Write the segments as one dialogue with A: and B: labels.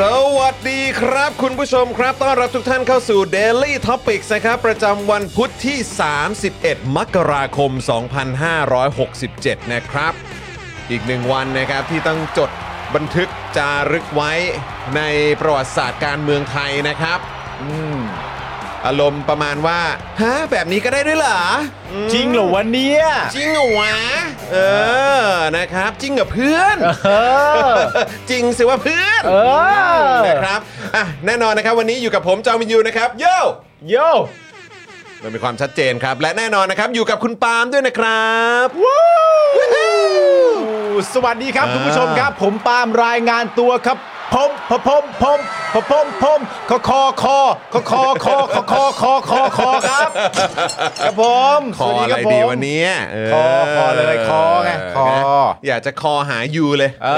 A: สวัสดีครับ คุณผู้ชมครับต้อนรับทุกท่านเข้าสู่ Daily Topics นะครับ ประจำวันพุทธที่ 31 มกราคม 2567 นะครับ อีกหนึ่งวันนะครับที่ต้องจดบันทึกจารึกไว้ในประวัติศาสตร์การเมืองไทยนะครับอืมอารมณ์ประมาณว่าฮะแบบนี้ก็ได้ด้วยเหรออืม
B: จริงเหรอวะเนี่ย
A: จริงเหรอวะเออนะครับ จริงเหรอเพื่อน
B: เออ
A: จริงสิว่าเพื่อน
B: เออ
A: นะครับอ่ะแน่นอนนะครับวันนี้อยู่กับผมจอมินยูนะครับโย่
B: โย่
A: มันมีความชัดเจนครับ และแน่นอนนะครับอยู่กับคุณปาล์มด้วยนะครับ
B: สวัสดีครับคุณผู้ชมครับ ผมปาล์มรายงานตัวครับ ผมพะพมพมพะพมพมคอคอคอคอคอคอคอคอคอคอคอครับครับผม
A: คอ
B: สวัส
A: อะไร
B: ครับผม
A: ดีวันนี้เค
B: อคอเลยคอไงคอ
A: นะอยากจะคอหายูเลย
B: เอ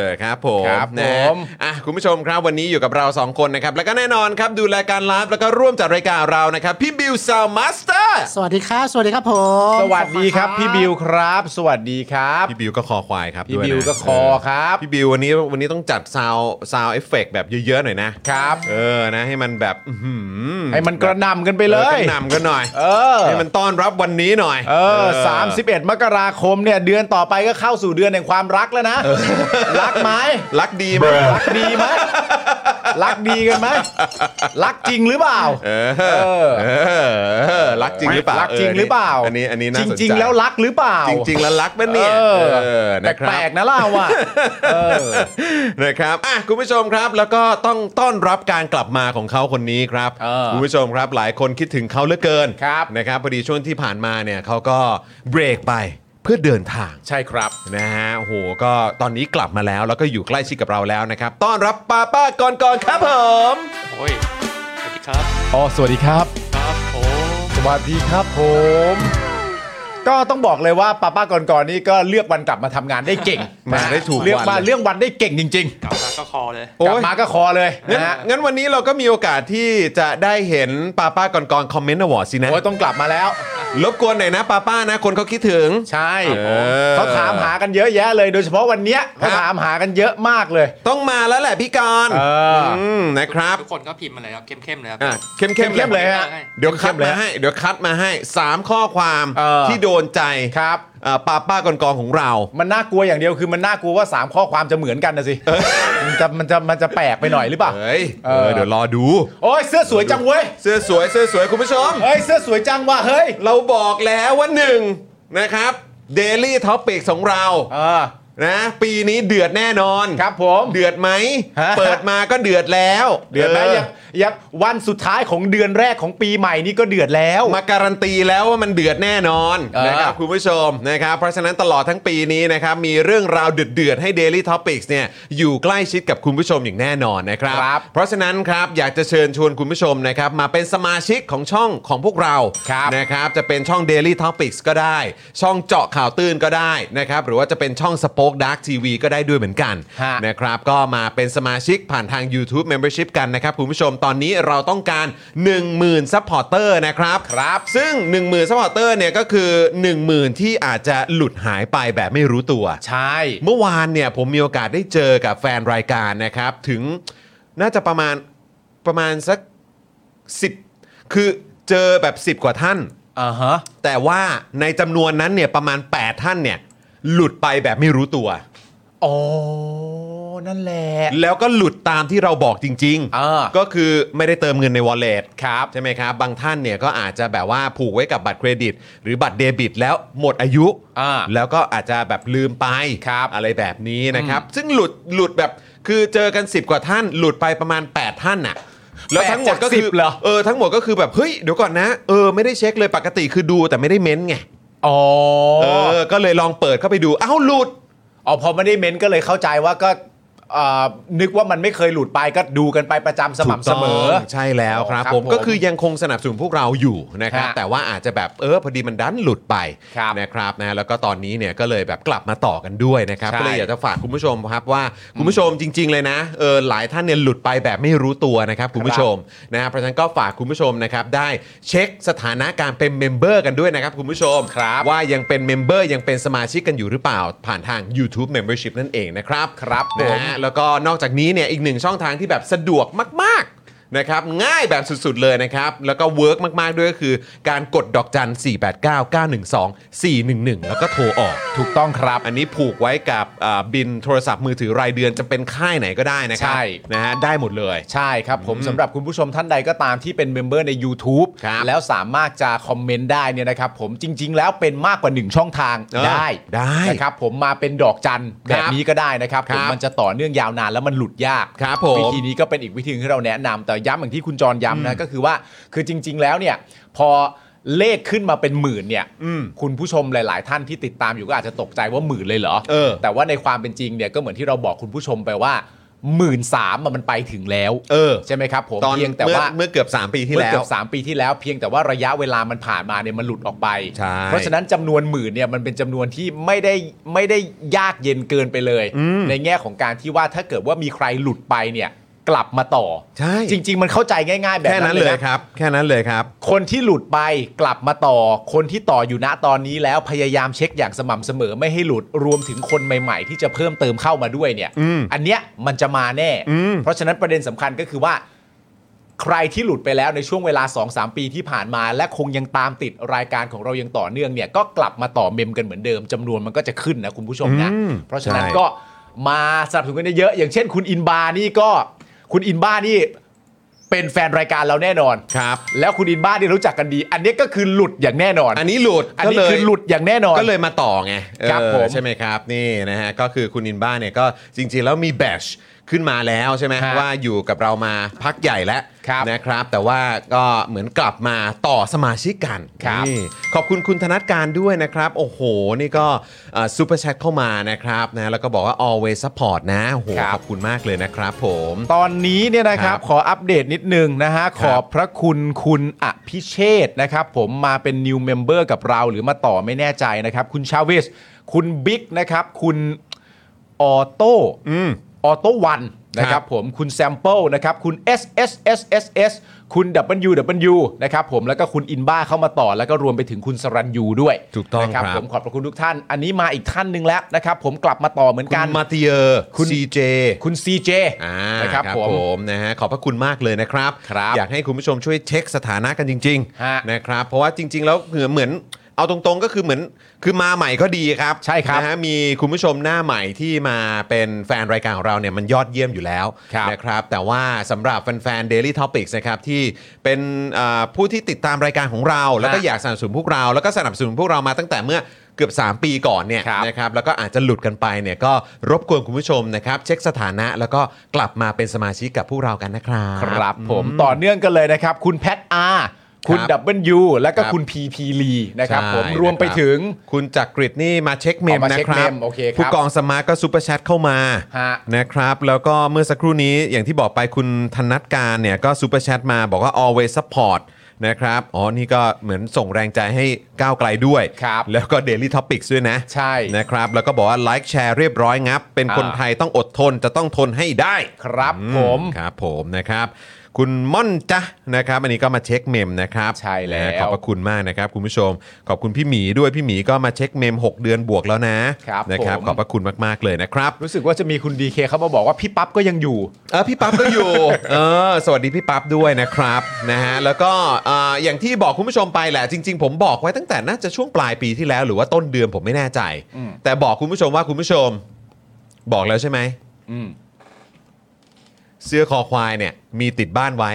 B: อ
A: ครับผม
B: ครับ
A: นะ
B: ผม
A: อ่ะคุณผู้ชมครับวันนี้อยู่กับเรา 2 คนนะครับ แล้วก็แน่นอนครับดูแลการไลฟ์แล้วก็ร่วมจัดรายการเรานะครับ พี่บิวซาวมาสเตอร์
C: สวัสดีครับ สวัสดีครับผม
B: สวัสดีครับพี่บิวครับ สวัสดีครับ
A: พี่บิวก็คอควายครับ
B: พี่
A: ด้วยนะ
B: บิวก็คอ
A: เ
B: ครับ
A: พี่บิววันนี้วันนี้ต้องจัดซาวซาวเอฟเฟกแบบเยอะๆหน่อยนะครับ เออนะให้มันแบบอื้อหือ
B: ให้มันกระหนำกันไปเล
A: ออย กระหนำกันหน่อย
B: เออ
A: ให้มันต้อนรับวันนี้หน่อย
B: เออสามสิบเอ็ดมกราคมเนี่ย เดือนต่อไปก็เข้าสู่เดือนแห่งความรักแล้วนะ รักไหม
A: รักดีไหม
B: รักดีไหมรักดีกันไหมรักจริงหรือเปล่า
A: เอ
B: เออ
A: เออเออรักจริงหรือเปล่า
B: รักจริงหรือเปล่า
A: อันนี้อันนี้น่าสนใจ
B: จริง ๆ แล้วรักหรือเปล่า
A: จริง ๆ แล้วรักปะ
B: เอ
A: เนี่ย
B: อ
A: เออนะครับ
B: แปลกๆนะเล่า อ่ะเออ
A: นะครับอ่ะคุณผู้ชมครับ แล้วก็ต้องต้อนรับการกลับมาของเขาคนนี้ครับ
B: เออ
A: คุณผู้ชมครับ หลายคนคิดถึงเขาเหลือเกิน
B: ครับ
A: นะครับ พอดีช่วงที่ผ่านมาเนี่ยเขาก็เบรกไปเพื่อเดินทาง
B: ใช่ครับ
A: นะฮะ โอ้โห ก็ตอนนี้กลับมาแล้ว แล้วก็อยู่ใกล้ชิดกับเราแล้วนะครับ ต้อนรับป้าป้าก่อนก่อนครับผม
D: โอ้ย สวัสดีครับ
B: อ๋อสวัสดีครับ
D: ครับโอ้
B: สวัสดีครับผม ก็ต้องบอกเลยว่าป้าป้าก่อนๆนี่ก็เลือกวันกลับมาทำงานได้เก่ง
A: มาได้ถูกวัน
B: เลือกมา
A: เลย
B: เลือกวันได้เก่งจริง ๆ
D: กลับมาก็คอเลย
B: กลับมาก็คอเลย
A: งั้น
B: นะฮะ
A: งั้นวันนี้เราก็มีโอกาสที่จะได้เห็นป้าป้าก่อนก่อนคอมเมนต์อวอร์ดสินะ
B: โอ้ยต้องกลับมาแล้ว
A: รบกวนหน่อยนะป้าป้านะ คนเขาคิดถึง
B: ใช่
A: เออ
B: เขาถามหากันเยอะแยะเลย โดยเฉพาะวันเนี้ยเขาถามหากันเยอะมากเลย
A: ต้องมาแล้วแหละพี่กรณ์
B: เอออื
A: มนะครับ
D: ทุกคนก็พิมพ์มาเลยครับ เข้มๆเลยครั
A: อ่ะเข้มๆ
B: เข้มๆเลยฮะ
A: เดี๋ยวคัด
B: เข้มๆเลย
A: มาให้ เดี๋ยวคัดมาให้ 3 ข้อความ
B: เออ
A: ที่โดนใจ
B: ครับ
A: เอ่อป้าป้ากอนกองของเรา
B: มันน่ากลัวอย่างเดียวคือมันน่ากลัวว่า 3 ข้อความจะเหมือนกัน นะสิมันจะมันจะมันจะแปลกไปหน่อยหรือเปล่า
A: เฮ้ย
B: เอ
A: เอ
B: อ
A: อเดี๋ยวรอดู
B: โอ้ยเสื้อสวยจังเว้ย
A: เสื้อสวยเสื้อสวยคุณผู้ชม
B: เฮ้ยเสื้อสวยจังว่ะเฮ้ย
A: เราบอกแล้วว่าหนึ่งนะครับ Daily Topic ของเรา
B: เออ
A: นะปีนี้เดือดแน่นอน
B: ครับผม
A: เดือดไหม
B: ฮะ
A: เปิดมาก็เดือดแล้ว
B: เดือดไหมยังยังวันสุดท้ายของเดือนแรกของปีใหม่นี่ก็เดือดแล้ว
A: มาการันตีแล้วว่ามันเดือดแน่นอน
B: เออ
A: นะครับคุณผู้ชมนะครับเพราะฉะนั้นตลอดทั้งปีนี้นะครับมีเรื่องราวเดือดๆให้ Daily Topics เนี่ยอยู่ใกล้ชิดกับคุณผู้ชมอย่างแน่นอนนะครับ
B: ครับ
A: เพราะฉะนั้นครับอยากจะเชิญชวนคุณผู้ชมนะครับมาเป็นสมาชิกของช่องของพวกเรา
B: ครับ
A: นะครับจะเป็นช่อง Daily Topics ก็ได้ ช่องเจาะข่าวตื่นก็ได้นะครับหรือว่าจะเป็นช่อง Spoke Spoke Dark TV ก็ได้ด้วยเหมือนกัน
B: ฮะ
A: นะครับก็มาเป็นสมาชิกผ่านทาง YouTube Membership กันนะครับคุณผู้ชมตอนนี้เราต้องการ 10,000 ซัพพอร์เตอร์นะครับครับ ซึ่ง 10,000 ซัพพอร์เตอร์เนี่ยก็คือ 10,000 ที่อาจจะหลุดหายไปแบบไม่รู้ตัว
B: ใช่
A: เมื่อวานเนี่ยผมมีโอกาสได้เจอกับแฟนรายการนะครับ ถึงน่าจะประมาณประมาณสัก 10 คือเจอแบบ 10 กว่าท่าน
B: อ่าฮะ
A: แต่ว่าในจำนวนนั้นเนี่ยประมาณ 8 ท่านเนี่ยหลุดไปแบบไม่รู้ตัว
B: อ๋อ นั่นแหละ
A: แล้วก็หลุดตามที่เราบอกจริง
B: อ่า
A: ก็คือไม่ได้เติมเงินใน wallet ครับใช่ไหมครับ บางท่านเนี่ยก็อาจจะแบบว่าผูกไว้กับบัตรเครดิต หรือบัตรเดบิตแล้วหมดอายุ
B: อ่า
A: แล้วก็อาจจะแบบลืมไป
B: ครับ
A: อะไรแบบนี้นะครับ ซึ่งหลุดหลุดแบบคือเจอกัน 10 กว่าท่าน หลุดไปประมาณ 8 ท่านน่ะแล้วทั้งหมดก็คื
B: แปดจากสิบเหรอ
A: เออทั้งหมดก็คือแบบเฮ้ยเดี๋ยวก่อนนะเออไม่ได้เช็คเลยปกติคือดูแต่ไม่ได้เม้นต์ไง
B: อ๋อ
A: เออก็เลยลองเปิดเข้าไปดูอ้าวหลุด
B: อ๋อพอไม่ได้เม้นก็เลยเข้าใจว่าก็เอ่อนึกว่ามันไม่เคยหลุดไปก็ดูกันไปประจำสม่ำเสมอ
A: ถูกต้องใช่แล้วครับ
B: ครับ
A: ผม
B: ผม
A: ก็คือยังคงสนับสนุนพวกเราอยู่นะครับ
B: ฮะ
A: แต่ว่าอาจจะแบบเออพอดีมันดันหลุดไป
B: ครับ
A: นะครับนะแล้วก็ตอนนี้เนี่ยก็เลยแบบกลับมาต่อกันด้วยนะครับ
B: ใช่
A: ก็เลยอยากจะฝากคุณผู้ชมครับว่าคุณผู้ชมจริง ๆ เลยนะเออหลายท่านเนี่ยหลุดไปแบบไม่รู้ตัวนะครับคุณผู้ชมนะเพราะฉะนั้นก็ฝากคุณผู้ชมนะครับได้เช็คสถานะการเป็นเมมเบอร์กันด้วยนะครับคุณผู้ชม
B: ครับ
A: ว่ายังเป็นเมมเบอร์ยังเป็นสมาชิกกันอยู่หรือเปล่าผ่านทาง YouTube Membership นั่นเองนะครับ
B: ครับผม
A: นะฮะ แล้วก็นอกจากนี้เนี่ยอีกหนึ่งช่องทางที่แบบสะดวกมากๆนะครับง่ายแบบสุดๆเลยนะครับ แล้วก็เวิร์กมากๆด้วยก็คือการกดดอกจัน 4 8 9 9 1 2 4 1 1 แล้วก็โทรออก
B: ถูกต้องครับ
A: อันนี้ผูกไว้กับอ่าบินโทรศัพท์มือถือรายเดือนจะเป็นค่ายไหนก็ได้นะครั
B: ใช่
A: นะฮะได้หมดเลย
B: ใช่ครับผมสำหรับคุณผู้ชมท่านใดก็ตามที่เป็นเมมเบอร์ใน YouTube
A: ครับ
B: แล้วสามารถจะคอมเมนต์ได้เนี่ยนะครับผมจริง ๆ แล้วเป็นมากกว่า 1 ช่องทาง
A: เออ
B: ได้
A: ได้
B: นะครับผมมาเป็นดอกจัน
A: ค
B: แบ
A: รับบ
B: นี้ก็ได้นะครับ
A: ค
B: ผ
A: รั
B: ม
A: บ
B: มันจะต่อเนื่องยาวนานแล้วมันหลุดยาก
A: ครับผม
B: วิธีนี้ก็เป็นอีกวิธีหนึ่งที่เราแนะนำแต่ย้ำอย่างที่คุณจรย้ำนะก็คือว่าคือจริง ๆ แล้วเนี่ยพอเลขขึ้นมาเป็นหมื่นเนี่ยคุณผู้ชมหลาย ๆ ท่านที่ติดตามอยู่ก็อาจจะตกใจว่าหมื่นเลยเหรอ
A: เออ
B: แต่ว่าในความเป็นจริงเนี่ยก็เหมือนที่เราบอกคุณผู้ชมไปว่าหมื่นสามมันไปถึงแล้ว
A: เออ
B: ใช่ไหมครับผม
A: ตอน
B: เพียงแต่
A: เมื่อ
B: ว่า
A: เมื่อเกือบ 3 ปีที่
B: เมื่อ
A: แล้
B: เกื
A: ว
B: อบสามปีที่แล้วเพียงแต่ว่าระยะเวลามันผ่านมาเนี่ยมันหลุดออกไป
A: ใช่
B: เพราะฉะนั้นจำนวนหมื่นเนี่ยมันเป็นจำนวนที่ไม่ได้ไม่ได้ยากเย็นเกินไปเลย ในแง่ของการที่ว่าถ้าเกิดว่ามีใครหลุดไปเนี่ยกลับมาต่อ
A: ใช่
B: จริง ๆ มันเข้าใจง่าย ๆ แบบ
A: แค่
B: นั้
A: นั้น น
B: เล
A: เลย ย
B: นะ
A: ครับ แค่นั้นเลยครับ
B: คนที่หลุดไปกลับมาต่อ คนที่ต่ออยู่ณตอนนี้แล้วพยายามเช็คอย่างสม่ำเสมอไม่ให้หลุดรวมถึงคนใหม่ ๆ ที่จะเพิ่มเติมเข้ามาด้วยเนี่ย
A: อืม
B: อันเนี้ยมันจะมาแน่
A: อืม
B: เพราะฉะนั้นประเด็นสำคัญก็คือว่า ใครที่หลุดไปแล้วในช่วงเวลา 2-3 ปีที่ผ่านมา และคงยังตามติดรายการของเรายังต่อเนื่องเนี่ยก็กลับมาต่อเมมกันเหมือนเดิมจำนวนมันก็จะขึ้นนะคุณผู้ชมนะ
A: อืม
B: เพราะฉะนั้น
A: ใช่
B: ก็มาสนับสนุนกันเยอะๆอย่างเช่น คุณอินบาร์นี่ก็คุณอินบาร์นี่เป็นแฟนรายการเราแน่นอน
A: ครับ
B: แล้วคุณอินบ้านที่ยรู้จักกันดี อันนี้ก็คือหลุดอย่างแน่นอน
A: อันนี้หลุด
B: อัน
A: ก็
B: นี้
A: เลย
B: คือหลุดอย่างแน่นอน
A: ก็เลยมาต่อไงเออ
B: ครับผม
A: ใช่ไหมครับนี่นะฮะก็คือคุณอินบ้าเนี่ยก็จริงๆแล้วมีแบชขึ้นมาแล้วใช่ไหม
B: ฮะ
A: ว่าอยู่กับเรามาพักใหญ่แล้ว
B: ครับ
A: นะครับ แต่ว่าก็เหมือนกลับมาต่อสมาชิกกัน
B: ครับ
A: นี่ขอบคุณคุณธนัทการด้วยนะครับ โอ้โห นี่ก็ซูเปอร์แชทเข้ามานะครับนะแล้วก็บอกว่า always support นะโอ้โห
B: ครับ
A: ขอบคุณมากเลยนะครับผม
B: ตอนนี้เนี่ยนะครั
A: ครับ บ
B: ขออัปเดตนิดนึงนะฮะ ขอบพระคุณคุณอภิเชษฐ์นะครับ ผมมาเป็น new member กับเราหรือมาต่อไม่แน่ใจนะครับ คุณชาเวสคุณบิ๊กนะครับ คุณออโต้ออโต้วันนะค
A: ครั
B: รับบ ผมคุณแซมเปิลนะครับ คุณ S S S S S คุณ W W นะครับผมแล้วก็คุณอินบ้าเข้ามาต่อ แล้วก็รวมไปถึงคุณสรัญยูด้วย
A: ถูกต้อง
B: นะ
A: ครับ
B: ผมขอบพระคุณทุกท่าน อันนี้มาอีกท่านหนึ่งแล้วนะครับ ผมกลับมาต่อเหมือนกั
A: คุ
B: น
A: ณมาเตียร์
B: คุณ
A: ซีเจ
B: คุณ CJ
A: อ่า
B: นะครับผม
A: มนะฮะขอบพระคุณมากเลยนะครับ
B: ครับ
A: อยากให้คุณผู้ชมช่วยเช็คสถานะกันจริง
B: ฮะ
A: นะครับเพราะว่าจริง ๆ แล้วเหมือนเหมือนเอาตรงๆ ก็คือเหมือนคือมาใหม่ก็ดีครับ
B: ใช่ครับ
A: นะฮะมีคุณผู้ชมหน้าใหม่ที่มาเป็นแฟนรายการของเราเนี่ยมันยอดเยี่ยมอยู่แล้ว
B: ครับ
A: นะครับแต่ว่าสำหรับแฟนๆ Daily Topics นะครับที่เป็นอ่าผู้ที่ติดตามรายการของเรา แล้วก็อยากสนับสนุนพวกเราแล้วก็สนับสนุนพวกเรามาตั้งแต่เมื่อเกือบ 3 ปีก่อนเนี่ย
B: ครับ
A: นะ นะครับแล้วก็อาจจะหลุดกันไปเนี่ยก็รบกวนคุณผู้ชมนะครับ เช็คสถานะแล้วก็กลับมาเป็นสมาชิกกับพวกเรากันนะครับ
B: ครับผมต่อเนื่องกันเลยนะครับ คุณแพทอาคุณ
A: ครับ
B: ดับเบิลยูแล้วก็
A: ครับ
B: คุณพีพีลีนะครับ
A: ใช่
B: ผมรวมไป
A: นะคบ
B: ถึง
A: คุณจักริดนี่มาเช็คเมม
B: อ๋อมา
A: นะ
B: เช็ค
A: ครั
B: เม
A: บ
B: มโอเคครับ
A: ผู้กองสมาร์ทก็ซูเปอร์แชทเข้ามา
B: ฮะ
A: นะครับ แล้วก็เมื่อสักครู่นี้อย่างที่บอกไปคุณธนัทการเนี่ยก็ซูเปอร์แชทมาบอกว่า always support นะครับอ๋อนี่ก็เหมือนส่งแรงใจให้ก้าวไกลด้วย
B: ครับ
A: แล้วก็ Daily Topics ด้วยนะ
B: ใช่
A: นะครับ แล้วก็บอกว่าไลค์แชร์เรียบร้อยงับ เป็นคน
B: อ่า
A: ไทยต้องอดทนจะต้องทนให้ได้
B: ครับ
A: อื
B: ผม
A: ครับผมนะครับ คุณม่อนจ้ะนะครับ อันนี้ก็มาเช็คเมมนะครับ
B: ใช่แล้ว
A: นะขอบพระคุณมากนะครับ คุณผู้ชม ขอบคุณพี่หมีด้วยพี่หมีก็มาเช็คเมม 6 เดือนบวกแล้วนะนะครับขอบพระคุณมากๆเลยนะครับ
B: รู้สึกว่าจะมีคุณดีเคเขามาบอกว่าพี่ปั๊บก็ยังอยู่
A: เออพี่ปั๊บก็อยู่ เออสวัสดีพี่ปั๊บด้วยนะครับนะฮะแล้วก็เอ่ออย่างที่บอกคุณผู้ชมไปแหละ จริง ๆ ผมบอกไว้ตั้งแต่น่าจะช่วงปลายปีที่แล้ว หรือว่าต้นเดือนผมไม่แน่ใจ
B: อืม
A: แต่บอกคุณผู้ชมว่าคุณผู้ชม บอกแล้วใช่ไหม
B: อืม
A: เสื้อคอควายเนี่ยมีติดบ้านไว้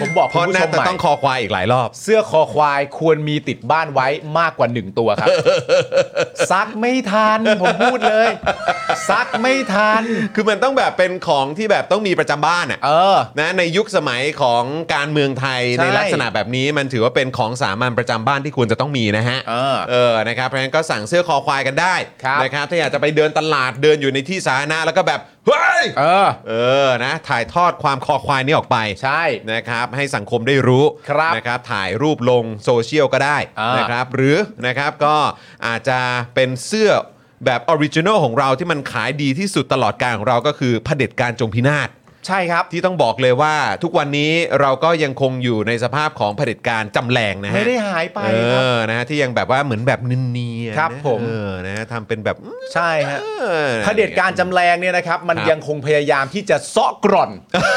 B: ผมบอก
A: เพ
B: คุณ
A: ราะ
B: ผู้ช
A: น่ามจะ
B: ใหม่
A: ต้องคอควายอีกหลายรอบ
B: เสื้อคอควายควรมีติดบ้านไว้มากกว่าหนึ่งตัว ครับ ซักไม่ทันผมพูดเลย ซักไม่ทัน
A: คือมันต้องแบบเป็นของที่แบบต้องมีประจำบ้านอ่ะ
B: เออ
A: นะในยุคสมัยของการเมืองไทย
B: ใช่
A: ในลักษณะแบบนี้มันถือว่าเป็นของสามัญประจำบ้านที่ควรจะต้องมีนะฮะ
B: เออ
A: นะครับเพราะฉะนั้นก็สั่งเสื้อคอควายกันได้
B: ครับ
A: นะครับถ้าอยากจะไปเดินตลาดเดินอยู่ในที่สาธารณะแล้วก็แบบเฮ้ย
B: เออ
A: เออนะถ่ายทอดความคอควายนี้ออกไป
B: ใช่
A: นะครับให้สังคมได้รู้
B: ครับ
A: นะครับถ่ายรูปลงโซเชียลก็ได้
B: อ่าน
A: นะครับหรือนะครับก็อาจจะเป็นเสื้อแบบออริจินอลของเราที่มันขายดีที่สุดตลอดการของเราก็คือเผด็จการจงพินาศ
B: ใช่ครับ
A: ที่ต้องบอกเลยว่าทุกวันนี้เราก็ยังคงอยู่ในสภาพของเผด็จการจำแรงนะฮะ
B: ไม่ได้หายไป
A: เอ
B: ครับ
A: อนะฮะที่ยังแบบว่าเหมือนแบบเนียนๆ
B: ครับ
A: นะ
B: ผม
A: เออนะฮะทำเป็นแบบอืม
B: ใช่ฮะ
A: เออ
B: เผด็จการจำแรงเนี่ยนะครับ มัน
A: ครับ
B: ยังคงพยายามที่จะเซาะก ร่อน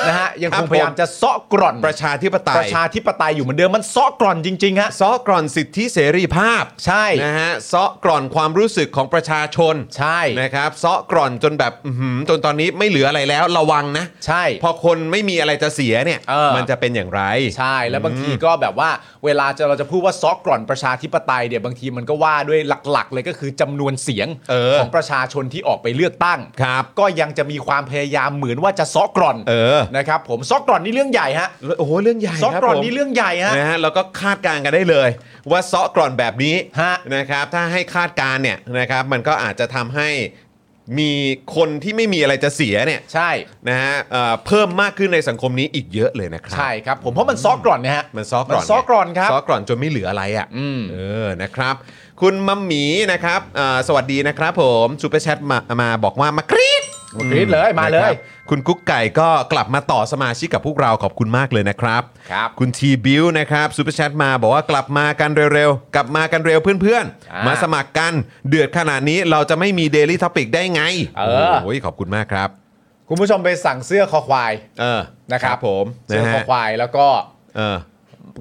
B: นะฮะยัง
A: ครั
B: ค
A: บผ
B: ง
A: ม
B: พยายามจะเซาะกร่อน
A: ประชาธิปไต
B: ป
A: ย
B: ระชาธิปไตยอยู่เหมือนเดิมมันเซาะกร่อนจริงๆฮะ
A: เซาะกร่อนสิทธิเสรีภาพ
B: ใช่
A: นะฮะเซาะกร่อนความรู้สึกของประชาชน
B: ใช่
A: นะครับเซาะกร่อนจนแบบอื้อหือจนตอนนี้ไม่เหลืออะไรแล้วระวังนะ
B: ใช่
A: พอคนไม่มีอะไรจะเสียเนี่ย
B: เออ
A: มันจะเป็นอย่างไร
B: ใช่แล้วบางทีก็แบบว่า เวลาจะเราจะพูดว่าซอกกร่อนประชาธิปไตยเนี่ยบางทีมันก็ว่าด้วยหลักๆ เลยก็คือจำนวนเสียง
A: เออ
B: ของประชาชนที่ออกไปเลือกตั้ง
A: ครับ
B: ก็ยังจะมีความพยายามเหมือนว่าจะซอกกร่อน
A: เออ
B: นะครับผมซอกกร่อนนี่เรื่องใหญ่ฮะ
A: โอ้โหเรื่องใหญ่
B: ซอก
A: ครับ
B: กร่อน
A: ผม
B: นี่เรื่องใหญ่ฮะ
A: นะฮะแล้วก็คาดการณ์กันได้เลย ว่าเซาะกร่อนแบบนี้
B: ฮะ
A: นะครับถ้าให้คาดการณ์เนี่ยนะครับมันก็อาจจะทำให้มีคนที่ไม่มีอะไรจะเสียเนี่ย
B: ใช่
A: นะฮะเอ่อเพิ่มมากขึ้นในสังคมนี้อีกเยอะเลยนะครั
B: ใช่ครับผมเพราะมันซอกกร่อนเนะฮะ
A: มันเซาะกร่อน
B: ซอกกร่อนครับ
A: เซาะกร่อนจนไม่เหลืออะไรอ่ะ
B: อืม
A: เออนะครับ คุณมัมหมีนะครับเอ่อสวัสดีนะครับผมซูเปอร์แชทมามาบอกว่ามากรี๊ด
B: กรี๊ดเลยมาเลย
A: นะครับคุณกุ๊กไก่ก็กลับมาต่อสมาชิกกับพวกเราขอบคุณมากเลยนะครับ
B: ครับ
A: คุณทีบิวนะครับซูเปอร์แชทมาบอกว่ากลับมากันเร็วๆ กลับมากันเร็วเพื่อน
B: อ่า
A: ๆ
B: ม
A: มาสมัครกันเดือดขนาดนี้เราจะไม่มี Daily Topic ได้ไง
B: เออ
A: โอ้ยขอบคุณมากครับ
B: คุณผู้ชมไปสั่งเสื้อคอควาย
A: เออ
B: นะครับ
A: ผม
B: เสื้อ
A: นะ
B: คอ
A: ฮะ
B: ควายแล้วก็
A: เออ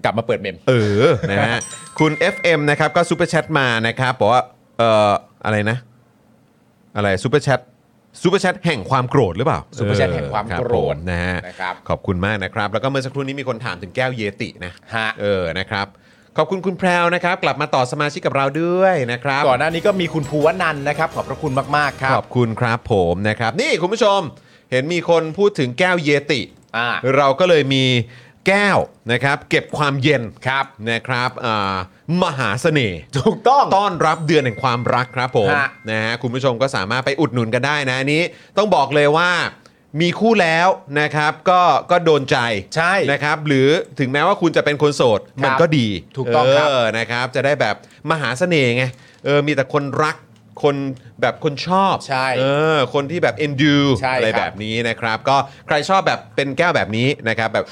B: กลับมาเปิดเมม
A: เออ นะฮะ คุณ FM นะครับ ก็ซูเปอร์แชทมานะครับ บอกว่า เอ่อ อะไรนะ อะไรซูเปอร์แชทซูเปอร์แชทแห่งความโกรธหรือเปล่า
B: Superchat แห่งความ
A: เออ
B: โกรธ
A: บผมนะฮะ
B: นะครับ
A: ขอบคุณมากนะครับ แล้วก็เมื่อสักครู่นี้มีคนถามถึงแก้วเยตินะ
B: ฮะ
A: เออ นะครับ ขอบคุณคุณแพรวนะครับ กลับมาต่อสมาชิกกับเราด้วยนะครับ
B: ก่อนหน้านี้ก็มีคุณภูวนันท์นะครับ ขอบพระคุณมาก ๆ ครั
A: ข
B: บ
A: อบคุณครับผมนะครับ นี่คุณผู้ชม เห็นมีคนพูดถึงแก้วเยติ
B: อ่า
A: เราก็เลยมีแก้วนะครับ เก็บความเย็นครับนะครับอ่ามหาเสน่ห์
B: ถูกต้อง
A: ต้อนรับเดือนแห่งความรักครับผม
B: ฮะ
A: นะฮะคุณผู้ชมก็สามารถไปอุดหนุนกันได้นะอันนี้ ต้องบอกเลยว่ามีคู่แล้วนะครับก็ก็โดนใจ
B: ใช่
A: นะครับหรือถึงแม้ว่าคุณจะเป็นคนโสด
B: ครับ
A: มันก็ดี
B: ถูกต้องครับ
A: เออนะครับจะได้แบบมหาเสน่ห์ไงเออมีแต่คนรักคนแบบคนชอบ
B: ใช่
A: เออคนที่แบบเอ็นดู
B: ใช่
A: อะไร
B: ครับ
A: แบบนี้นะครับ ก็ใครชอบแบบเป็นแก้วแบบนี้นะครับแบบ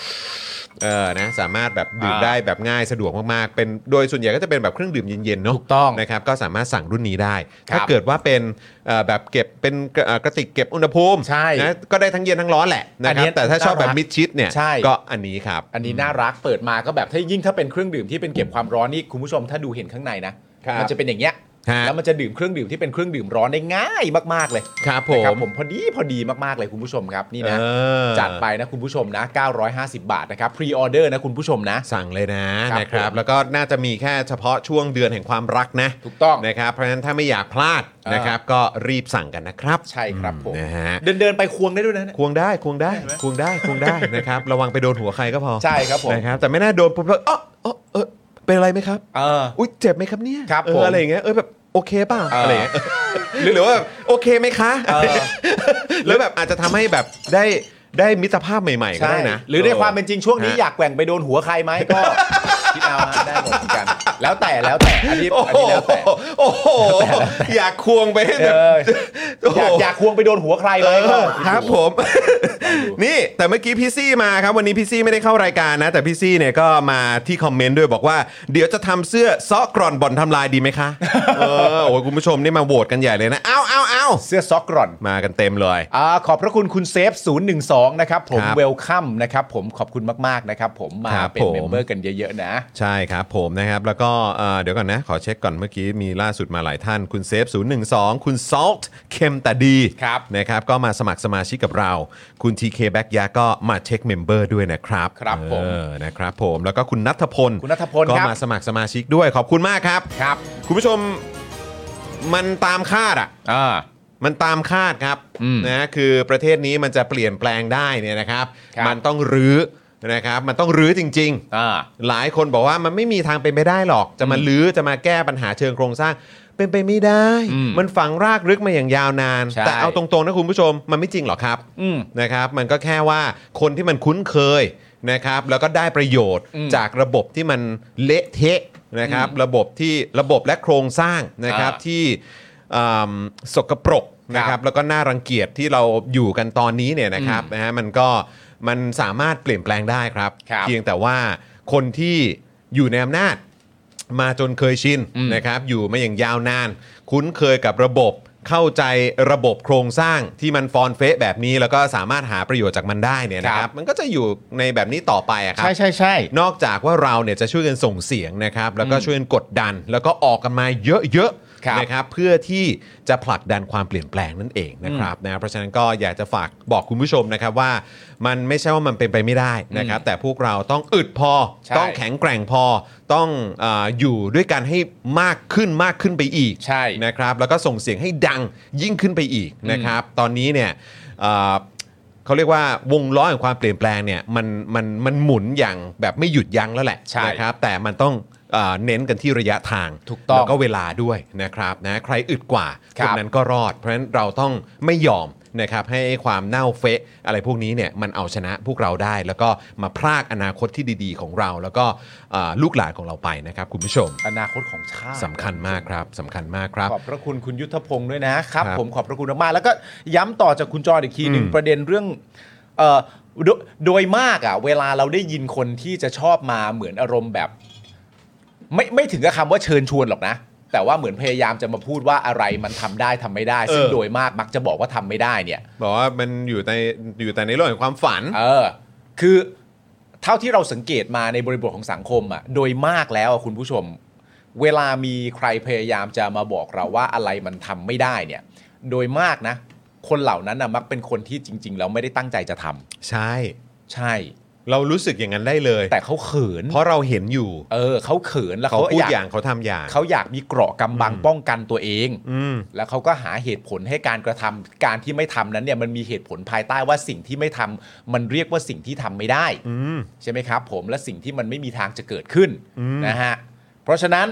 A: เออ นะ สามารถแบบดื่ม
B: อ่า
A: ได้แบบง่ายสะดวกมาก ๆ เป็น โดยส่วนใหญ่ก็จะเป็นแบบเครื่องดื่มเย็น ๆ เนอะ
B: ถูกต้อง
A: นะครับ ก็สามารถสั่งรุ่นนี้ได้
B: ครับ
A: ถ้าเกิดว่าเป็นเอ่อแบบเก็บ เป็นกระเอ่อกระติกเก็บอุณหภูมิ
B: ใช่
A: นะ ก็ได้ทั้งเย็นทั้งร้อนแหละนะ
B: อัน
A: ครั
B: เนี้
A: บ
B: ย
A: แต่ถ้าชอบแบบ
B: น่ารัก
A: มิดชิดเนี่ย
B: ใช่
A: ก็อันนี้ครับ
B: อันนี้น่ารักเปิดมาก็แบบถ้ายิ่งถ้าเป็นเครื่องดื่มที่เป็นเก็บความร้อนนี่คุณผู้ชมถ้าดูเห็นข้างในนะครับมันจะเป็นอย่างเงี้ย
A: ฮะ
B: แล้วมันจะดื่มเครื่องดื่มที่เป็นเครื่องดื่มร้อนได้ง่ายมากๆเลย
A: ครับผ
B: นะครั
A: ม
B: ผมพอดีพอดีมากๆเลยคุณผู้ชมครับนี่นะ
A: เออ
B: จัดไปนะคุณผู้ชมนะ 950 บาทนะครับพรีออเดอร์นะคุณผู้ชมนะ
A: สั่งเลยนะครับ นะครับ
B: ผม
A: แล้วก็น่าจะมีแค่เฉพาะช่วงเดือนแห่งความรักนะ
B: ถูกต้อง
A: นะครับ เพราะฉะนั้นถ้าไม่อยากพลาด
B: อ่าน
A: นะครับ ก็รีบสั่งกันนะครับ
B: ใช่ครับผม
A: นะฮะ
B: เดินเดินๆไปควงได้ด้วยนะเนี่ย
A: ควงได้ควงได้ควงได้ควงได้ นะครับ ระวังไปโดนหัวใครก็พอ
B: ใช่ครับผม
A: นะครับแต่ไม่น่าโดนปุ๊บแล้วเออเออเออเป็นอะไรไหมครับ
B: เออ
A: อุ้ยเจ็บไหมครับเนี่ย
B: ครับ
A: เออ
B: ผม
A: อะไรอย่างเงี้ยเออแบบโอเคเปล่า
B: เอออ
A: อะไรอย่างเงี้ยหรือหรือว่าโอเคไหมคะ
B: เออ
A: แล้วแบบอาจจะทำให้แบบได้ ได้มิตรภาพใหม่ๆก็ได้นะ
B: หรือในความเป็นจริงช่วงนี้
A: ฮะ
B: อยากแกว่งไปโดนหัวใครไหมก็ คิดเอาฮะได้หมดเหมือนกัน แล้วแต่แล้วแต่อันนี้
A: โอ้
B: อัน
A: โห
B: นี้แล้วแต่
A: โอ้โห อยากควงไปให้แบบ
B: เออ
A: โโห
B: อยากอยากควงไปโดนหัวใครไห
A: เอ
B: มก็
A: อครับผม นี่แต่เมื่อกี้พี่ซี่มาครับวันนี้พี่ซี่ไม่ได้เข้ารายการนะ แต่พี่ซี่เนี่ยก็มาที่คอมเมนต์ด้วยบอกว่า เดี๋ยวจะทำเสื้อซอกกร่อนบ่อนทำลายดีไหมคะเออโอ้ยคุณผู้ชมนี่มาโหวตกันใหญ่เลยนะเอาเอาเอา
B: เสื้อซอกร่อน
A: มากันเต็มเลย
B: อ่าขอบพระคุณคุณเซฟ 012 นะครับผม
A: ครับ
B: เวลคัมนะครับผมขอบคุณมาก ๆ นะครับผมมา
A: ครับ
B: เป็น
A: ผม
B: เมมเบอร์กันเยอะ ๆ นะ
A: ใช่ครับผมนะครับ แล้วก็เอ่อเดี๋ยวก่อนนะ ขอเช็คก่อนเมื่อกี้มีล่าสุดมาหลายท่าน คุณเซฟ 012 คุณซอลต์เค็มแต่ดี
B: ครับ
A: นะครับ ก็มาสมัครสมาชิกกับเรา คุณ TK b a c k y a ก็มาเช็คเมมเบอร์ด้วยนะครับ
B: ครับผม
A: เออนะครับผมแล้วก็คุณนัทพล
B: คุณณัฐพล
A: ก็
B: ครับ
A: มาสมัครสมาชิกด้วยขอบคุณมากครับ
B: ครับ
A: คุณผู้ชมมันตามคาดอ่ะ
B: อ่า
A: มันตามคาดครับ
B: อืม
A: นะคือประเทศนี้มันจะเปลี่ยนแปลงได้เนี่ยนะครับ
B: ครับ
A: มันต้องรื้อนะครับ มันต้องรื้อจริง ๆ
B: อ่า
A: หลายคนบอกว่ามันไม่มีทางเป็นไปได้หรอก จะมาลื้อจะมาแก้ปัญหาเชิงโครงสร้าง เป็นไปไม่ได้
B: อืม
A: มันฝังรากลึกมาอย่างยาวนาน
B: ใช่
A: แต่เอาตรงๆนะคุณผู้ชมมันไม่จริงหรอกครับ
B: อืม
A: นะครับ มันก็แค่ว่าคนที่มันคุ้นเคยนะครับ แล้วก็ได้ประโยชน์
B: อืม
A: จากระบบที่มันเละเทะนะครับ ระบบที่ระบบและโครงสร้างนะครับ
B: อ่า
A: ที่อ่ำสกปรกนะค
B: ครั
A: รับบ แล้วก็น่ารังเกียจที่เราอยู่กันตอนนี้เนี่ยนะครับนะฮะมันก็มันสามารถเปลี่ยนแปลงได้ครับ
B: ครับ
A: เพียงแต่ว่าคนที่อยู่ในอำนาจมาจนเคยชินนะครับ อยู่มาอย่างยาวนาน คุ้นเคยกับระบบเข้าใจระบบโครงสร้างที่มันฟอนเฟะแบบนี้แล้วก็สามารถหาประโยชน์จากมันได้เนี่ยนะค
B: ครั
A: รับ
B: บ
A: มันก็จะอยู่ในแบบนี้ต่อไปอะครั
B: ใช่ใช่ใช่
A: นอกจากว่าเราเนี่ยจะช่วยกันส่งเสียงนะครับ แล้วก็ช่วยกันกดดัน แล้วก็ออกกันมาเยอะ
B: ครับ
A: ๆนะครับ เพื่อที่จะผลักดันความเปลี่ยนแปลงนั่นเองนะครับนะเพราะฉะนั้นก็อยากจะฝากบอกคุณผู้ชมนะครับว่า มันไม่ใช่ว่ามันเป็นไปไม่ได้นะครับ แต่พวกเราต้องอึดพอ
B: ใช่
A: ต้องแข็งแกร่งพอต้องเอออยู่ด้วยกันให้มากขึ้นมากขึ้นไปอีก
B: ใช่
A: นะครับแล้วก็ส่งเสียงให้ดังยิ่งขึ้นไปอีกนะครับ ตอนนี้เนี่ยเอ่อเขาเรียกว่าวงล้อแห่งความเปลี่ยนแปลงเนี่ยมันมันมันหมุนอย่างแบบไม่หยุดยั้งแล้วแหละ
B: ใช่
A: นะครับแต่มันต้องเอ่อเน้นกันที่ระยะทาง
B: ถูกต้อง
A: แล้วก็เวลาด้วยนะครับนะใครอึดกว่า
B: ครั
A: น
B: บ
A: นั้นก็รอด เพราะฉะนั้นเราต้องไม่ยอมนะครับให้ความเน่าเฟะอะไรพวกนี้เนี่ยมันเอาชนะพวกเราได้ แล้วก็มาพรากอนาคตที่ดีๆของเรา แล้วก็เอ่อลูกหลานของเราไปนะครับคุณผู้ชม
B: อนาคตของชาติ
A: สำคัญมากครับสำคัญมากครับ
B: ขอบพระคุณคุณยุทธพงศ์ด้วยนะครับ
A: ครับ
B: ผมขอบพระคุณมากๆแล้วก็ย้ำต่อจากคุณจออีกทีหนึ่ง
A: อืม
B: ประเด็นเรื่องเอ่อโดยโดยมากอ่ะ เวลาเราได้ยินคนที่จะชอบมาเหมือนอารมณ์แบบ ไม่ไม่ถึงกับคำว่าเชิญชวนหรอกนะ แต่ว่าเหมือนพยายามจะมาพูดว่าอะไรมันทำได้ทำไม่ได้ ซึ่ง
A: เออ
B: โดยมากมักจะบอกว่าทำไม่ได้เนี่ย
A: บอกว่ามันอยู่ในอยู่แต่ในโลกแห่งความฝัน
B: เออ คือเท่าที่เราสังเกตมาในบริบทของสังคมอ่ะ โดยมากแล้วอะคุณผู้ชม เวลามีใครพยายามจะมาบอกเราว่าอะไรมันทำไม่ได้เนี่ย โดยมากนะ คนเหล่านั้นนะมักเป็นคนที่จริง ๆ แล้วไม่ได้ตั้งใจจะทำ
A: ใช่
B: ใช่
A: เรารู้สึกอย่างนั้นได้เลย
B: แต่เขาเขิน
A: เพราะเราเห็นอยู่
B: เออเขาเขินแล้ว
A: เขา
B: เขา
A: พูด
B: อยาก
A: อย่างเขาทำอย่าง
B: เขาอยากมีเกราะกำบังป้องกันตัวเอง
A: อืม
B: แล้วเขาก็หาเหตุผลให้การกระทำการที่ไม่ทำนั้นเนี่ยมันมีเหตุผลภายใต้ว่าสิ่งที่ไม่ทำมันเรียกว่าสิ่งที่ทำไม่ได้
A: อืม
B: ใช่ไหมครับผมและสิ่งที่มันไม่มีทางจะเกิดขึ้น
A: อืม
B: นะฮะเพราะฉะนั้น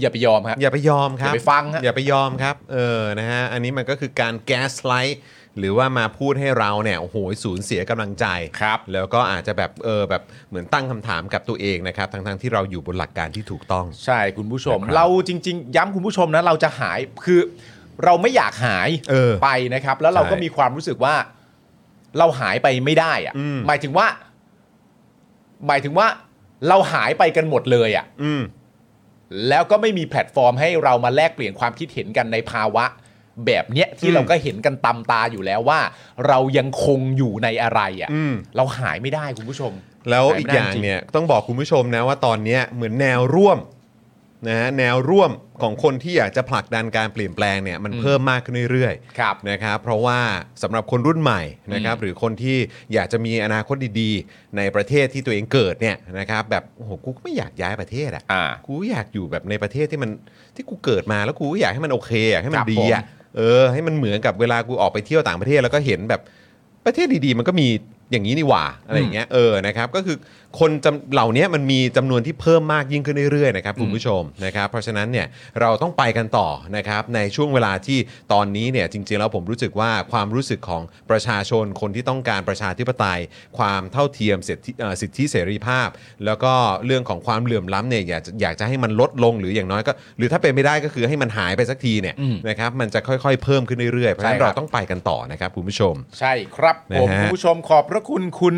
B: อย่าไปยอมครับ
A: อย่าไปยอมครับ
B: อย่าไปฟังฮะ
A: อย่าไปยอมครับ เออนะฮะอันนี้มันก็คือการแก๊สไลท์หรือว่ามาพูดให้เราเนี่ยโอ้โหสูญเสียกำลังใจ
B: ครับ
A: แล้วก็อาจจะแบบเออแบบเหมือนตั้งคำถามกับตัวเองนะครับทั้งๆที่เราอยู่บนหลักการที่ถูกต้อง
B: ใช่คุณผู้ชม
A: นะครับ
B: เราจริง ๆ ย้ำคุณผู้ชมนะเราจะหายคือ เราไม่อยากหาย
A: เออ
B: ไปนะครับ แล้วเราก็
A: ใช่
B: มีความรู้สึกว่า เราหายไปไม่ได้อะ
A: อืม
B: หมายถึงว่า หมายถึงว่า เราหายไปกันหมดเลยอะ
A: อืม
B: แล้วก็ไม่มีแพลตฟอร์มให้เรามาแลกเปลี่ยนความคิดเห็นกันในภาวะ แบบเนี้ยที่
A: อืม
B: เราก็เห็นกันตามตาอยู่แล้วว่า เรายังคงอยู่ในอะไรอะ่ะ
A: อืม
B: เราหายไม่ได้คุณผู้ชม
A: แล้ว
B: ห
A: อีก
B: ไม่
A: อ
B: ได้
A: ย่าง
B: จริ
A: เนี่ยต้องบอกคุณผู้ชมนะว่าตอนเนี้ยเหมือนแนวร่วมนะฮะแนวร่วมของคนที่อยากจะผลักดันการเปลี่ยนแปลงเนี่ยมัน
B: อืม
A: เพิ่มมากขึ้นเรื่อยๆ
B: ครับ
A: นะครับเพราะว่าสำหรับคนรุ่นใหม่นะครับหรือคนที่อยากจะมีอนาคตดีๆ ในประเทศที่ตัวเองเกิดเนี่ยนะครับแบบโอ้โหกูก็ไม่อยากย้ายประเทศอ่ะ
B: อ่า
A: กูอยากอยู่แบบในประเทศที่มันที่กูเกิดมาแล้วกูก็อยากให้มันโอเคอะให้มั
B: คน รับ
A: ดีอ่ะเออให้มันเหมือนกับเวลากูออกไปเที่ยวต่างประเทศแล้วก็เห็นแบบประเทศดีๆ มันก็มี อย่างนี้นี่หว่าอะไรอย่างเงี้ยเออนะครับก็คือคนจำเหล่านี้มันมีจำนวนที่เพิ่มมากยิ่งขึ้นเรื่อยๆนะครับคุณผู้ชมนะครับเพราะฉะนั้นเนี่ยเราต้องไปกันต่อนะครับในช่วงเวลาที่ตอนนี้เนี่ยจริงๆแล้วผมรู้สึกว่าความรู้สึกของประชาชนคนที่ต้องการประชาธิปไตย ความเท่าเทียมสิทธิเอ่อสิทธิเสรีภาพ แล้วก็เรื่องของความเหลื่อมล้ำเนี่ยอยากจะอยากจะให้มันลดลงหรืออย่างน้อยก็ หรือถ้าเป็นไม่ได้ก็คือให้มันหายไปสักทีเนี่ย
B: อืม
A: นะครับมันจะค่อยๆ เพิ่มขึ้นเรื่อยๆเพราะฉะนั้น
B: ใช่ครั
A: เรา
B: บ
A: ต้องไปกันต่อนะครับคุณผู้ชม
B: ใช่ครับผม
A: นะฮะ
B: คุณผู้ชมขอบพระคุณคุณ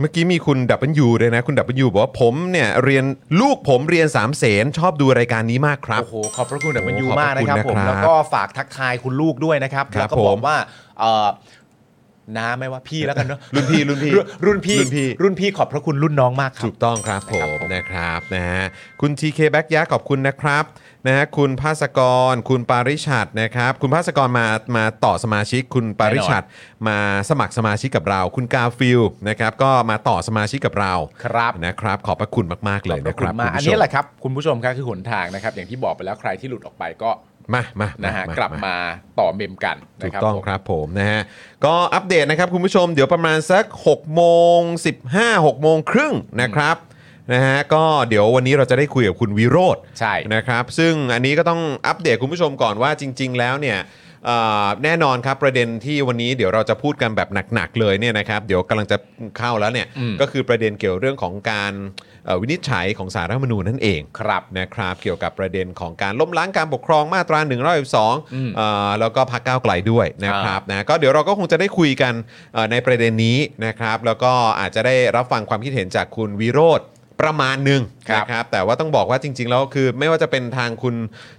A: เมื่อกี้มีคุณดับเบิลยูด้วยนะคุณดับเบิลยูบอกว่าผมเนี่ยเรียนลูกผมเรียนสามเสนชอบดูรายการนี้มากครับ
B: โอ้โห ขอบพระคุณดับเบิลยู
A: โอ้โห
B: มากนะครับ
A: ข
B: ผ
A: อบ
B: ม
A: คุณนะครับ
B: แล้วก็ฝากทักทายคุณลูกด้วยนะครับ
A: ครับ
B: แล้วก็บอ
A: ผ
B: ก
A: ม
B: ว่าเอ่อน้าไม่ว่าพี่แล้วกันเนอะ
A: รุ่นพี่รุ่นพี่
B: รุ่นพี่
A: รุ่นพี่
B: รุ่นพี่ขอบพระคุณรุ่นน้องมากครับ
A: ถูกต้องครับผ
B: ครับ
A: ม
B: ผม
A: นะครับนะฮะคุณ TK b a c k y a ขอบคุณนะครับนะฮะคุณภาสกร คุณปาริชัดนะครับคุณภาสกรมามาต่อสมาชิก คุณปาริชัดมาสมัครสมาชิกกับเรา คุณกาฟิลนะครับก็มาต่อสมาชิกกับเรา
B: ครับ
A: นะครับขอบพระคุณมากๆเลย
B: ขอ
A: นะ
B: บ
A: ค
B: คุณ
A: รับ
B: มาก
A: คุณ
B: อัน
A: ผู้ช
B: นี้แหละครับ คุณผู้ชมครับคือหนทางนะครับ อย่างที่บอกไปแล้วใครที่หลุดออกไปก็
A: มามา
B: นะ
A: นะ
B: ฮะกลับมาต่อเมมกัน
A: ถูก
B: นะครับ
A: ต้อง
B: ผม
A: ครับผมนะฮะก็อัปเดตนะครับคุณผู้ชมเดี๋ยวประมาณสัก6โมง15 6โมงครึ่งนะครับนะฮะก็เดี๋ยววันนี้เราจะได้คุยกับคุณวิโรธ
B: ใช่
A: นะครับ ซึ่งอันนี้ก็ต้องอัปเดตคุณผู้ชมก่อนว่าจริง ๆ แล้วเนี่ยเอ่อแน่นอนครับประเด็นที่วันนี้เดี๋ยวเราจะพูดกันแบบหนักๆเลยเนี่ยนะครับเดี๋ยวกำลังจะเข้าแล้วเนี่ยก็คือประเด็นเกี่ยวเรื่องของการเอ่อวินิจฉัยของสารรัฐธรรมนูญนั่นเอง
B: ครับ
A: นะครับเกี่ยวกับประเด็นของการล้มล้างการปกครองมาตรา1นึแล้วก็พักก้าวไกลด้วยนะครับนะก็เดี๋ยวเราก็คงจะได้คุยกันเอ่อในประเด็นนี้นะครับ แล้วก็อาจจะได้รับฟังความคิดเห็นจากคุณวิโรธประมาณหนึ่ง
B: ครับ
A: นะครับแต่ว่าต้องบอกว่าจริง ๆ แล้วคือไม่ว่าจะเป็นทางคุณ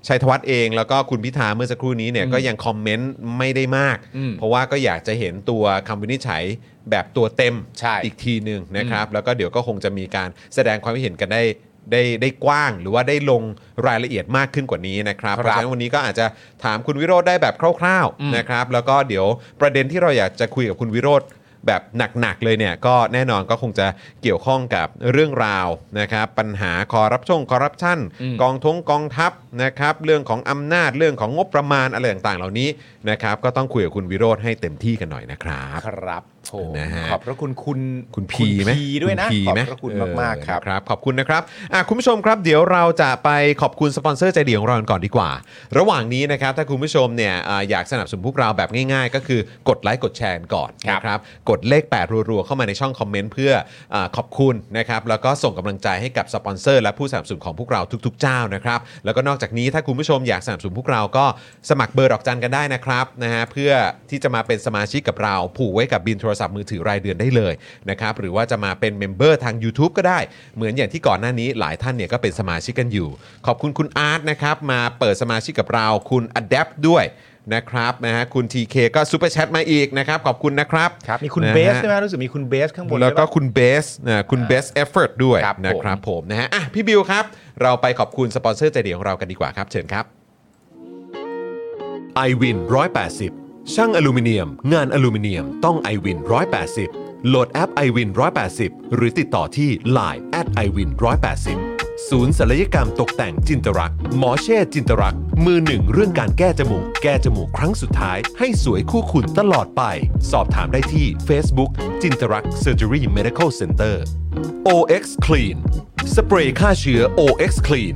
A: ชัยธวัฒน์เอง แล้วก็คุณพิธาเมื่อสักครู่นี้เนี่ยก็ยังคอมเมนต์ไม่ได้มาก
B: อืม
A: เพราะว่าก็อยากจะเห็นตัวคำวินิจฉัยแบบตัวเต็ม
B: ใช่
A: อีก อีกทีหนึ่งนะครับแล้วก็เดี๋ยวก็คงจะมีการแสดงความคิดเห็นกันได้ได้ได้กว้าง หรือว่าได้ลงรายละเอียดมากขึ้นกว่านี้นะครับ
B: ครับ
A: เพราะฉะนั้นวันนี้ก็อาจจะถามคุณวิโรธได้แบบคร่าว
B: อืม
A: ๆนะครับแล้วก็เดี๋ยวประเด็นที่เราอยากจะคุยกับคุณวิโรธแบบหนักๆเลยเนี่ยก็แน่นอนก็คงจะเกี่ยวข้องกับเรื่องราวนะครับปัญหาคอร์รัปชงคอร์รัปชัน
B: อืม
A: กองทงกองทัพนะครับเรื่องของอำนาจเรื่องของงบประมาณอะไรต่างๆ เหล่านี้นะครับก็ต้องคุยกับคุณวิโรธให้เต็มที่กันหน่อยนะครับ
B: ครับผม
A: นะฮะ
B: ขอบพระคุณคุณ
A: คุณพีไหม
B: ด้วยนะ
A: คุณพี
B: ขอบ
A: ไห
B: พระคุณมาก
A: เออ
B: ๆครับ
A: นะครับ ขอบคุณนะครับอ่ะคุณผู้ชมครับ เดี๋ยวเราจะไปขอบคุณสปอนเซอร์ใจดีของเรากันก่อนดีกว่า ระหว่างนี้นะครับ ถ้าคุณผู้ชมเนี่ยอ่าอยากสนับสนุนพวกเราแบบง่ายๆ ก็คือกดไลค์กดแชร์กันก่อนนะครับ กดเลข 8 รัวๆ เข้ามาในช่องคอมเมนต์เพื่ออาขอบคุณนะครับ แล้วก็ส่งกำลังใจให้กับสปอนเซอร์และผู้สนับสนุนของพวกเราทุกๆเจ้านะครับ แล้วก็นอกจากนี้ถ้าคุณผู้ชมอยากสนับสนุนพวกเราก็สมัครเบอร์ดอกจันกันได้นะครับนะฮะเพื่อที่จะมาเป็นสมาชิกกับเรา ผูกไว้กับบินโทรศัพท์มือถือรายเดือนได้เลยนะครับหรือว่าจะมาเป็นเมมเบอร์ทาง YouTube ก็ได้ เหมือนอย่างที่ก่อนหน้านี้หลายท่านเนี่ยก็เป็นสมาชิกกันอยู่ ขอบคุณคุณอาร์ตนะครับมาเปิดสมาชิกกับเราคุณ Adapt ด้วยนะครับนะฮะคุณ TK ก็ซูเปอร์แชทมาอีกนะครับขอบคุณนะครับ
B: ครับมีคุณ
A: นะฮะ
B: เบสใช่ไหมรู้สึกมีคุณเบสข้างบน
A: แล้วก็
B: ด้วยปะ
A: คุณเบสนะคุณเบสเอฟเฟอร์ด้วย
B: ครับผม
A: นะครับผมนะฮะอ่ะพี่บิวครับ เราไปขอบคุณสปอนเซอร์ใจเดียวของเรากันดีกว่าครับ เชิญครับ
E: i w วิน180 ช่างอลูมิเนียม งานอลูมิเนียมต้อง i w วิน180 โหลดแอป i w วิน180 หรือติดต่อที่ Line at i w วิน180 ศูนย์ศัลยกรรมตกแต่งจินตรัก หมอเช่จินตรัก มือหนึ่งเรื่องการแก้จมูก แก้จมูกครั้งสุดท้าย ให้สวยคู่คุณตลอดไป สอบถามได้ที่ Facebook จินตรัก Surgery Medical Center OX Clean สเปรย์ฆ่าเชื้อ OX Clean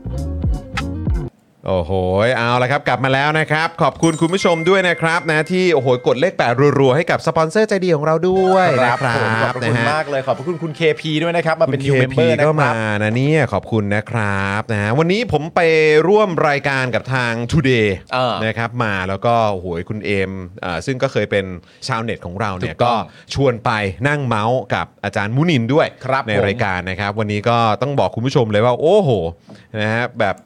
A: โอ้โห เอาละครับ กลับมาแล้วนะครับ ขอบคุณคุณผู้ชมด้วยนะครับนะที่โอ้โหกดเลขแปดรัวๆ ให้กับสปอนเซอร์ใจดีของเราด้วยนะค
B: ผ
A: รั
B: มขอบบ พระ
A: นะ
B: คุณ
A: ฮะ
B: มากเลยขอบพระคุณคุณ KP ด้วยนะครับ มาเป็น
A: คุณ
B: new
A: KP
B: member นะ
A: ก็
B: ค
A: มา
B: รับ
A: นะเนี่ยขอบคุณนะครับนะฮะวันนี้ผมไปร่วมรายการกับทาง Today
B: เออ
A: นะครับมาแล้วก็โอ้โหยคุณเอมเอ่อซึ่งก็เคยเป็นชาวเน็ตของเราเนี่ย
B: ถูกต้
A: ก็
B: อง
A: ชวนไปนั่งเมาส์กับอาจารย์มุนินด้วย
B: ครับ
A: ใน
B: ผม
A: รายการนะครับ วันนี้ก็ต้องบอกคุณผู้ชมเลยว่า โอ้โหนะฮะแบบ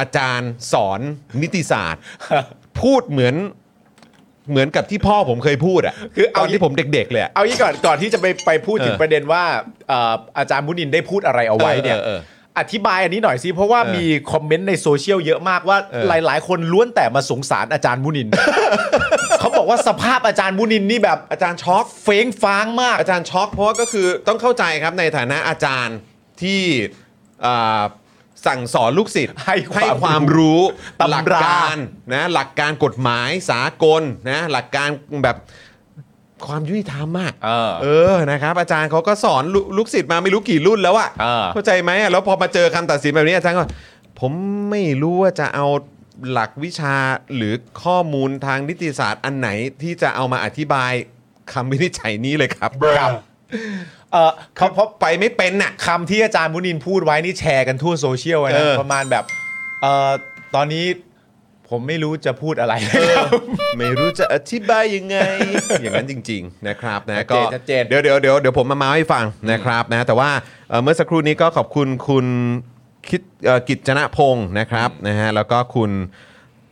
A: อาจารย์สอนนิติศาสตร์ พูดเหมือน เหมือนกับที่พ่อผมเคยพูดอ่ะ
B: คือ
A: ต
B: เอา
A: อนที่ผมเด็กๆเลยอะ
B: เอางี้ก่อนก่อนที่จะไปไปพูดถึง
A: เออ
B: ประเด็นว่าเอ่ออาจารย์มุนินได้พูดอะไรเอาไว้เนี่ย
A: เออเออเอ
B: อธิบายอันนี้หน่อยสิเพราะว่า
A: เออ
B: มีคอมเมนต์ในโซเชียลเยอะมากว่า
A: เออ
B: หลาย ๆ คนล้วนแต่มาสงสารอาจารย์มุนิ น เขาบอกว่าสภาพอาจารย์มุนินนี่แบบ
A: อาจารย์ช็อก
B: เฟ้งฟ้างมาก
A: อาจารย์ช็อกเพราะว่าก็คือต้องเข้าใจครับในฐานะอาจารย์ที่อ่าสั่งสอนลูกศิษย์
B: ให้ความ
A: ความรู้
B: ตำรา
A: หลัการนะหลักการกฎหมายสากลนะหลักการแบบความยุติธรรมอะ
B: เออ
A: เออนะครับ อาจารย์เขาก็สอนลูลูกศิษย์มาไม่รู้กี่รุ่นแล้วอะ
B: เออ
A: เข้าใจไหมอะแล้วพอมาเจอคำตัดสินแบบนี้อาจารย์ก็ผมไม่รู้ว่าจะเอาหลักวิชาหรือข้อมูลทางนิติศาสตร์อันไหนที่จะเอามาอธิบายคำวินิจฉัยนี้เลยครับ
B: เออเขาเพราะ
A: ไปไม่เป็นน่ะ
B: คำที่อาจารย์มุนินพูดไว้นี่แชร์กันทั่วโซเชียลเลย
A: เออ
B: นะประมาณแบบเออตอนนี้ผมไม่รู้จะพูดอะไรครับ
A: ไม่รู้จะอธิบายยังไง อย่างนั้นจริง ๆ นะครับนะก็
B: ชัดเจน
A: เดี๋ยวเดี๋ยวเดี๋ยวเดี๋ยวผมมาเมาให้ฟังนะครับนะแต่ว่าเอ่อเมื่อสักครู่นี้ก็ขอบคุณคุณคิดเอ่อกิจจนะพงศ์นะครับนะฮะแล้วก็คุณ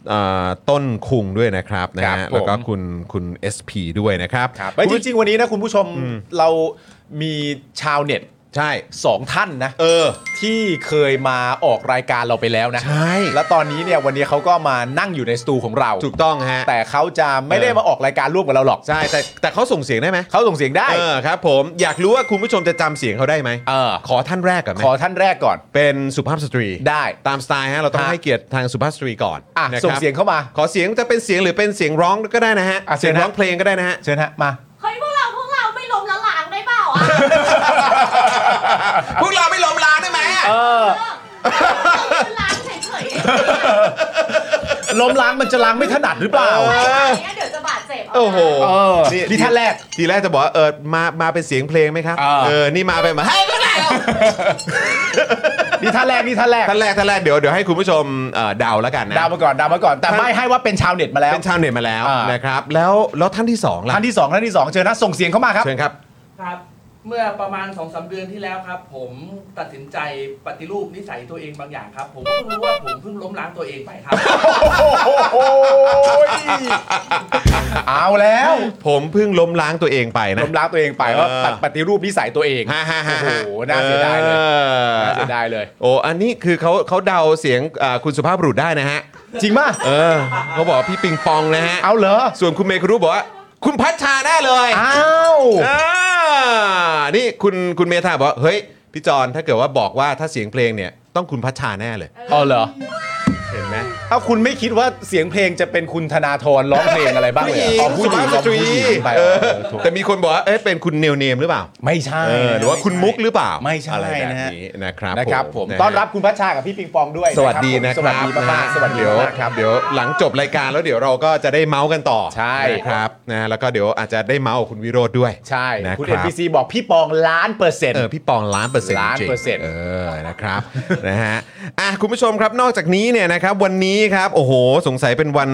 A: เอ่อต้นคุงด้วยนะครับนะ
B: ครั
A: ฮะ
B: บผม
A: แล้วก็คุณคุณ SP ด้วยนะครับ
B: เฮ้ยจริง ๆ วันนี้นะคุณผู้ชมเรามีชาวเน็ต
A: ใช่
B: สองท่านนะ
A: เออ
B: ที่เคยมาออกรายการเราไปแล้วนะ
A: ใช่
B: แล้วตอนนี้เนี่ยวันนี้เขาก็มานั่งอยู่ในสตูของเรา
A: ถูกต้องฮะ
B: แต่เขาจะไม่ได้
A: เออ
B: มาออกรายการร่วมกับเราหรอก
A: ใช่แต่แต่เขาส่งเสียงได้ไหม
B: เขาส่งเสียงได้
A: เออครับผมอยากรู้ว่าคุณผู้ชมจะจำเสียงเขาได้ไหม
B: เออ
A: ขอท่านแรกก่อนไหม
B: ขอท่านแรกก่อน
A: เป็นสุภาพสตรี
B: ได้
A: ตามสไตล์ฮะเราต้อง
B: ฮะ
A: ให้เกียรติทางสุภาพสตรีก่อน
B: อ่ะ
A: นะครับ
B: ส่งเสียงเข้ามา
A: ขอเสียงจะเป็นเสียงหรือเป็นเสียงร้องก็ได้นะฮะ
B: อ่ะเชิ
A: เสีย
B: ญ
A: ง
B: ฮะ
A: ร้องเพลงก็ได้นะ ฮะ
B: เชิญฮะ มา
F: เฮ้ยพวกเราพวกเราไม่ล้มละลางได้เปล่าอ่ะ
A: พวกเราไม่ล้มล้างได้ไหม
B: เออ
F: ล้างเฉยๆเฉย
B: ล้มล้างมันจะล้างไม่ถนัดหรือเปล่า
F: ๆเนี่ยเดี๋ยวจะบาดเจ็บ
A: โอ้โห
B: เออนี่ท่านแรก
A: ทีแรกจะบอกว่าเออมามาเป็นเสียงเพลงไหมครับ
B: เออ
A: เออนี่มาเป็นมาเฮ้ยพวกเรา
B: นี่ท่านแรกนี่ท่านแรก
A: ท่านแรกท่านแรกเดี๋ยวเดี๋ยวให้คุณผู้ชมเอ่อเดาแล้วกันนะ
B: ดาวมาก่อนดาวมาก่อน แต่ไม่ให้ว่าเป็นชาวเน็ตมาแล้ว
A: เป็นชาวเน็ตมาแล้ว
B: อ่าน
A: นะครับ แล้วแล้วท่านที่สองล่ะ
B: ท่านที่สองท่านที่สองเชิญนะส่งเสียงเข้ามาครับ
A: เชิญครับ
G: ครับ เมื่อประมาณ2อสเดือนที่แล้วครับ ผมตัดสินใจปฏิรูปนิสัยตัวเองบางอย่างครับ ผมก็เพิ่งรู้ว่าผมเพิ่งล้มล้างตัวเองไปครับ
B: โอ้ยเอาแล้ว
A: ผมเพิ่งล้มล้างตัวเองไปนะ
B: ล้มล้างตัวเองไป
A: เออ
B: ว่าปฏิปฏิรูปนิสัยตัวเอง
A: ฮ่าฮ่า
B: โอ้
A: ฮ่า
B: โห
A: ฮ่า
B: น่าเสียดายเลยน่า
A: เอ
B: เสี
A: อ
B: ยดายเลย
A: โอ้ อันนี้คือเขาเขาเดาเสียงอ่าคุณสุภาพบุรุษได้นะฮะ
B: จริงป่ะ
A: เออ เขาบอกว่าพี่ปิงปองนะฮะ
B: เอาเหรอ
A: ส่วนคุณเมย์คุณรู้บอกว่า คุณพัชชาแน่เลย
B: อ้าว
A: อ่านี่คุณคุณเมธาบอกว่าเฮ้ย พี่จอนถ้าเกิดว่าบอกว่าถ้าเสียงเพลงเนี่ย ต้องคุณพัชชาแน่เลย
B: เอาเหรอ
A: เห็นไหม
B: เอาคุณไม่คิดว่าเสียงเพลงจะเป็นคุณธนาธรร้องเพลงอะไรบ้างเลยเหรออ๋อ
A: ผู้หญิง
B: อ๋
A: สุ
B: อ
A: ภาพสตรี
B: ผู้หญิงไป
A: เออ
B: เออถูก
A: แต่มีคนบอกว่าเอ๊ะเป็นคุณเนวเนมหรือเปล่า
B: ไม่ใช่
A: เออหรือว่าคุณมุกหรือเปล่า
B: ไม่ใช่
A: อะไรแบบ
B: นะฮะ
A: นี้นะครับ
B: นะครับผม
A: ะฮะ
B: ต้อนรับคุณพัชชากับพี่ปิงปองด้วย
A: สวัสดีนะ
B: ส
A: ค
B: วัส
A: รับ
B: ดีมาก
A: นะ
B: ๆสวัสดี
A: เดี๋ยว
B: มากครับ
A: เดี๋ยวหลังจบรายการแล้วเดี๋ยวเราก็จะได้เมาส์กันต่อ
B: ใช่
A: นะครับนะแล้วก็เดี๋ยวอาจจะได้เมาส์กับคุณวิโรธด้วย
B: ใช่
A: นะครับ
B: คุณเอ็นพีซีบอกพี่ปองล้านเปอร์เซ็นต์
A: เออพี่ปองล้านเปอร์เซ็นต์
B: ล้าน
A: จง
B: เปอร์เซ็นต์
A: เออนะครับ นะฮะอ่ะคุณผู้ชมครับนอกจากนี้เนี่ยนะครับวันนี้ครับโอ้โหสงสัยเป็นวัน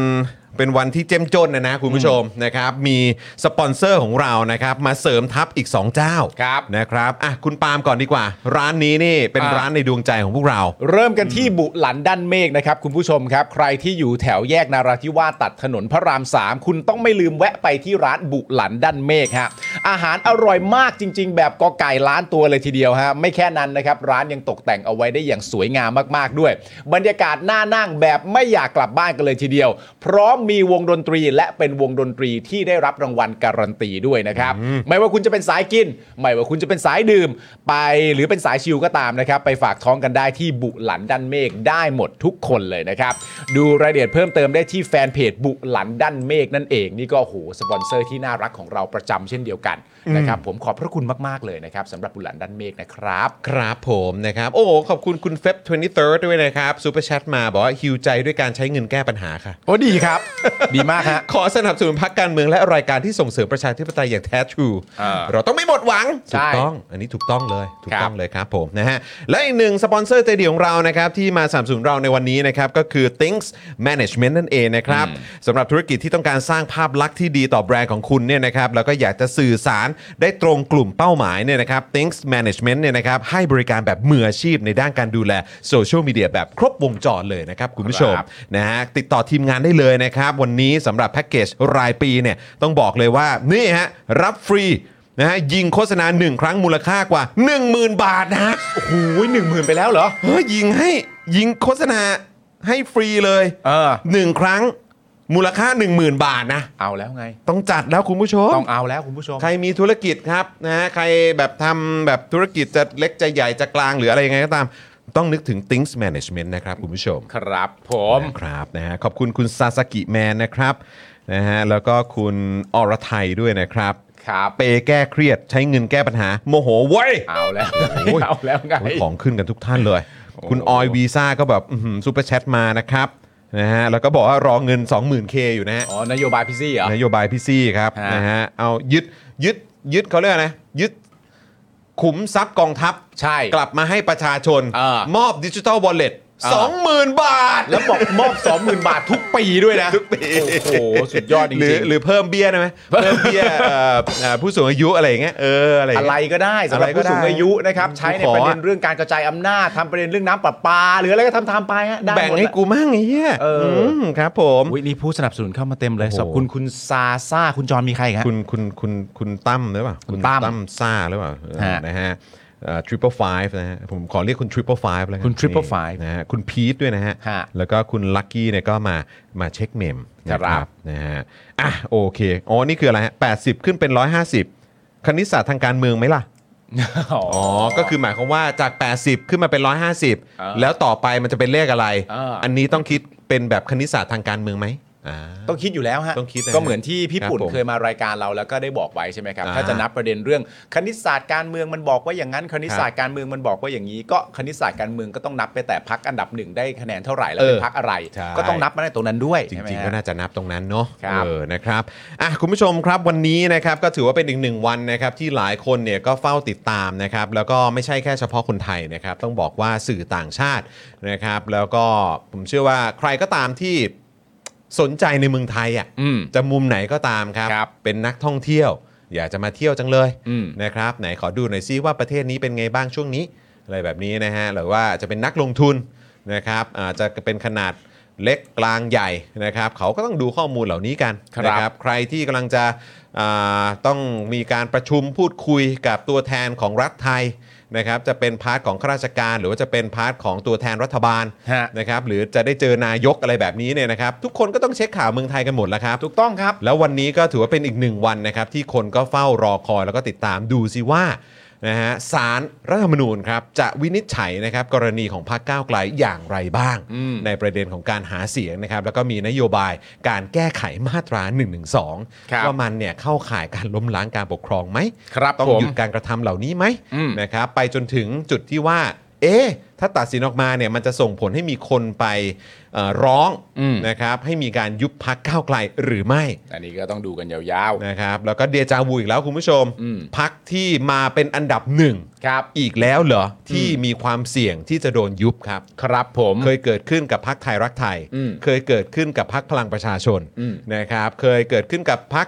A: เป็นวันที่เจ้มจนนะนะคุณผู้ชมนะครับมีสปอนเซอร์ของเรานะครับมาเสริมทัพอีก 2 เจ้า
B: ครับ
A: นะครับอ่ะคุณปาล์มก่อนดีกว่า ร้านนี้นี่เป็น
B: อ่า
A: ร้านในดวงใจของพวกเรา
B: เริ่มกันที่บุหลันด้านเมฆนะครับ คุณผู้ชมครับ ใครที่อยู่แถวแยกนาราธิวาสตัดถนนพระราม 3 คุณต้องไม่ลืมแวะไปที่ร้านบุหลันด้านเมฆฮะอาหารอร่อยมากจริง ๆ แบบกอไก่ล้านตัวเลยทีเดียวฮะไม่แค่นั้นนะครับ ร้านยังตกแต่งเอาไว้ได้อย่างสวยงามมากๆด้วย บรรยากาศน่านั่งแบบไม่อยากกลับบ้านกันเลยทีเดียว พร้อมมีวงดนตรีและเป็นวงดนตรีที่ได้รับรางวัลการันตีด้วยนะครับ ไม่ว่าคุณจะเป็นสายกิน ไม่ว่าคุณจะเป็นสายดื่ม ไปหรือเป็นสายชิลก็ตามนะครับ ไปฝากท้องกันได้ที่บุหลันด้านเมฆได้หมดทุกคนเลยนะครับ ดูรายละเอียดเพิ่มเติมได้ที่แฟนเพจบุหลันด้านเมฆนั่นเอง นี่ก็โอ้โหสปอนเซอร์ที่น่ารักของเราประจำเช่นเดียวกันนะครับผมขอบพระคุณมากๆเลยนะครับสำหรับบุหลันด้านเมฆนะครับ
A: ครับผมนะครับ โอ้โหขอบคุณคุณเฟบ23ด้วยนะครับซูเปอร์แชทมาบอกว่าฮิวใจด้วยการใช้เงินแก้ปัญหาค่ะ
B: โอ้ดีครับ ดีมากฮะ
A: ขอสนับสนุนพักการเมืองและรายการที่ส่งเสริมประชาธิปไตยอย่างแท้ทรู
B: อ่า
A: เราต้องไม่หมดหวัง
B: ใช่
A: ถูกต้อง อันนี้ถูกต้องเลยถูก
B: ครับ
A: ต้องเลยครับผมนะฮะและอีกหนึ่งสปอนเซอร์ใจดีของเรานะครับที่มาสนับสนุนเราในวันนี้นะครับก็คือ Things Management นั่นเองนะครับสำหรับธุรกิจที่ต้องการสร้างภาพลักษณ์ที่ดีต่อแบรนด์ของคุณเนี่ยนะครับแล้วก็อยากจะสื่อสารได้ตรงกลุ่มเป้าหมายเนี่ยนะครับ Things Management เนี่ยนะครับให้บริการแบบมืออาชีพในด้านการดูแลโซเชียลมีเดียแบบครบวงจรเลยนะครับคุณผู้ชม
B: ครับ
A: นะฮะติดต่อทีมงานได้เลยนะครับ นะครับ วันนี้สำหรับแพ็กเกจรายปีเนี่ยต้องบอกเลยว่า นี่ฮะ รับฟรีนะฮะยิงโฆษณา 1 ครั้งมูลค่ากว่า 10,000 บาทนะฮะ
B: โอ้โหหนึ่งหมื่นไปแล้วเหรอ
A: เฮ้ยยิงให้ยิงโฆษณาให้ฟรีเลย
B: เออ
A: หนึ่งครั้งมูลค่า 10,000 บาทนะ
B: เอาแล้วไง
A: ต้องจัดแล้วคุณผู้ชม
B: ต้องเอาแล้วคุณผู้ชม
A: ใครมีธุรกิจครับนะฮะใครแบบทำแบบธุรกิจจะเล็กจะใหญ่จะกลางหรืออะไรยังไงก็ตาม ต้องนึกถึง Things Management นะครับคุณผู้ชม
B: ครับผม
A: นะครับนะฮะขอบคุณคุณซาสกิแมนนะครับนะฮะแล้วก็คุณอรไทยด้วยนะครับ
B: ครับ
A: เปแก้เครียดใช้เงินแก้ปัญหา โมโหเว้ย
B: เอาแล้วไงเอาแล้วไง
A: โอ้ยของขึ้นกันทุกท่านเลย คุณออยวีซ่าก็แบบอื้อหือซูเปอร์แชทมานะครับนะฮะแล้วก็บอกว่ารอเงิน 20,000K อยู่นะฮะ
B: อ๋อนโยบายพี่ซี่เหรอ
A: นโยบายพี่ซี่ครับ
B: ฮะ
A: นะฮะเอายึดยึดยึดเขาเรียกอะไรนะยึดขุมทรัพย์กองทัพ
B: ใช่
A: กลับมาให้ประชาชน
B: เออ
A: มอบดิจิทัลวอลเล็ต
B: เออ
A: สองหมื่นบาท
B: แล้วบอกมอบสองหมื่นบาททุกปีด้วยนะ
A: ทุกปี
B: โอ้โห สุดยอดจริง
A: หรือ
B: ๆ
A: หรือเพิ่มเบี้ยได้ไหมเพิ่มเบี้ ยเอ่อเอ่อผู้สูงอายุอะไรอย่างเงี้ยเอออะไรอย่าง
B: อะไร
A: เงี้ย
B: ก็ได้สำหรับ
A: อะไรก็
B: ผู้สูง
A: ได้
B: อายุนะครับ ใช้ใน
A: ขอ
B: ประเด็นเรื่องการกระจายอำนาจทำประเด็นเรื่องน้ำประปา หรืออะไรก็ทำทำๆไปฮะได้มด
A: แบ่งให้
B: ละ
A: กูมั่งไอ้เหี้ย
B: เอออื
A: มครับผม
B: อุ๊ยนี่ผู้สนับสนุนเข้ามาเต็มเลย
A: โอ้โห
B: ขอบคุณคุณซาซ่าคุณจอนมีใครอีกฮะ
A: คุณคุณคุณคุณตั้มหรือเปล่า
B: คุณตั้ม
A: ตั้มซ่าหรือเปล่าเออ
B: ฮะ
A: นะฮะทริปเปิลไฟฟ์นะฮะผมขอเรียกคุณทริปเปิลไฟฟ์แล้วกัน
B: คุณ Triple Five
A: นี่นะฮะคุณพีทด้วยนะฮะ
B: ฮะ
A: แล้วก็คุณลักกี้เนี่ยก็มามาเช็คเมมนะค
B: ครั
A: รับบ นะฮะอ่ะโอเคอ๋อนี่คืออะไรฮะ80 ขึ้นเป็น 150 คณิตศาสตร์ทางการเมืองไหมล่ะ
B: อ๋อ
A: อ๋อ ก็คือหมายความว่าจาก 80 ขึ้นมาเป็น
B: เออ
A: 150 แล้วต่อไปมันจะเป็นเลขอะไร
B: เอออั
A: อันนี้ต้องคิดเป็นแบบคณิตศาสตร์ทางการเมืองไหมอ่า
B: ต้องคิดอยู่แล้วฮะ
A: ต้องคิดนะ
B: ก็เหมือนที่พี่ปุ่น
A: ครับผม
B: เคยมารายการเราแล้วก็ได้บอกไว้ใช่ไหมครับ
A: อ่า
B: ถ้าจะนับประเด็นเรื่องคณิตศาสตร์การเมืองมันบอกว่าอย่างนั้น คณิตศาสตร์การเมืองมันบอกว่าอย่างนี้ ก็คณิตศาสตร์การเมืองก็ต้องนับไปแต่พักอันดับหนึ่งได้คะแนนเท่าไหร่แล้วเป็น
A: เออ
B: พักอะไร
A: ใช่
B: ก็ต้องนับมาในตรงนั้นด้วย
A: จ
B: ใช่ไหม
A: ริงๆ
B: ฮะ
A: ก็น่าจะนับตรงนั้นเนาะ
B: ครับ
A: เออนะครับอ่ะคุณผู้ชมครับวันนี้นะครับก็ถือว่าเป็นอีกหนึ่งวันนะครับที่หลายคนเนี่ยก็เฝ้าติดตามนะครับแล้วก็ไม่ใช่แค่เฉพาะคนไทยนะครับต้องบอกว่าสื่อต่างชาตินะครับแล้วก็ผมเชื่อว่าใครก็ตามที่สนใจในเมืองไทยอ่ะ
B: อืม
A: จะมุมไหนก็ตามครับ
B: ครับ
A: เป็นนักท่องเที่ยว อยากจะมาเที่ยวจังเลย
B: อืม
A: นะครับไหนขอดูหน่อยซิว่าประเทศนี้เป็นไงบ้างช่วงนี้อะไรแบบนี้นะฮะหรือว่าจะเป็นนักลงทุนนะครับอาจจะเป็นขนาด เล็กกลางใหญ่นะครับเขาก็ต้องดูข้อมูลเหล่านี้กัน
B: ครับ
A: นะใครที่กำลังจะอ่าต้องมีการประชุมพูดคุยกับตัวแทนของรัฐไทยนะครับจะเป็นพาร์ทของข้าราชการ หรือว่าจะเป็นพาร์ทของตัวแทนรัฐบาล
B: ฮะ
A: นะครับหรือจะได้เจอนายกอะไรแบบนี้เนี่ยนะครับทุกคนก็ต้องเช็คข่าวเมืองไทยกันหมดแล้วครับ
B: ถูกต้องครับ
A: แล้ววันนี้ก็ถือว่าเป็นอีกหนึ่งวันนะครับ ที่คนก็เฝ้ารอคอยแล้วก็ติดตามดูสิว่านะฮะสารรัฐธรรมนูญครับจะวินิจฉัยนะครับกรณีของพรรคก้าวไกลอย่างไรบ้าง
B: อืม
A: ในประเด็นของการหาเสียงนะครับ แล้วก็มีนโยบายการแก้ไขมาตรา1นึ
B: ครับ
A: ว่ามันเนี่ยเข้าข่ายการล้มล้างการปกครองไหม
B: ครับ
A: ต้อง
B: ผม
A: หยุดการกระทำเหล่านี้ไหม
B: อืม
A: นะครับไปจนถึงจุดที่ว่า เอ๊ะถ้าตัดสินออกมาเนี่ยมันจะส่งผลให้มีคนไปเอ่อร้อง
B: อืม
A: นะครับให้มีการยุบพักก้าวไกลหรือไม่
B: อันนี้ก็ต้องดูกันยาว
A: นะครับแล้วก็เดจาวูอีกแล้วคุณผู้ชม
B: อืม
A: พักที่มาเป็นอันดับหนึ่ง
B: ๆ ครับ
A: อีกแล้วเหรอ ที่มีความเสี่ยงที่จะโดนยุบครับ
B: ครับผม
A: เคยเกิดขึ้นกับพักไทยรักไทย
B: อืม
A: เคยเกิดขึ้นกับพักพลังประชาชน
B: อืม
A: นะครับเคยเกิดขึ้นกับพัก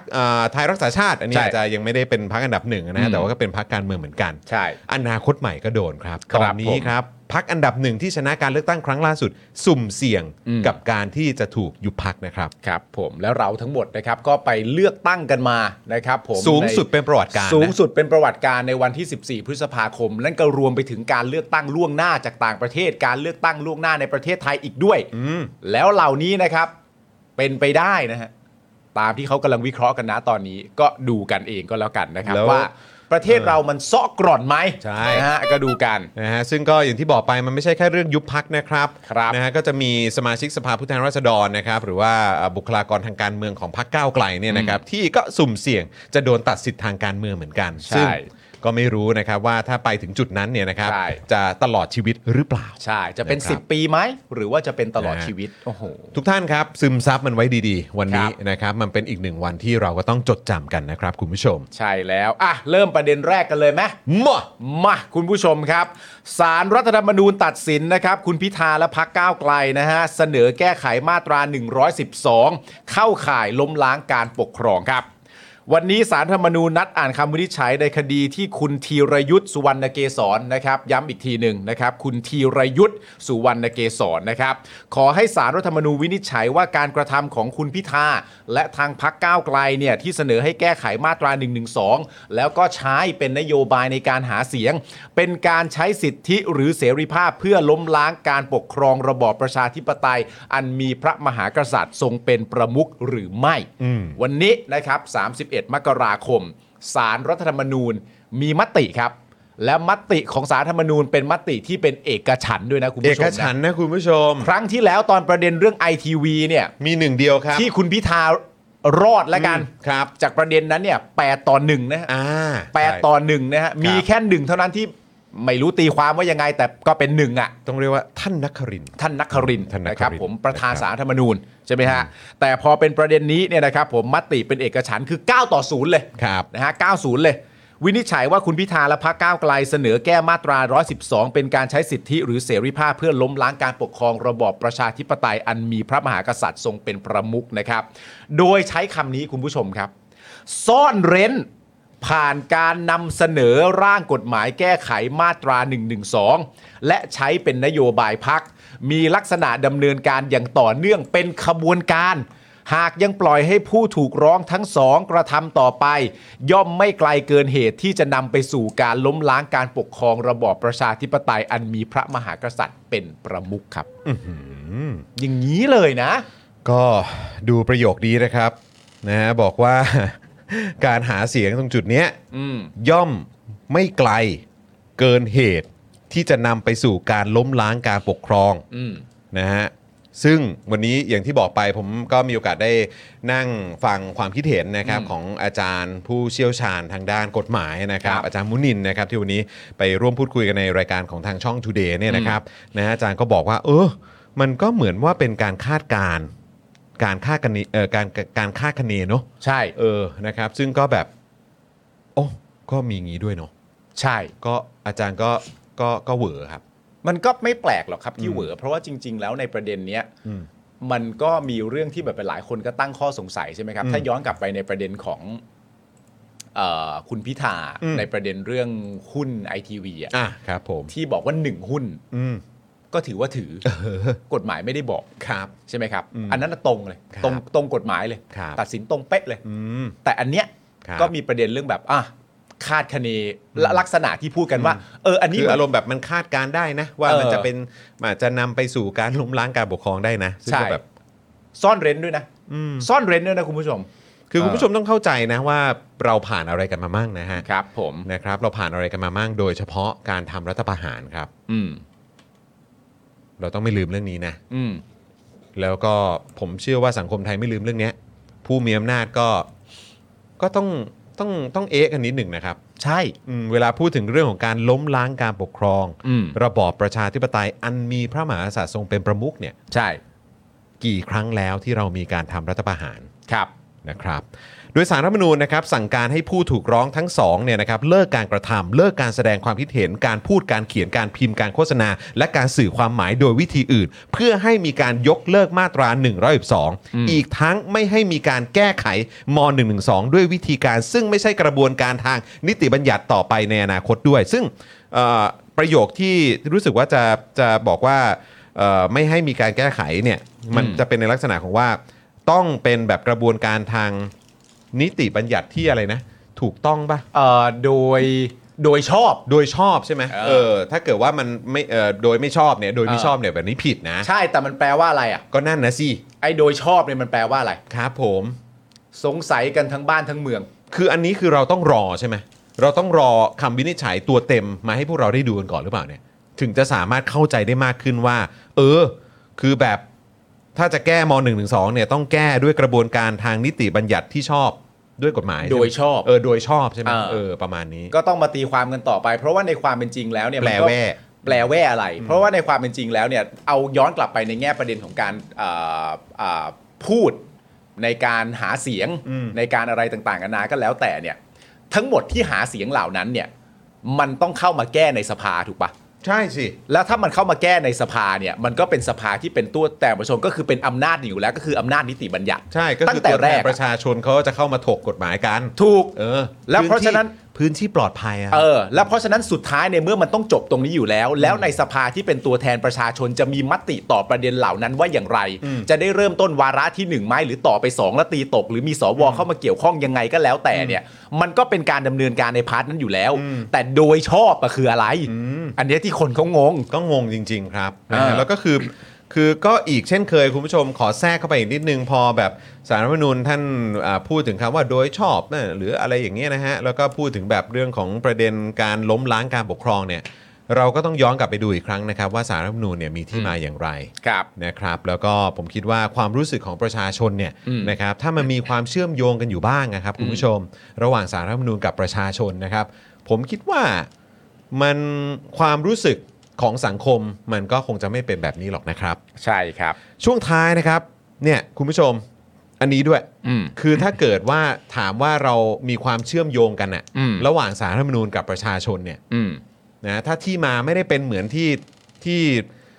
A: ไทยรักษาชาติ อันนี้
B: ใช่
A: อาจจะยังไม่ได้เป็นพักอันดับหนึ่งนะ
B: อื
A: ฮะ
B: ม
A: แต่ว่าก็เป็นพักการเมืองเหมือนกัน
B: ใช่
A: อนาคตใหม่ก็โดนครับ
B: ครั
A: ตอ
B: บ
A: นนี้
B: ผม
A: ครับพักอันดับหนึ่งที่ชนะการเลือกตั้งครั้งล่าสุด สุ่มเสี่ยง
B: อืม
A: กับการที่จะถูกยุบพักนะครับ
B: ครับผมแล้วเราทั้งหมดนะครับก็ไปเลือกตั้งกันมานะครับผม
A: สูงสุด
B: ใน
A: เป็นประวัติการณ์นะ
B: สูงสุดเป็นประวัติการณ์ในวันที่ 14 พฤษภาคม นั่นก็รวมไปถึงการเลือกตั้งล่วงหน้าจากต่างประเทศ การเลือกตั้งล่วงหน้าในประเทศไทยอีกด้วย
A: อืม
B: แล้วเหล่านี้นะครับเป็นไปได้นะฮะตามที่เขากำลังวิเคราะห์กันนะตอนนี้ก็ดูกันเองก็แล้วกันนะครับ
A: แล้ว
B: ว่าประเทศเรามันเซาะกร่อนไหม
A: ใช่
B: นะฮะก็ดูกัน
A: นะฮะซึ่งก็อย่างที่บอกไปมันไม่ใช่แค่เรื่องยุบพักนะครับ
B: ครับ
A: นะฮะก็จะมีสมาชิกสภาผู้แทนราษฎรนะครับหรือว่าบุคลากรทางการเมืองของพักก้าวไกลเนี่ยนะครับที่ก็สุ่มเสี่ยงจะโดนตัดสิทธิ์ทางการเมืองเหมือนกัน
B: ใช่
A: ซึ่งก็ไม่รู้นะครับว่าถ้าไปถึงจุดนั้นเนี่ยนะครับ
B: ใช่
A: จะตลอดชีวิตหรือเปล่า
B: ใช่จะเป็น
A: นะครับ
B: 10 ปีไหมหรือว่าจะเป็นตลอด
A: นะฮะ
B: ชีวิตโอ้โห
A: ทุกท่านครับ ซึมซับมันไว้ดีๆ วันนี้
B: ครับ
A: นะครับมันเป็นอีกหนึ่งวันที่เราก็ต้องจดจำกันนะครับคุณผู้ชม
B: ใช่แล้วอ่ะเริ่มประเด็นแรกกันเลยไหม
A: มะ
B: มาคุณผู้ชมครับ สารรัฐธรรมนูญตัดสินนะครับ คุณพิธาและพักก้าวไกลนะฮะ เสนอแก้ไขมาตรา 112 เข้าข่ายล้มล้างการปกครองครับ วันนี้สารธรรมนูญนัดอ่านคำวินิจฉัยในคดีที่คุณธีรยุทธ์สุวรรณเกศรนะครับ ย้ำอีกทีหนึ่งนะครับ คุณธีรยุทธ์สุวรรณเกศรนะครับ ขอให้สารรัฐธรรมนูญวินิจฉัยว่าการกระทำของคุณพิธาและทางพักก้าวไกลเนี่ยที่เสนอให้แก้ไขมาตรา1นึแล้วก็ใช้เป็นนโยบายในการหาเสียง เป็นการใช้สิทธิหรือเสรีภาพเพื่อล้มล้างการปกครองระบอบประชาธิปไตย อันมีพระมหากษัตริย์ทรงเป็นประมุขหรือไม่ วันนี้นะครับ 31 มกราคม สารรัฐธรรมนูญมีมติครับ และมติของสารธรรมนูญเป็นมติที่เป็นเอกฉันท์ด้วยนะคุณ
A: เอ
B: ผู้ช
A: ก
B: ม
A: ฉัน
B: นะ
A: ท์นะคุณผู้ชม
B: ครั้งที่แล้วตอนประเด็นเรื่องไอทีวีเนี่ย
A: มีหนึ่งเดียวครับ
B: ที่คุณพิธารอดแล้วกัน
A: ครับ
B: จากประเด็นนั้นเนี่ยแปดต่อหนึ่งนะฮะ
A: อ่า
B: แปด
A: ใช่
B: ต่อหนึ่งนะฮะ มีแค่หนึ่งเท่านั้นที่ไม่รู้ตีความว่ายังไง แต่ก็เป็นหนึ่งอ่ะ
A: ต้องเรียกว่าท่านนักครินทร์
B: ท่านนักครินทร์
A: ท่านนครินทร์
B: นะครับผมประธาน
A: นะครับ
B: สารธรรมนูญใช่ไหมฮะ แต่พอเป็นประเด็นนี้เนี่ยนะครับผมมติเป็นเอกฉันท์คือ 9 ต่อ 0 เลย
A: ครับ
B: นะฮะ90 เลย วินิจฉัยว่าคุณพิธาและพรรคก้าวไกลเสนอแก้มาตรา 112 เป็นการใช้สิทธิหรือเสรีภาพเพื่อล้มล้างการปกครองระบอบประชาธิปไตย อันมีพระมหากษัตริย์ทรงเป็นประมุขนะครับ โดยใช้คำนี้คุณผู้ชมครับ ซ่อนเร้น ผ่านการนำเสนอร่างกฎหมายแก้ไขมาตรา 112 และใช้เป็นนโยบายพัก มีลักษณะดำเนินการอย่างต่อเนื่องเป็นขบวนการ หากยังปล่อยให้ผู้ถูกร้องทั้งสองกระทำต่อไป ย่อมไม่ไกลเกินเหตุที่จะนำไปสู่การล้มล้างการปกครองระบอบประชาธิปไตยอันมีพระมหากษัตริย์เป็นประมุขครับอย่างนี้เลยนะ
A: ก็ดูประโยคนี้นะครับนะฮะบอกว่า การหาเสียงตรงจุดเนี้ย
B: อืม
A: ย่อมไม่ไกลเกินเหตุที่จะนำไปสู่การล้มล้างการปกครอง
B: อืม
A: นะฮะซึ่งวันนี้อย่างที่บอกไปผมก็มีโอกาสได้นั่งฟังความคิดเห็นนะครับ
B: อืม
A: ของอาจารย์ผู้เชี่ยวชาญทางด้านกฎหมายนะครับ
B: ครับ
A: อาจารย์มุนินนะครับที่วันนี้ไปร่วมพูดคุยกันในรายการของทางช่อง Today เนี่ยนะครับนะฮะอาจารย์ก็บอกว่า เออ มันก็เหมือนว่าเป็นการคาดการณ์ การค่ากันเออการการค่าคะเนเนาะ
B: ใช่
A: เออนะครับ ซึ่งก็แบบ โอ้ก็มีงี้ด้วยเนาะ
B: ใช่
A: ก็อาจารย์ก็ก็ก็เหวอครับ
B: มันก็ไม่แปลกหรอกครับที่
A: อืม
B: เหวอเพราะว่าจริง ๆ แล้วในประเด็นเนี้ย
A: อืม
B: มันก็มีเรื่องที่แบบหลายคนก็ตั้งข้อสงสัยใช่ไหมครับ
A: อืม
B: ถ้าย้อนกลับไปในประเด็นของเออคุณพิธา
A: อืม
B: ในประเด็นเรื่องหุ้นไอทีวีอ่ะ
A: อ่ะครับผม
B: ที่บอกว่าหนึ่งหุ้น
A: อืม
B: ก็ถือว่าถือ กฎหมายไม่ได้บอก
A: ครับ
B: ใช่ไหมครับ
A: อืม
B: อันนั้นน่ะตรงเลย
A: ครับ
B: ตรงตรงกฎหมายเลย
A: ครับ
B: ตัดสินตรงเป๊ะเลย
A: อืม
B: แต่อันเนี้ย
A: ครับ
B: ก็มีประเด็นเรื่องแบบอ่ะคาดคะเนและลักษณะที่พูดกันว่า
A: อืม
B: เอออันนี้
A: คือ
B: เหมือ
A: อาน รมณ์แบบมันคาดการณ์ได้นะ ว่า
B: เออ
A: มันจะเป็นมันอาจจะนำไปสู่การล้มล้างการปกครองได้นะซึ่ง
B: ใช่
A: ก็แบบ
B: ซ่อนเร้นด้วยนะ
A: อืม
B: ซ่อนเร้นด้วยนะคุณผู้ชม
A: คือคุณผู้ชมต้องเข้าใจนะว่าเราผ่านอะไรกันมามั่งนะฮะ
B: ครับผม
A: นะครับ เราผ่านอะไรกันมามั่งโดยเฉพาะการทำรัฐประหารครับ
B: อืม
A: เราต้องไม่ลืมเรื่องนี้นะ
B: อืม
A: แล้วก็ผมเชื่อว่าสังคมไทยไม่ลืมเรื่องเนี้ย ผู้มีอำนาจก็ก็ต้องต้องต้องเอ๊ะกันนิดหนึ่งนะครับ
B: ใช่
A: อืมเวลาพูดถึงเรื่องของการล้มล้างการปกครอง
B: อืม
A: ระบอบประชาธิปไตยอันมีพระมหากษัตริย์ทรงเป็นประมุขเนี่ย
B: ใช่
A: กี่ครั้งแล้วที่เรามีการทำรัฐประหาร
B: ครับ
A: นะครับโดยสารรัฐธรรมนูญนะครับสั่งการให้ผู้ถูกร้องทั้งสองเนี่ยนะครับเลิกการกระทำเลิกการแสดงความคิดเห็นการพูดการเขียนการพิมพ์การโฆษณา และการสื่อความหมายโดยวิธีอื่น เพื่อให้มีการยกเลิกมาตรา1 1 2 อีกทั้งไม่ให้มีการแก้ไขม .112 ด้วยวิธีการซึ่งไม่ใช่กระบวนการทางนิติบัญญัติต่อไปในอนาคตด้วย ซึ่งเอ่อประโยคที่รู้สึกว่าจะจะบอกว่าเอ่อไม่ให้มีการแก้ไขเนี่ยมัน
B: อืม
A: จะเป็นในลักษณะของว่า ต้องเป็นแบบกระบวนการทางนิติบัญญัติที่อะไรนะ ถูกต้องปะ
B: เอ่อ โดย โดยชอบ
A: โดยชอบใช่ไหม
B: เออ
A: เออถ้าเกิดว่ามันไม่เออโดยไม่ชอบเนี่ยโดยไม่
B: เออ
A: ชอบเนี่ยแบบนี้ผิดนะ
B: ใช่ แต่มันแปลว่าอะไรอ่ะ
A: ก็นั่นนะสิ
B: ไอ้โดยชอบเนี่ยมันแปลว่าอะไร
A: ครับผม
B: สงสัยกันทั้งบ้านทั้งเมือง
A: คืออันนี้คือเราต้องรอใช่ไหมเราต้องรอคำวินิจฉัยตัวเต็มมาให้พวกเราได้ดูกันก่อนหรือเปล่าเนี่ยถึงจะสามารถเข้าใจได้มากขึ้นว่า เออ คือแบบถ้าจะแก้ม .112 เนี่ยต้องแก้ด้วยกระบวนการทางนิติบัญญัติที่ชอบด้วยกฎหมายใไหม
B: โดยชอบ
A: เออโดยชอบใช่ไหม
B: เออ
A: เออประมาณนี้
B: ก็ต้องมาตีความกันต่อไป เพราะว่าในความเป็นจริงแล้วเนี่ย
A: แปล
B: มันก็
A: แว่
B: แปลแว่อะไร เพราะว่าในความเป็นจริงแล้วเนี่ย เอาย้อนกลับไปในแง่ประเด็นของการเอ่อเอ่อพูดในการหาเสียง
A: อืม
B: ในการอะไรต่างๆกันานาก็แล้วแต่เนี่ย ทั้งหมดที่หาเสียงเหล่านั้นเนี่ย มันต้องเข้ามาแก้ในสภาถูกปะ
A: ใช่สิ
B: แล้วถ้ามันเข้ามาแก้ในสภาเนี่ยมันก็เป็นสภาที่เป็นตัวแต่ประชาชนก็คือเป็นอำนาจอยู่แล้วก็คืออำนาจนิติบัญญัติ
A: ใช่ก็
B: ตั้
A: คือง
B: แต่
A: ตัว
B: แร
A: แทน
B: กอะ
A: ประชาชนเขาจะเข้ามาถกกฎหมายกัน
B: ถูก
A: เออ
B: แล้ว
A: พื้
B: เพราะฉะนั้น
A: ที่พื้นที่ปลอดภัยอะ
B: เออแล้วเพราะฉะนั้นสุดท้ายในเมื่อมันต้องจบตรงนี้อยู่แล้ว แล้วในสภาที่เป็นตัวแทนประชาชนจะมีมติต่อประเด็นเหล่านั้นว่าอย่างไร จะได้เริ่มต้นวาระที่หนึ่งไหมหรือต่อไปสองแล้วตีตก หรือมีสวเข้ามาเกี่ยวข้องยังไงก็แล้วแต่เนี่ยมันก็เป็นการดำเนินการในพาร์ทนั้นอยู่แล้ว แต่โดยชอบอะคืออะไร อันเนี้ยที่คนเขางง
A: ก็งงจริง ๆ ครับ
B: อ่า
A: นะฮะแล้วก็คือ คือก็อีกเช่นเคยคุณผู้ชมขอแทรกเข้าไปอีกนิดนึงพอแบบสารรัฐธรรมนูญท่านอ่าพูดถึงคำว่าโดยชอบนะหรืออะไรอย่างเงี้ยนะฮะ แล้วก็พูดถึงแบบเรื่องของประเด็นการล้มล้างการปกครองเนี่ย เราก็ต้องย้อนกลับไปดูอีกครั้งนะครับ ว่าสารรัฐธรรมนูญเนี่ยมีที่มาอย่างไร
B: ครับ
A: นะครับแล้วก็ผมคิดว่าความรู้สึกของประชาชนเนี่ย
B: อืม
A: นะครับถ้ามันมีความเชื่อมโยงกันอยู่บ้างนะครับคุณผู้ชม ระหว่างสารรัฐธรรมนูญกับประชาชนนะครับ ผมคิดว่ามันความรู้สึกของสังคมมันก็คงจะไม่เป็นแบบนี้หรอกนะครับ
B: ใช่ครับ
A: ช่วงท้ายนะครับเนี่ยคุณผู้ชมอันนี้ด้วย
B: อืม
A: คือถ้าเกิดว่าถามว่าเรามีความเชื่อมโยงกันน่ะ
B: อืม
A: ระหว่างสารรัฐธรรมนูญกับประชาชนเนี่ย
B: อืม
A: นะถ้าที่มาไม่ได้เป็นเหมือนที่ที่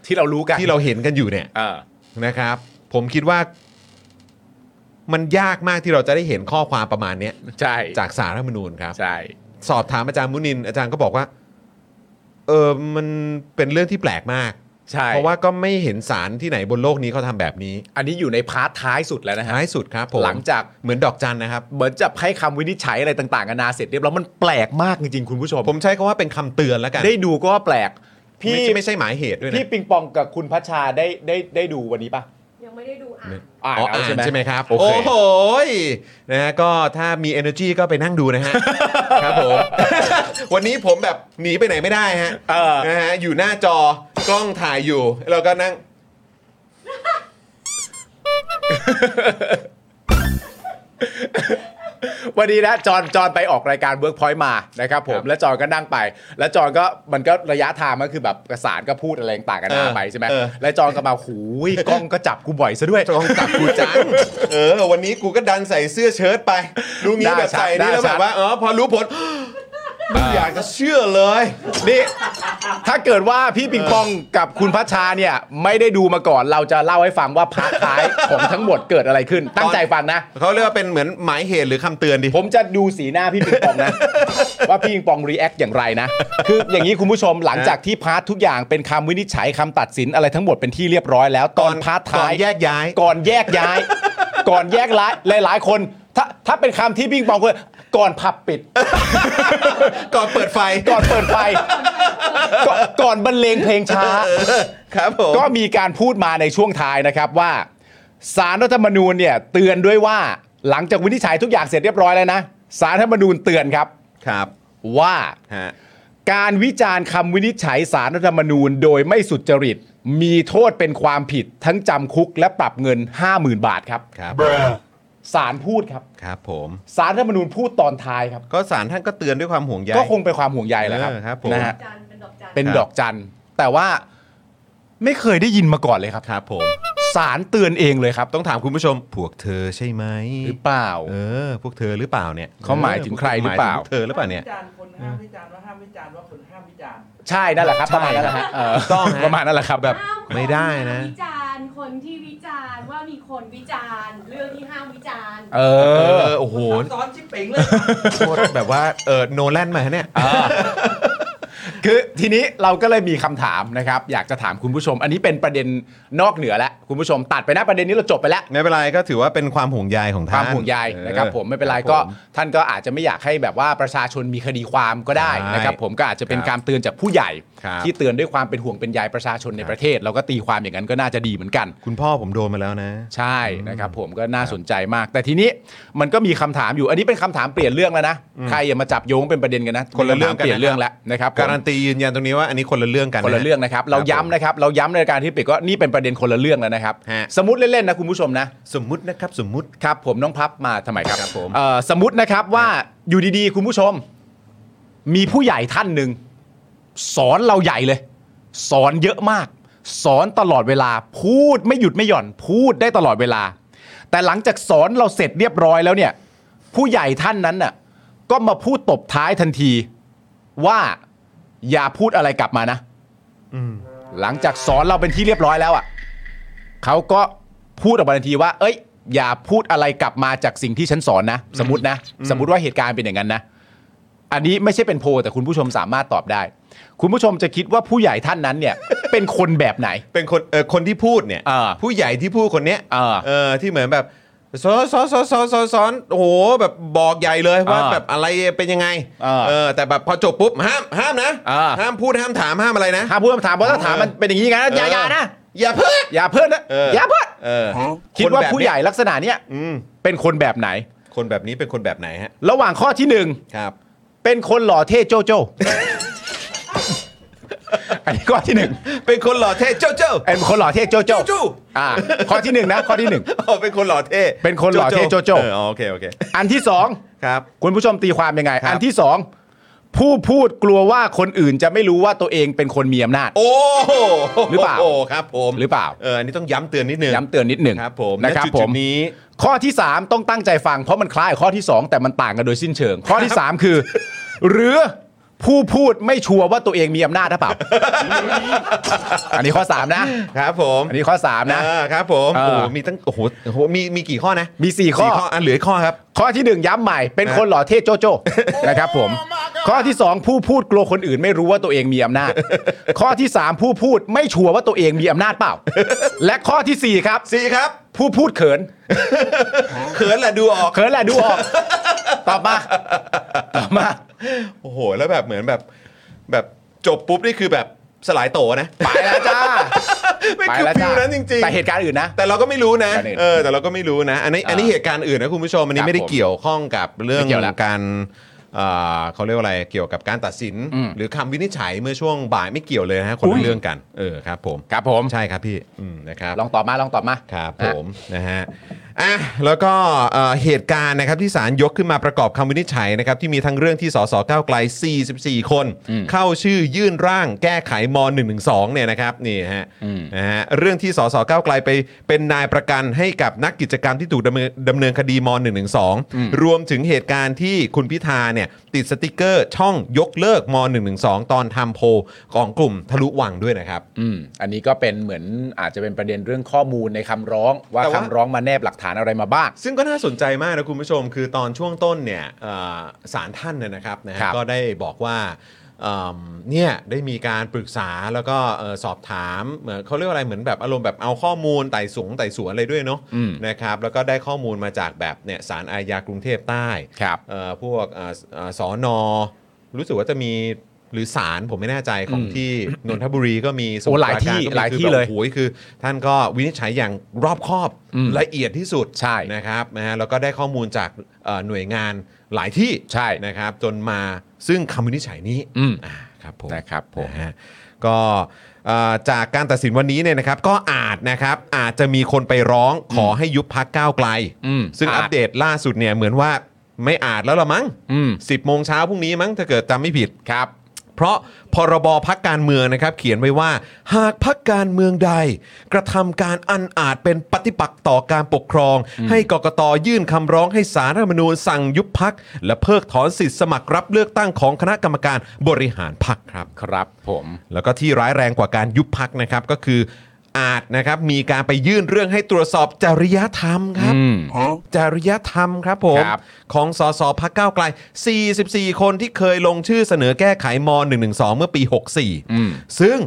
B: ที่เรารู้กัน
A: ที่เราเห็นกันอยู่เนี่ย
B: เออ
A: นะครับผมคิดว่ามันยากมากที่เราจะได้เห็นข้อความประมาณเนี้ย
B: ใช่
A: จากสารรัฐธรรมนูญครับ
B: ใช่
A: สอบถามอาจารย์มุนิน อาจารย์ก็บอกว่าเออมันเป็นเรื่องที่แปลกมาก
B: ใช่
A: เพราะว่าก็ไม่เห็นสารที่ไหนบนโลกนี้เขาทำแบบนี้
B: อันนี้อยู่ในพาร์ทท้ายสุดแล้วนะฮะ
A: ท้ายสุดครับผม
B: หลังจาก
A: เหมือนดอกจันนะครับ
B: เหมือนจะให้คำวินิจฉัยอะไรต่างๆกันานาเสร็จเรียบร้อยมันแปลกมากจริงๆ คุณผู้ชม
A: ผมใช้คำว่าเป็นคำเตือนแล้วกัน
B: ได้ดูก็ว่าแปลก พี่
A: ไม่ใช่ไม่ใช่หมายเหตุด้วยนะ
B: พี่ปิงปองกับคุณพัชชาได้ได้ได้ดูวันนี้ปะ
F: ยังไม่ได้ดูอ่าน
B: อ่าน
A: อ๋อ
B: แล้ว
A: อ่านใช่ไหมครับ
B: โอเค
A: โหยนะฮะก็ถ้ามี energy ก็ไปนั่งดูนะฮะ ครับ ผม วันนี้ผมแบบหนีไปไหนไม่ได้ฮะ
B: เออ
A: นะฮะอยู่หน้าจอกล้องถ่ายอยู่แล้วก็นั่ง
B: วันนี้นะจอนจอนไปออกรายการเวิร์กพอยต์มานะครับผ
A: ครั
B: ม
A: บ
B: แล้วจอนก็นั่งไป แล้วจอนก็มันก็ระยะทางมันคือแบบกระสานก็พูดอะไรต่างๆกันานา
A: เออ
B: ไปใช่ไหม
A: เออ
B: แล้วจอนก็มาหูยกล้องก็จับกูบ่อยซะด้วย
A: จองจับกูจัง เออ วันนี้กูก็ดันใส่เสื้อเชิ้ตไป ดูงี้
B: ได้
A: แบบ
B: ชัด
A: ใส่นี่
B: ได้
A: แล้ว
B: ชั
A: แบ
B: ด
A: บว่าอ๋อพอรู้ผล ไม่อยากจะเชื่อเลย
B: นี่ถ้าเกิดว่าพี่ปิงปองกับคุณพัชชาเนี่ยไม่ได้ดูมาก่อนเราจะเล่าให้ฟังว่าพาร์ทท้ายของทั้งหมดเกิดอะไรขึ้น ตั้งใจฟังนะ
A: เขาเรียกว่าเป็นเหมือนหมายเหตุหรือคำเตือนดิ
B: ผมจะดูสีหน้าพี่ปิงปองนะ ว่าพี่ปิงปองรีแอคอย่างไรนะ คืออย่างนี้คุณผู้ชมหลังจากที่พาร์ททุกอย่างเป็นคำวินิจฉัยคำตัดสินอะไรทั้งหมดเป็นที่เรียบร้อยแล้ว ตอนพาร์ท
A: ก่อ
B: ท้าน ย
A: แยกย้าย
B: ก่อนแยกย้ าย ก่อนแยกร้ายหลาย ๆ คนถ้าถ้าเป็นคำที่พี่ปิงปองเคยก่อนผับปิด
A: ก่อนเปิดไฟ
B: ก่อนเปิดไฟก่อนก่อนบรรเลงเพลงช้า
A: ครับผม
B: ก็มีการพูดมาในช่วงท้ายนะครับว่าสารรัฐธรรมนูญเนี่ยเตือนด้วยว่าหลังจากวินิจฉัยทุกอย่างเสร็จเรียบร้อยแล้วนะสารรัฐธรรมนูญเตือนครับ
A: ครับ
B: ว่า
A: ฮะ
B: การวิจารณ์คำวินิจฉัยสารรัฐธรรมนูญโดยไม่สุจริต มีโทษเป็นความผิดทั้งจำคุกและปรับเงิน 50,000 บาทครับ
A: ครับ
B: สารพูดครับ
A: ครับผม
B: สารรัฐธรรมนูญพูดตอนท้ายครับ
A: ก็สารท่านก็เตือนด้วยความห่วงใย
B: ก็คงเป็นความห่วงใยแหละครับ
A: เออครับผม
B: นะฮะ
F: จันเป็นดอกจัน
B: เป็นดอกจันแต่ว่าไม่เคยได้ยินมาก่อนเลยครับ
A: ครับผม
B: สารเตือนเองเลยครับ
A: ต้องถามคุณผู้ชม พวกเธอใช่ไหม
B: หรือเปล่า
A: เออ พวกเธอหรือเปล่าเนี่ย
B: เขาหมายถึงใครหรือเปล่า
A: มยถึงพวกเธอหรือเปล่าเนี่ย
G: วิจารณ์คนห้ามวิจารณ์ว่าห้ามวิจารณ์ว่าคนห้ามวิจารณ์
B: ใช่นั่นแหละครับ
A: ใช่
B: ประมาณนั้นแหละฮะเออ
A: ถูกต้องฮะ
B: ประมาณนั้นแหละครับแบบ
F: ห้าคน
A: ไม่ได้นะ
F: วิจารณ์คนที่วิจารณ์ว่ามีคนวิจารณ์ เรื่องที่ห้ามวิจารณ์
B: เอ
A: เอ
B: อ
A: อ โอ้โห
G: ซับซ้อนชิบเป๋งเลย
A: โคตรแบบว่าเออโนแลนมาฮะเนี่ย
B: คือทีนี้เราก็เลยมีคำถามนะครับ อยากจะถามคุณผู้ชม อันนี้เป็นประเด็นนอกเหนือแล้วคุณผู้ชมตัดไปนะประเด็นนี้เราจบไปแล้ว
A: ไม่เป็นไรก็ถือว่าเป็นความห่วงใยของ
B: ค
A: ท่าน
B: วามห่วงใยนะครับ
A: ออ
B: ผมไม่เป็นไรก็ท่านก็อาจจะไม่อยากให้แบบว่าประชาชนมีคดีความก็ได้
A: ใช่
B: นะครับผมก็อาจจะเป็น
A: ครับ
B: การเตือนจากผู้ใหญ่
A: ครับ
B: ที่เตือนด้วยความเป็นห่วงเป็นใยประชาชนในประเทศ เราก็ตีความอย่างนั้นก็น่าจะดีเหมือนกัน
A: คุณพ่อผมโดนมาแล้วนะ
B: ใช่นะครับผมก็น่าสนใจมาก แต่ทีนี้มันก็มีคำถามอยู่อันนี้เป็นคำถามเปลี่ยนเรื่องแล้วนะใครอย่ามาจับโยงเป็นประเด็นกันนะ
A: คนละเรื่องกันนะ
B: เปลี่ยนเรื่องแล้วนะครับผม
A: การันตียืนยันตรงนี้ว่าอันนี้คนละเรื่องกัน
B: คนละเรื่องนะครับ เราย้ำนะครับเราย้ำในรายการที่ปิดก็นี่เป็นประเด็นคนละเรื่องแล้วนะครับ
A: ฮะ
B: สมมติเล่นๆนะคุณผู้ชมนะ
A: สมมุตินะครับสมมุติ
B: ครับผมน้องพับมาทำไมครับ
A: ครับผม
B: เอ่อสมมตินะครับว่าอยู่ดีๆ คุณผู้ชม มีผู้ใหญ่ท่านหนึ่ง สอนเราใหญ่เลย สอนเยอะมาก สอนตลอดเวลา พูดไม่หยุดไม่หย่อน พูดได้ตลอดเวลา แต่หลังจากสอนเราเสร็จเรียบร้อยแล้วเนี่ย ผู้ใหญ่ท่านนั้นน่ะ ก็มาพูดตบท้ายทันทีว่าอย่าพูดอะไรกลับมานะ หลังจากสอนเราเป็นที่เรียบร้อยแล้วอ่ะเขาก็พูดออกมาทันทีว่า เอ้ย อย่าพูดอะไรกลับมาจากสิ่งที่ฉันสอนนะ สมมตินะ สมมติว่าเหตุการณ์เป็นอย่างนั้นนะ อันนี้ไม่ใช่เป็นโพลแต่คุณผู้ชมสามารถตอบได้ คุณผู้ชมจะคิดว่าผู้ใหญ่ท่านนั้นเนี่ย เป็นคนแบบไหน
A: เป็นคนเออคนที่พูดเนี่ย
B: อ่า
A: ผู้ใหญ่ที่พูดคนเนี้ย
B: อ่า
A: เออที่เหมือนแบบสอนสอนสอนสอนสอนสอนโอ้โหแบบบอกใหญ่เลยว่า
B: อ่า
A: แบบอะไรเป็นยังไง
B: อ่า
A: เออแต่แบบพอจบปุ๊บห้ามห้ามนะ
B: อ่า
A: ห้ามพูดห้ามถามห้ามอะไรนะ
B: ถ้าพูดคำถามว่าถ้าถามมันเป็นอย่างนี้งั้นอย่าอย่านะ
A: อย่าเพิ่ง
B: อย่าเพิ่นนะ
A: เอออ
B: อย่าเพิ่น
A: เออ
B: คิดว่า
A: แบบเนี้ย
B: ผู้ใหญ่ลักษณะเนี้ย
A: อืม
B: เป็นคนแบบไหน
A: คนแบบนี้เป็นคนแบบไหนฮะ
B: ระหว่างข้อที่หนึ่ง
A: ครับ
B: เป็นคนหล่อเท่โจโจ อันนี้ข้อที่หนึ่ง
A: เป็นคนหล่อเท่เจ้าเจ้า
B: เป็นคนหล่อเท่โจโจ
A: เจ้าจู้
B: อ่า ข้อที่หนึ่งนะ ข้อที่หนึ่ง
A: อ๋อเป็นคนหล่อเท่
B: เป็นคนหล่อเท่โจ้โจ้
A: อออ๋อโอเคโอเค
B: อันที่สอง
A: ครับ
B: คุณผู้ชมตีความยังไง
A: ครับ
B: อันที่สอง ผู้พูดกลัวว่าคนอื่นจะไม่รู้ว่าตัวเองเป็นคนมีอำนาจ
A: โอ้โห
B: หรือเปล่า
A: โอ้ครับผม
B: หรือเปล่า
A: เอออันนี้ต้องย้ำเตือนนิดนึง
B: ย้ำเตือนนิดหนึ่ง
A: ครับผม
B: นะครับ
A: ณจุดๆ
B: ผม
A: นี้
B: ข้อที่ 3 ต้องตั้งใจฟังเพราะมันคล้ายกับข้อที่ 2 แต่มันต่างกันโดยสิ้นเชิง ข้อที่ 3 คือ หรือผู้พูดไม่ชัวร์ว่าตัวเองมีอำนาจหรือเปล่า อันนี้ข้อ 3 นะ
A: ครับผม
B: อันนี้ข้อ 3 นะ
A: เออครับผม
B: เออ
A: โอ้โหมีตั้งโอ้โหโอ้โหมีมีกี่ข้อนะ
B: มี 4 ข้อ
A: สี่ข้ออันเหลืออีกข้อครับ
B: ข้อที่ 1 ย้ำใหม่เป็นคนหล่อเท่โจโจ นะครับผม ข้อที่ 2 ผู้พูดกลัวคนอื่นไม่รู้ว่าตัวเองมีอำนา จ ข้อที่ 3 ผู้พูดไม่ชัวร์ว่าตัวเองมีอำนาจ เปล่า และข้อทีสี่4 ครับ
A: สี่ครับ
B: ผู้พูดเขิน
A: เขินแหละดูออก
B: เขินแหละดูออก ตอบมาตอบมา
A: โอ้โห แล้วแบบเหมือนแบบ แบบจบปุ๊บนี่คือแบบสลายโตนะ
B: ไปแล้วจ้า
A: ไม่คือฟิลนั้นจริง ๆ
B: แต่เหตุการณ์อื่นนะ
A: แต่เราก็ไม่รู้นะ
B: การอื่น
A: เออแต่เราก็ไม่รู้นะ อันนี้
B: อ่า
A: อันนี้เหตุการณ์อื่นนะคุณผู้ชมอันนี้
B: ครับ
A: ไม่ได้เกี่ยวข้องกับเรื่อง
B: ไม่เกี่ยวละ
A: การเอ่อเขาเรียกว่าอะไรเกี่ยวกับการตัดสิน
B: อืม
A: หรือคำวินิจฉัยเมื่อช่วงบ่ายไม่เกี่ยวเลยนะฮะคน
B: อุ้
A: ละ
B: ย
A: เรื่องกันเออครับผม
B: ครับผม
A: ใช่ครับพี่อืมนะครับ
B: ลองตอบมา ลองตอบมา
A: ครับผมนะฮะอ่ะแล้วก็เอ่อเหตุการณ์นะครับที่ศาลยกขึ้นมาประกอบคำวินิจฉัยนะครับที่มีทั้งเรื่องที่สสก้าวไกล 44 คน
B: อืม
A: เข้าชื่อยื่นร่างแก้ไขม .112 เนี่ยนะครับนี่ฮะ
B: อืม
A: นะฮะเรื่องที่สสก้าวไกลไปเป็นนายประกันให้กับนักกิจกรรมที่ถูกดำเนินดำเนินคดีม .112 รวมถึงเหตุการณ์ที่คุณพิธาเนี่ยติดสติกเกอร์ช่องยกเลิกม .112 ตอนทำโพลของกลุ่มทะลุวังด้วยนะครับ
B: อืมอันนี้ก็เป็นเหมือนอาจจะเป็นประเด็นเรื่องข้อมูลในคำร้อง ว่า
A: แต่
B: คำ
A: ว่า
B: ร้องมาแนบหลักฐานอะไรมาบ้าง
A: ซึ่งก็น่าสนใจมากนะคุณผู้ชม คือตอนช่วงต้นเนี่ยเอ่อสารท่านเนยนะครับนะฮะ
B: ครับ
A: ก็ได้บอกว่าเอิ่มเนี่ยได้มีการปรึกษาแล้วก็เอ่อสอบถามเหมือนเขาเรียกว่าอะไรเหมือนแบบอารมณ์แบบเอาข้อมูลไต่สงไต่สวนอะไรด้วยเนาะ
B: อืม
A: นะครับแล้วก็ได้ข้อมูลมาจากแบบเนี่ยสารอาญากรุงเทพใต้
B: ครับ
A: เอ่อพวกเอ่อเอ่อสอนอรู้สึกว่าจะมีหรือสารผมไม่แน่ใจของ
B: อืม
A: ที่นนทบุรีก็มีสมุ
B: โอ้
A: ทร
B: หลาย
A: ปรกร
B: ที่
A: ก็มี
B: หลาย
A: คือ
B: ที่
A: แบบ
B: เลย
A: โอ้โหคือ ท่านก็วินิจฉัยอย่างรอบคอบ
B: อืม
A: ละเอียดที่สุด
B: ใช่
A: นะครับนะฮะแล้วก็ได้ข้อมูลจากเอ่อหน่วยงานหลายที่
B: ใช่
A: นะครับจนมาซึ่งคำวินิจฉัยนี้
B: อืม
A: อ่าครับผม
B: นะครับผม
A: นะฮะก็เอ่อจากการตัดสินวันนี้เนี่ยนะครับก็อาจนะครับอาจจะมีคนไปร้องขอให้ยุบพักก้าวไกล
B: อืม
A: ซึ่ง
B: อาจ
A: อัปเดตล่าสุดเนี่ยเหมือนว่าไม่อาจแล้วละมั้ง
B: อืม
A: สิบโมงเช้าพรุ่งนี้มั้งถ้าเกิดจำไม่ผิดครับ เพราะพรบพักการเมืองนะครับ เขียนไว้ว่า หากพักการเมืองใด กระทำการอันอาจเป็นปฏิปักษ์ต่อการปกครอง ให้กกตยื่นคำร้องให้สารรัฐธรรมนูญสั่งยุบพัก และเพิกถอนสิทธิสมัครรับเลือกตั้งของคณะกรรมการบริหารพักครับ
B: ครับผม
A: แล้วก็ที่ร้ายแรงกว่าการยุบพักนะครับก็คืออาจนะครับมีการไปยื่นเรื่องให้ตรวจสอบจริยธรรมครับ
B: อืม
A: จริยธรรมครับผม
B: ครับ
A: ของสสพักก้าวไกล 44 คนที่เคยลงชื่อเสนอแก้ไขม .112 เมื่อปี
B: อืม
A: 64 ซึ่ง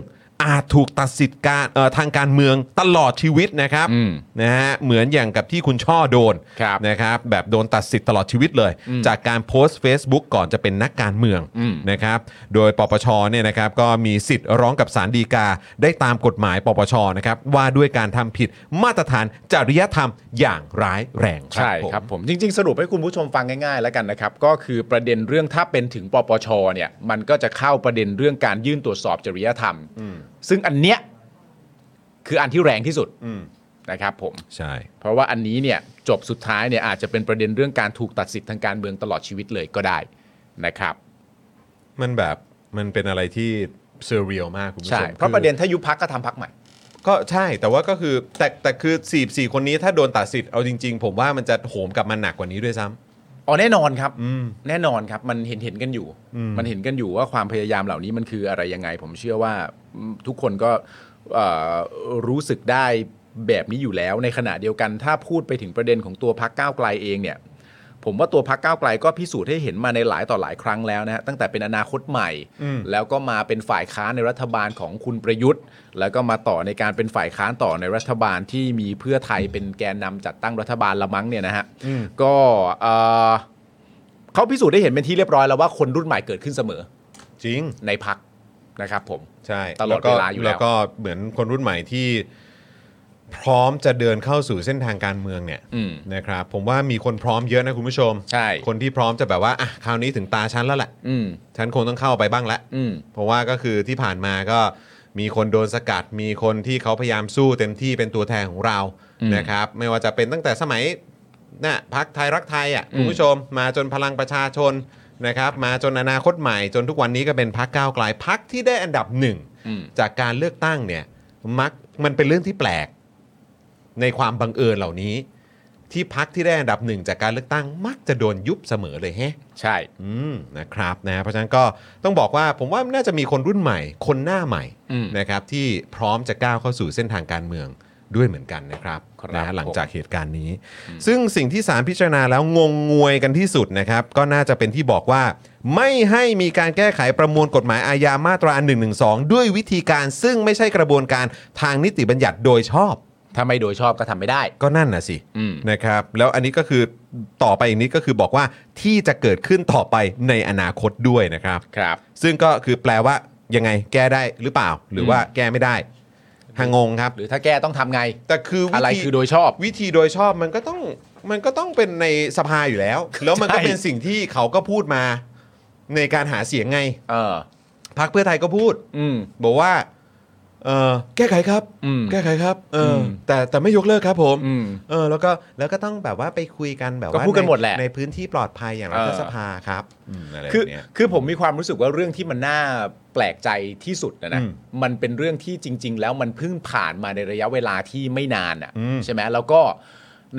A: อาจถูกตัดสิทธิ์การเอ่อทางการเมืองตลอดชีวิตนะครับ
B: อืม
A: นะฮะเหมือนอย่างกับที่คุณช่อโดน
B: ครับ
A: นะครับแบบโดนตัดสิทธิ์ตลอดชีวิตเลย จากการโพสต์ Facebook ก่อนจะเป็นนักการเมือง
B: อืม
A: นะครับโดยปปชเนี่ยนะครับก็มีสิทธิ์ร้องกับศาลฎีกาได้ตามกฎหมายปปชนะครับว่าด้วยการทำผิดมาตรฐานจริยธรรมอย่างร้ายแรง
B: ใช่ครับผม จริง ๆ สรุปให้คุณผู้ชมฟังง่ายๆ แล้วกันนะครับ ก็คือประเด็นเรื่องถ้าเป็นถึงปปชเนี่ย มันก็จะเข้าประเด็นเรื่องการยื่นตรวจสอบจริยธรรม ซึ่งอันเนี้ยคืออันที่แรงที่สุด
A: อืม
B: นะครับผม
A: ใช่
B: เพราะว่าอันนี้เนี่ยจบสุดท้ายเนี่ยอาจจะเป็นประเด็นเรื่องการถูกตัดสิทธิ์ทางการเมืองตลอดชีวิตเลยก็ได้นะครับ
A: มันแบบมันเป็นอะไรที่เซอร์เรียลมากคุณผู้ชม
B: ใช่ เพราะ
A: คือ
B: ประเด็นถ้ายุบพักก็ทำพักใหม่
A: ก็ใช่แต่ว่าก็คือแต่แต่คือสี่สี่คนนี้ถ้าโดนตัดสิทธิ์เอาจริง ๆ ผมว่ามันจะโหมกลับมาหนักกว่านี้ด้วยซ้ำ
B: อ๋อแน่นอนครับ
A: อืม
B: แน่นอนครับมันเห็นเห็นกันอยู่
A: อืม
B: มันเห็นกันอยู่ว่าความพยายามเหล่านี้มันคืออะไรยังไง ผมเชื่อว่าอืมทุกคนก็เอ่อรู้สึกได้แบบนี้อยู่แล้ว ในขณะเดียวกันถ้าพูดไปถึงประเด็นของตัวพักก้าวไกลเองเนี่ย ผมว่าตัวพักก้าวไกลก็พิสูจน์ให้เห็นมาในหลายต่อหลายครั้งแล้วนะฮะตั้งแต่เป็นอนาคตใหม่
A: อืม
B: แล้วก็มาเป็นฝ่ายค้านในรัฐบาลของคุณประยุทธ์ แล้วก็มาต่อในการเป็นฝ่ายค้านต่อในรัฐบาลที่มีเพื่อไทยเป็นแกนนำจัดตั้งรัฐบาลละมั้งเนี่ยนะฮะ
A: อืม
B: ก็เอ่อเขาพิสูจน์ได้เห็นเป็นที่เรียบร้อยแล้วว่าคนรุ่นใหม่เกิดขึ้นเสมอ
A: จริง
B: ในพักนะครับผม
A: ใช่
B: ตลอด
A: ก็
B: เวลาอยู่แล้ว
A: แล้วก็เหมือนคนรุ่นใหม่ที่พร้อมจะเดินเข้าสู่เส้นทางการเมืองเนี่ย
B: อืม
A: นะครับผมว่ามีคนพร้อมเยอะนะคุณผู้ชม
B: ใช่
A: คนที่พร้อมจะแบบว่าอ่ะคราวนี้ถึงตาฉันแล้วแหละ
B: อืม
A: ฉันคงต้องเข้าไปบ้างละ
B: อืม
A: เพราะว่าก็คือที่ผ่านมาก็มีคนโดนสกัด มีคนที่เขาพยายามสู้เต็มที่เป็นตัวแทนของเรา
B: อืม
A: นะครับไม่ว่าจะเป็นตั้งแต่สมัยน่ะพักไทยรักไทยอ่ะ
B: อืม
A: คุณผู้ชม มาจนพลังประชาชนนะครับมาจนอนาคตใหม่จนทุกวันนี้ก็เป็นพักก้าวไกลพักที่ได้อันดับหนึ่ง
B: อืม
A: จากการเลือกตั้งเนี่ยมักมันเป็นเรื่องที่แปลก ในความบังเอิญเหล่านี้ ที่พักที่ได้อันดับหนึ่งจากการเลือกตั้ง มักจะโดนยุบเสมอเลยแฮะ
B: ใช่
A: อืมนะครับนะเพราะฉะนั้นก็ต้องบอกว่าผมว่าน่าจะมีคนรุ่นใหม่ คนหน้าใหม่
B: อืม
A: นะครับที่พร้อมจะก้าวเข้าสู่เส้นทางการเมืองด้วยเหมือนกันนะครับ
B: ครับ
A: นะหลัง
B: ผม
A: จากเหตุการณ์นี้ ซึ่งสิ่งที่สารพิจารณาแล้วงงงวยกันที่สุดนะครับ ก็น่าจะเป็นที่บอกว่า ไม่ให้มีการแก้ไขประมวลกฎหมายอาญามาตรา1นึด้วยวิธีการซึ่งไม่ใช่กระบวนการทางนิติบัญญัติโดยชอบ
B: ถ้าไม่โดยชอบก็ทำไม่ได้
A: ก็นั่นน่ะสิ
B: อืม
A: นะครับแล้วอันนี้ก็คือต่อไปอีกนี้ก็คือบอกว่าที่จะเกิดขึ้นต่อไปในอนาคตด้วยนะครับ
B: ครับ
A: ซึ่งก็คือแปลว่ายังไงแก้ได้หรือเปล่า หรือว่าแก้ไม่ได้หางงครับ
B: หรือถ้าแก้ต้องทำไง
A: แต่คือวิธี
B: อะไรคือโดยชอบ
A: วิธีโดยชอบมันก็ต้องมันก็ต้องเป็นในสภาอยู่ แล้ว แล้วมันก็
B: ใช่
A: เป็นสิ่งที่เขาก็พูดมาในการหาเสียงไง
B: เออ
A: พรรคเพื่อไทยก็พูด
B: อืม
A: บอกว่าเออแก้ไขครับ
B: อืม
A: แก้ไขครับเอออ
B: ม
A: แต่แต่ไม่ยกเลิกครับผม
B: อืม
A: เออแล้วก็แล้วก็ต้องแบบว่าไปคุยกันแบบ
B: ก็
A: ว่า
B: พูดกัน
A: ใ
B: หมดแหละ
A: ในพื้นที่ปลอดภัยอย่างรั
B: เอ
A: ฐ
B: อ
A: สภาครับอะไร
B: คือ
A: แบบเนี้ย
B: คือผมมีความรู้สึกว่าเรื่องที่มันน่าแปลกใจที่สุดนะนะ
A: อืม
B: มันเป็นเรื่องที่จริง ๆ แล้วมันเพิ่งผ่านมาในระยะเวลาที่ไม่นาน
A: อืม
B: อะ่ะใช่ไหมแล้วก็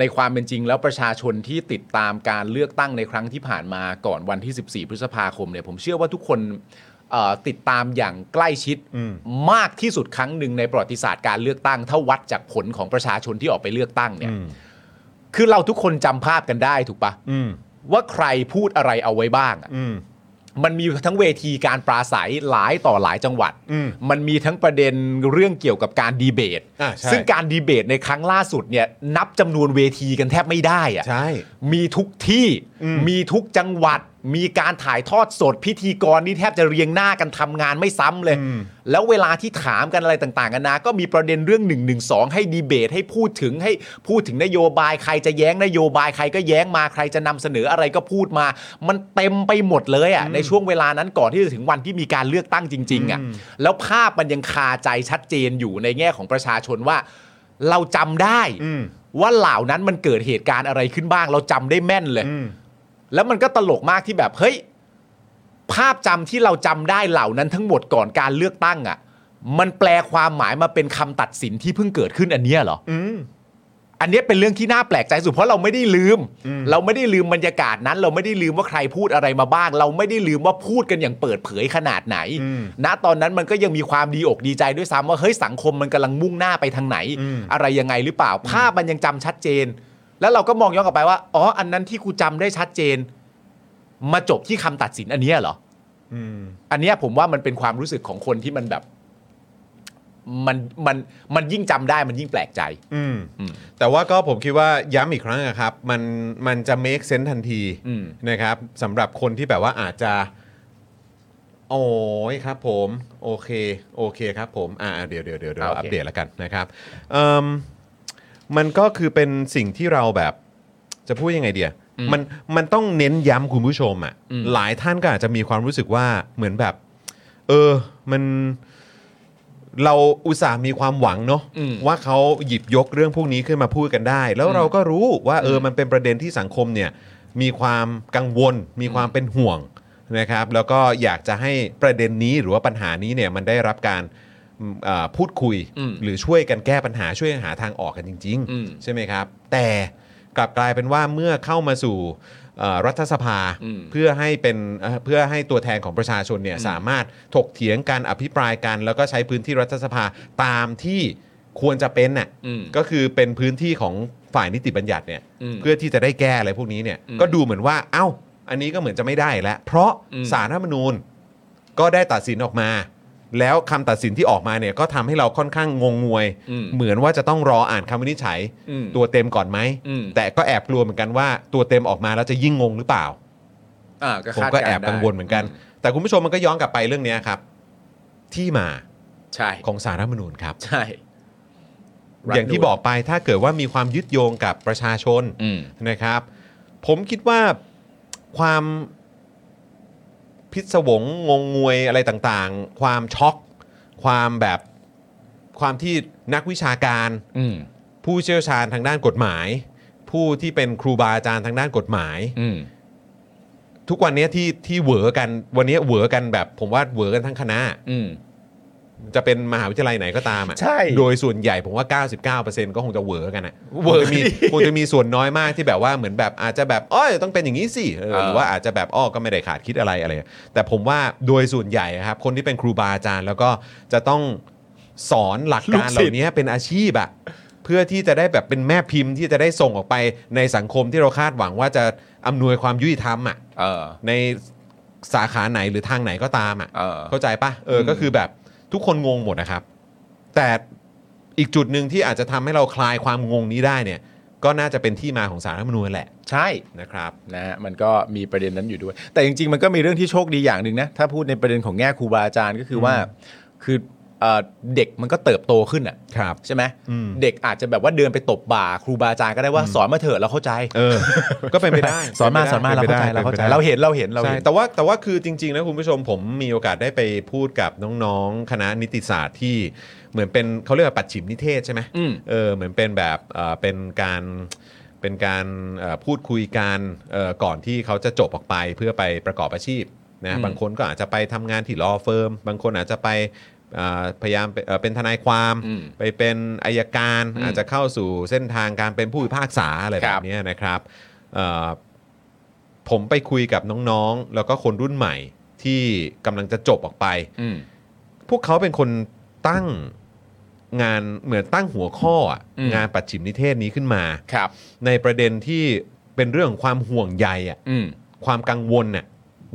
B: ในความเป็นจริงแล้วประชาชนที่ติดตามการเลือกตั้งในครั้งที่ผ่านมาก่อนวันที่ 14 พฤษภาคมเนี่ยผมเชื่อว่าทุกคนเอ่อติดตามอย่างใกล้ชิด
A: อืม
B: มากที่สุดครั้งหนึ่งในประวัติศาสตร์การเลือกตั้งถ้าวัดจากผลของประชาชนที่ออกไปเลือกตั้งเนี่ย
A: อืม
B: คือเราทุกคนจำภาพกันได้ถูกปะ
A: อืม
B: ว่าใครพูดอะไรเอาไว้บ้างอะ
A: อืม
B: มันมีทั้งเวทีการปราศัยหลายต่อหลายจังหวัด
A: อืม
B: มันมีทั้งประเด็นเรื่องเกี่ยวกับการดีเบต
A: อ่าใช่
B: ซึ่งการดีเบตในครั้งล่าสุดเนี่ยนับจำนวนเวทีกันแทบไม่ได้อะ
A: ใช่
B: มีทุกที่
A: อืม
B: มีทุกจังหวัด มีการถ่ายทอดสดพิธีกรนี่แทบจะเรียงหน้ากันทำงานไม่ซ้ำเลย แล้วเวลาที่ถามกันอะไรต่างๆกันานะ ก็มีประเด็นเรื่อง1นึให้ดีเบตให้พูดถึงให้พูดถึงนโยบายใครจะแย้งนโยบายใครก็แย้งมาใครจะนำเสนออะไรก็พูดมา มันเต็มไปหมดเลยอะ่ะในช่วงเวลานั้นก่อนที่จะถึงวันที่มีการเลือกตั้งจริงๆอะ่ะแล้วภาพมันยังคาใจชัดเจนอยู่ในแง่ของประชาชนว่า เราจำได้
A: อืม
B: ว่าเหล่านั้นมันเกิดเหตุการณ์อะไรขึ้นบ้าง เราจำได้แม่นเลย
A: อืม
B: แล้วมันก็ตลกมากที่แบบเฮ้ย ภาพจำที่เราจำได้เหล่านั้นทั้งหมดก่อนการเลือกตั้งอะ่ะ มันแปลความหมายมาเป็นคำตัดสินที่เพิ่งเกิดขึ้นอันเนี้ยเหรอ
A: อืม
B: อันเนี้ยเป็นเรื่องที่น่าแปลกใจสุดเพราะเราไม่ได้ลืม
A: อืม
B: เราไม่ได้ลืมบรรยากาศนั้น เราไม่ได้ลืมว่าใครพูดอะไรมาบ้าง เราไม่ได้ลืมว่าพูดกันอย่างเปิดเผยขนาดไหน
A: อืม
B: ณตอนนั้นมันก็ยังมีความดีอกดีใจด้วยซ้ำว่าเฮ้ยสังคมมันกำลังมุ่งหน้าไปทางไหน
A: อืม
B: อะไรยังไงหรือเปล่า ภาพมันยังจำชัดเจน แล้วเราก็มองย้อนกลับไปว่าอ๋ออันนั้นที่กูจำได้ชัดเจน มาจบที่คำตัดสินอันเนี้ยเหรอ
A: อืม
B: อันเนี้ยผมว่ามันเป็นความรู้สึกของคนที่มันแบบ มันมันมันยิ่งจำได้มันยิ่งแปลกใจ
A: อืม
B: อืม
A: แต่ว่าก็ผมคิดว่าย้ำอีกครั้งอะครับ มันมันจะ make sense ทันที
B: อืม
A: นะครับสำหรับคนที่แบบว่าอาจจะ โอ้ยครับผมโอเคโอเคครับผมอ่าเดี๋ยวเดี๋ยวเดี๋ยวเดี๋ยว
B: โอเค
A: อัปเดตแล้วกันนะครับเอิ่มมันก็คือเป็นสิ่งที่เราแบบจะพูดยังไงเดียมันมันต้องเน้นย้ำคุณผู้ชมอะ่ะหลายท่านก็อาจจะมีความรู้สึกว่าเหมือนแบบ เออมัน เราอุตส่าห์มีความหวังเนาะ
B: อืม
A: ว่าเขาหยิบยกเรื่องพวกนี้ขึ้นมาพูดกันได้ แล้วเราก็รู้ว่าเออมันเป็นประเด็นที่สังคมเนี่ยมีความกังวล มีความเป็นห่วงนะครับ แล้วก็อยากจะให้ประเด็นนี้หรือว่าปัญหานี้เนี่ยมันได้รับการอืมเอ่อพูดคุย
B: อืม
A: หรือช่วยกันแก้ปัญหาช่วยกันหาทางออกกันจริง
B: อืม
A: ๆ ใช่ไหมครับ แต่กลับกลายเป็นว่าเมื่อเข้ามาสู่ เอ่อรัฐสภา
B: อืม
A: เพื่อให้เป็นเอ่อเพื่อให้ตัวแทนของประชาชนเนี่ยสามารถถกเถียงการอภิปรายกัน แล้วก็ใช้พื้นที่รัฐสภาตามที่ควรจะเป็นน่ะ
B: อืม
A: ก็คือเป็นพื้นที่ของฝ่ายนิติบัญญัติเนี่ย
B: อืม
A: เพื่อที่จะได้แก้อะไรพวกนี้เนี่ย
B: อืม
A: ก็ดูเหมือนว่าเอ้า อันนี้ก็เหมือนจะไม่ได้แล้วเพราะ
B: อืม
A: สารรัฐธรรมนูญ ก็ได้ตัดสินออกมา แล้วคำตัดสินที่ออกมาเนี่ยก็ทำให้เราค่อนข้างงงงวย
B: อืม
A: เหมือนว่าจะต้องรออ่านคำวินิจฉัย
B: อืม
A: ตัวเต็มก่อนไหม
B: อืม
A: แต่ก็แอบกลัวเหมือนกันว่าตัวเต็มออกมาแล้วจะยิ่งงงหรือเปล่า
B: อ่า
A: ผม
B: คาด
A: ก็
B: รณ์
A: แอบ
B: ได้
A: กังวลเหมือนกัน แต่คุณผู้ชมมันก็ย้อนกลับไปเรื่องเนี้ยครับ ที่มา
B: ใช่
A: ของสารรัฐธรรมนูญครับ
B: ใช่
A: อย่างที่บอกไปถ้าเกิดว่ามีความยึดโยงกับประชาชน
B: อืม
A: นะครับ ผมคิดว่าความพิศวงงงงวยอะไรต่างๆ ความช็อก ความแบบความที่นักวิชาการ
B: อืม
A: ผู้เชี่ยวชาญทางด้านกฎหมาย ผู้ที่เป็นครูบาอาจารย์ทางด้านกฎหมาย
B: อืม
A: ทุกวันเนี้ยที่ที่เหวอกันวันเนี้ยเหวอกันแบบผมว่าเหวอกันทั้งคณะ
B: อืม
A: จะเป็นมหาวิทยาลัยไหนก็ตามอ่ะ
B: ใช่
A: โดยส่วนใหญ่ผมว่า 99%ก็คงจะเหวอกันอ่ะ
B: เหวอ
A: คงจะมีคงจะมีส่วนน้อยมากที่แบบว่าเหมือนแบบอาจจะแบบอ้อยต้องเป็นอย่างนี้สิเออ
B: เออ
A: หรือว่าอาจจะแบบอ้อก็ไม่ได้ขาดคิดอะไรอะไรแต่ผมว่าโดยส่วนใหญ่อะครับคนที่เป็นครูบาอาจารย์แล้วก็จะต้องสอนหลักการเหล่านี้เป็นอาชีพอ่ะเพื่อที่จะได้แบบเป็นแม่พิมพ์ที่จะได้ส่งออกไปในสังคมที่เราคาดหวังว่าจะอำนวยความยุติธรรมอ่ะ
B: เออ
A: ในสาขาไหนหรือทางไหนก็ตามอ่ะ
B: เออ
A: เข้าใจปะเอออ
B: ม
A: ก็คือแบบทุกคนงงหมดนะครับ แต่อีกจุดหนึ่งที่อาจจะทำให้เราคลายความงงนี้ได้เนี่ย ก็น่าจะเป็นที่มาของสารรัฐธรรมนูญแหละ
B: ใช่
A: นะครับ
B: นะฮะมันก็มีประเด็นนั้นอยู่ด้วย แต่จริงๆ มันก็มีเรื่องที่โชคดีอย่างหนึ่งนะถ้าพูดในประเด็นของแง่ครูบาอาจารย์ก็คือว่า คือเอ่อเด็กมันก็เติบโตขึ้นอ่ะ
A: ครับ
B: ใช่ไหม
A: อืม
B: เด็กอาจจะแบบว่าเดินไปตบบ่าครูบาอาจารย์ก็ได้ว่าสอนมาเถอะเราเข้าใจ
A: เออ ก็เป็นไปได้
B: สอนมาสอนมา
A: ป็
B: เรา
A: ไป
B: เข้า
A: ได้
B: ใจเราเข้าใจ
A: ป็นไปได้
B: เราเห็นเราเห็นเรา
A: ใช่
B: เห็น
A: แต่ว่าแต่ว่าคือจริงๆนะคุณผู้ชมผมมีโอกาสได้ไปพูดกับน้องๆ คณะนิติศาสตร์ที่เหมือนเป็นเขาเรียกว่าปัดฉิมนิเทศใช่ไหม
B: อืม
A: เออเหมือนเป็นแบบเอ่อเป็นการเป็นการเอ่อพูดคุยกันเอ่อก่อนที่เขาจะจบออกไปเพื่อไปประกอบอาชีพนะ
B: อืม
A: บางคนก็อาจจะไปทำงานที่ลอเฟิร์มบางคนอาจจะไปเอ่อพยายามเป็นเอ่อเป็นทนายความ
B: อืม
A: ไปเป็นอายการ
B: อืม
A: อาจจะเข้าสู่เส้นทางการเป็นผู้พิพากษาอะไร
B: ค
A: แบ
B: รั
A: บบ เนี้ยนะครับเอ่อผมไปคุยกับน้องๆ แล้วก็คนรุ่นใหม่ที่กำลังจะจบออกไป
B: อืม
A: พวกเขาเป็นคนตั้งงานเหมือนตั้งหัวข้ออะ
B: อืม
A: งานปัดฉิมนิเทศนี้ขึ้นมา
B: ครับ
A: ในประเด็นที่เป็นเรื่องของความห่วงใยอะ
B: อืม
A: ความกังวลน่ะ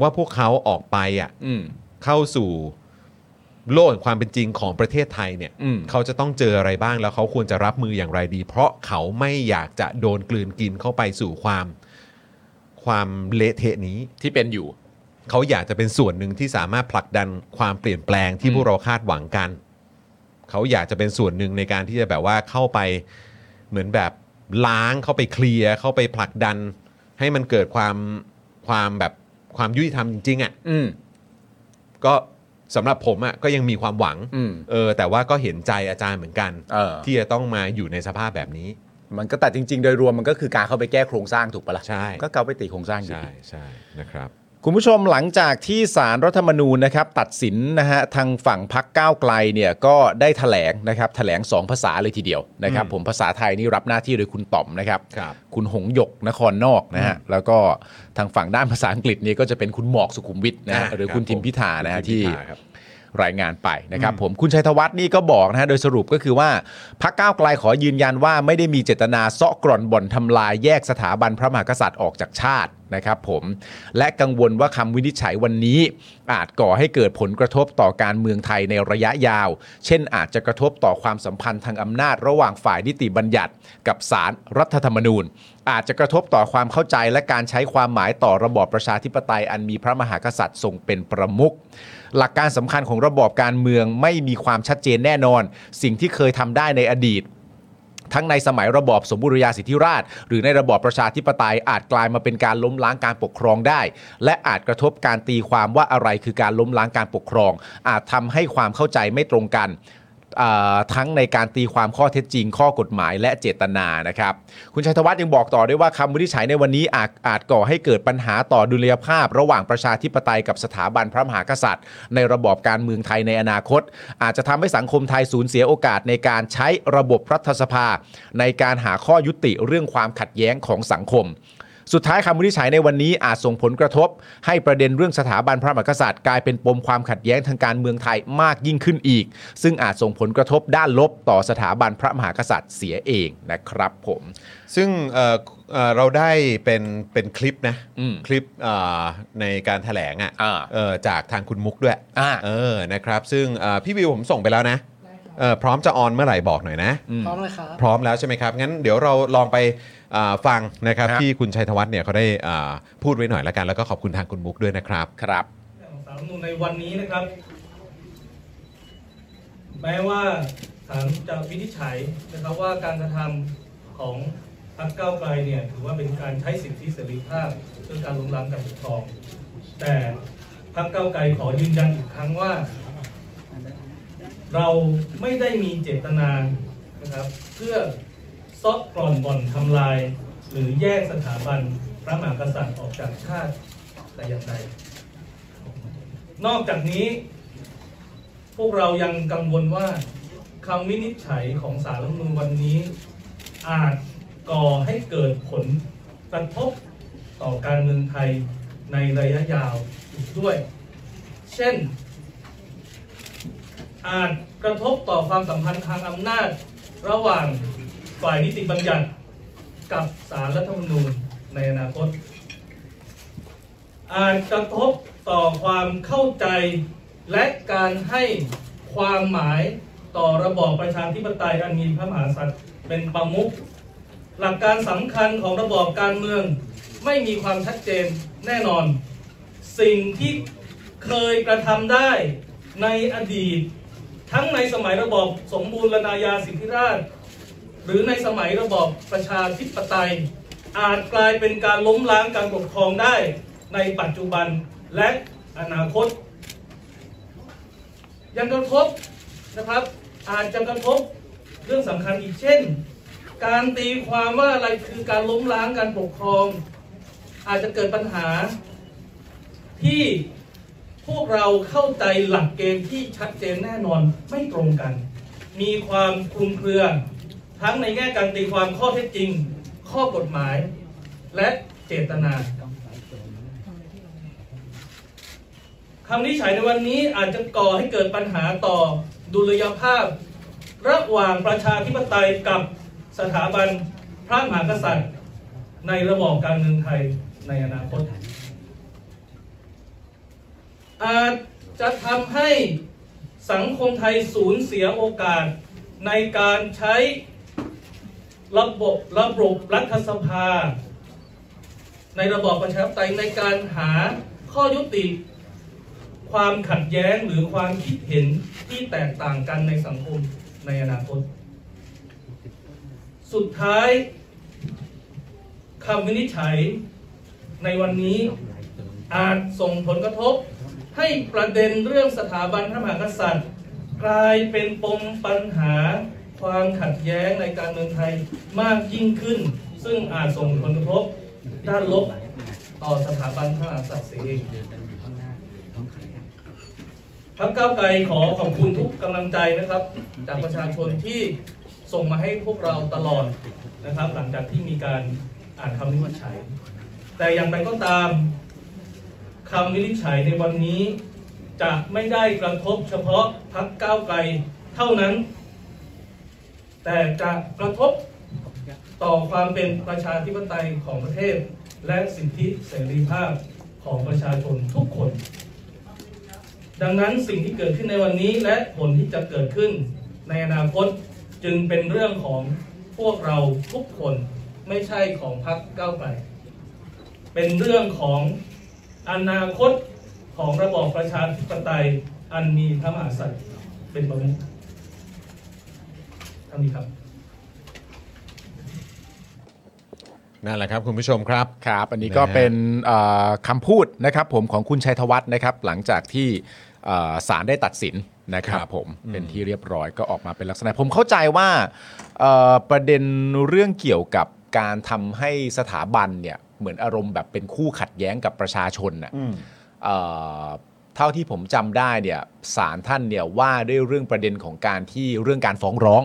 A: ว่าพวกเขาออกไปอะ
B: อืม
A: เข้าสู่โลกแห่งความเป็นจริงของประเทศไทยเนี่ย
B: อืม
A: เขาจะต้องเจออะไรบ้างแล้วเขาควรจะรับมืออย่างไรดี เพราะเขาไม่อยากจะโดนกลืนกินเข้าไปสู่ความความเละเทะนี้
B: ที่เป็นอยู่
A: เขาอยากจะเป็นส่วนหนึ่งที่สามารถผลักดันความเปลี่ยนแปลงที่
B: อืม
A: พวกเราคาดหวังกัน เขาอยากจะเป็นส่วนหนึ่งในการที่จะแบบว่าเข้าไปเหมือนแบบล้างเข้าไปเคลียร์เข้าไปผลักดัน ให้มันเกิดความความแบบความยุติธรรมจริงๆอะ่ะ
B: อืม
A: ก็สำหรับผมอะ่ะก็ยังมีความหวัง
B: อืม
A: เออแต่ว่าก็เห็นใจอาจารย์เหมือนกัน
B: เออ
A: ที่จะต้องมาอยู่ในสภาพแบบนี้
B: มันก็แต่จริง ๆ โดยรวมมันก็คือการเข้าไปแก้โครงสร้างถูกปะล่ะ
A: ใช่
B: ก็เข้าไปตีโครงสร้างอยู่ดี
A: ใช่ใช่นะครับ
B: คุณผู้ชมหลังจากที่สารรัฐธรรมนูญนะครับตัดสินนะฮะทางฝั่งพักก้าวไกลเนี่ยก็ได้ถแถลงนะครับถแถลง 2 ภาษาเลยทีเดียวนะครับผมภาษาไทยนี่รับหน้าที่โดยคุณต่อมนะครับ
A: ครับ
B: ณหงหยกนครนอกนะฮะแล้วก็ทางฝั่งด้านภาษาอังกฤษนี่ก็จะเป็นคุณหมอกสุขุมวิทนะฮะ
A: อ่า
B: หรือคุณ
A: ครับ
B: ทิมพิธานะฮะ
A: คุณทิม
B: ที่
A: พิธาครับ
B: รายงานไปนะครับผมคุณชัยธวัฒน์นี่ก็บอกนะฮะโดยสรุปก็คือว่าพักก้าวไกลขอยืนยันว่าไม่ได้มีเจตนาเซาะกร่อนบ่อนทำลายแยกสถาบันพระมหากษัตริย์ออกจากชาตินะครับผมและกังวลว่าคำวินิจฉัยวันนี้ อาจก่อให้เกิดผลกระทบต่อการเมืองไทยในระยะยาว เช่นอาจจะกระทบต่อความสัมพันธ์ทางอำนาจระหว่างฝ่ายนิติบัญญัติ กับสารรัฐธรรมนูญ อาจจะกระทบต่อความเข้าใจและการใช้ความหมายต่อระบอบประชาธิปไตยอันมีพระมหากษัตริย์ทรงเป็นประมุข หลักการสำคัญของระบอบการเมืองไม่มีความชัดเจนแน่นอน สิ่งที่เคยทำได้ในอดีต ทั้งในสมัยระบอบสมบูรณาญาสิทธิราช หรือในระบอบประชาธิปไตยอาจกลายมาเป็นการล้มล้างการปกครองได้ และอาจกระทบการตีความว่าอะไรคือการล้มล้างการปกครอง อาจทำให้ความเข้าใจไม่ตรงกันอ่าทั้งในการตีความข้อเท็จจริง ข้อกฎหมายและเจตนานะครับ คุณชัยธวัฒน์ยังบอกต่อด้วยว่าคำวินิจฉัยในวันนี้อาจอาจก่อให้เกิดปัญหาต่อดุลยภาพ ระหว่างประชาธิปไตยกับสถาบันพระมหากษัตริย์ ในระบอบการเมืองไทยในอนาคต อาจจะทำให้สังคมไทยสูญเสียโอกาสในการใช้ระบบรัฐสภา ในการหาข้อยุติเรื่องความขัดแย้งของสังคม สุดท้ายคำวินิจฉัยในวันนี้อาจส่งผลกระทบ ให้ประเด็นเรื่องสถาบันพระมหากษัตริย์กลายเป็นปมความขัดแย้งทางการเมืองไทยมากยิ่งขึ้นอีก ซึ่งอาจส่งผลกระทบด้านลบต่อสถาบันพระมหากษัตริย์เสียเองนะครับผม
A: ซึ่งเอ่อเอ่อเราได้เป็นเป็นคลิปนะ
B: อืม
A: คลิปเอ่อในการถแถลงอ่ะ
B: อ่า
A: เอ่อจากทางคุณมุกด้วย
B: อ่า
A: เออนะครับ ซึ่งเอ่อพี่วิวผมส่งไปแล้วนะเอ่อพร้อมจะออนเมื่อไหร่บอกหน่อยนะ
C: พร้อมเลยครับ
A: พร้อมแล้วใช่ไหมครับ งั้นเดี๋ยวเราลองไปอ่าฟังนะครับ
B: ครับ
A: ที่คุณชัยธวัฒน์เนี่ยเขาได้อ่าพูดไว้หน่อยละกัน แล้วก็ขอบคุณทางคุณมุกด้วยนะครับ
B: ครับ
H: ของสารรัฐธรรมนูญในวันนี้นะครับ แม้ว่าศาลจะวินิจฉัยนะครับว่าการกระทำของพรรคก้าวไกลเนี่ยถือว่าเป็นการใช้สิทธิเสรีภาพเพื่อการล้มล้างการปกครอง แต่พรรคก้าวไกลขอยืนยันอีกครั้งว่า เราไม่ได้มีเจตนานะครับ เพื่อซอกกร่อนบ่อนทำลาย หรือแยกสถาบันพระมหากษัตริย์ออกจากชาติแต่อย่างใด นอกจากนี้ พวกเรายังกังวลว่าคำวินิจฉัยของสารรัฐธรรมนูญวันนี้ อาจก่อให้เกิดผลกระทบต่อการเมืองไทยในระยะยาวอีกด้วย เช่น อาจกระทบต่อความสัมพันธ์ทางอำนาจ ระหว่างฝ่ายนิติบัญญัติกับสารรัฐธรรมนูญในอนาคต อาจกระทบต่อความเข้าใจ และการให้ความหมายต่อระบอบประชาธิปไตยอันมีพระมหากษัตริย์เป็นประมุขหลักการสำคัญของระบอบการเมือง ไม่มีความชัดเจนแน่นอน สิ่งที่เคยกระทำได้ในอดีต ทั้งในสมัยระบอบสมบูรณาญาสิทธิราช หรือในสมัยระบอบประชาธิปไตย อาจกลายเป็นการล้มล้างการปกครองได้ในปัจจุบันและอนาคต ยังกระทบนะครับ อาจจะกระทบเรื่องสำคัญอีกเช่น การตีความว่าอะไรคือการล้มล้างการปกครอง อาจจะเกิดปัญหา ที่พวกเราเข้าใจหลักเกณฑ์ที่ชัดเจนแน่นอนไม่ตรงกัน มีความคลุมเครือ ทั้งในแง่การตีความข้อเท็จจริง ข้อกฎหมาย และเจตนาคำวินิจฉัยในวันนี้อาจจะก่อให้เกิดปัญหาต่อดุลยภาพ ระหว่างประชาธิปไตยกับสถาบันพระมหากษัตริย์ ในระบอบการเมืองไทยในอนาคต อาจจะทำให้สังคมไทยสูญเสียโอกาสในการใช้ระบบระบบรัฐสภา ในระบอบประชาธิปไตยในการหาข้อยุติ ความขัดแย้งหรือความคิดเห็นที่แตกต่างกันในสังคมในอนาคต สุดท้ายคำวินิจฉัยในวันนี้ อาจส่งผลกระทบ ให้ประเด็นเรื่องสถาบันพระมหากษัตริย์ กลายเป็นปมปัญหาความขัดแย้งในการเมืองไทยมากยิ่งขึ้น ซึ่งอาจส่งผลกระทบด้านลบต่อสถาบันพระมหากษัตริย์เสียเองพักเก้าวไกลขอขอบคุณทุกกำลังใจนะครับ จากประชาชนที่ส่งมาให้พวกเราตลอดนะครับ หลังจากที่มีการอ่านคำวินิจฉัย แต่อย่างไรก็ตาม คำวินิจฉัยในวันนี้ จะไม่ได้กระทบเฉพาะพักก้าวไกลเท่านั้น แต่จะกระทบต่อความเป็นประชาธิปไตยของประเทศ และสิทธิเสรีภาพของประชาชนทุกคน ดังนั้นสิ่งที่เกิดขึ้นในวันนี้และผลที่จะเกิดขึ้นในอนาคตจึงเป็นเรื่องของพวกเราทุกคนไม่ใช่ของพรรคก้าวไกลเป็นเรื่องของ อนาคตของระบอบประชาธิปไตยอันมีพระมหากษัตริย์เป็นประมุขท่านนี้ครับ
A: นั่นแหละครับคุณผู้ชมครับ
B: ครับอันนี้
A: นะฮะ
B: ก็เป็นเอ่อคำพูดนะครับผมของคุณชัยธวัฒน์นะครับหลังจากที่เอ่อศาลได้ตัดสินนะครับ
A: ครับ
B: ผม
A: อืม
B: เป็นที่เรียบร้อยก็ออกมาเป็นลักษณะ ผมเข้าใจว่าเอ่อประเด็นเรื่องเกี่ยวกับการทำให้สถาบันเนี่ยเหมือนอารมณ์แบบเป็นคู่ขัดแย้งกับประชาชนน่ะ เอ่อเท่าที่ผมจำได้เนี่ยศาลท่านเนี่ยว่าด้วยเรื่องประเด็นของการที่เรื่องการฟ้องร้อง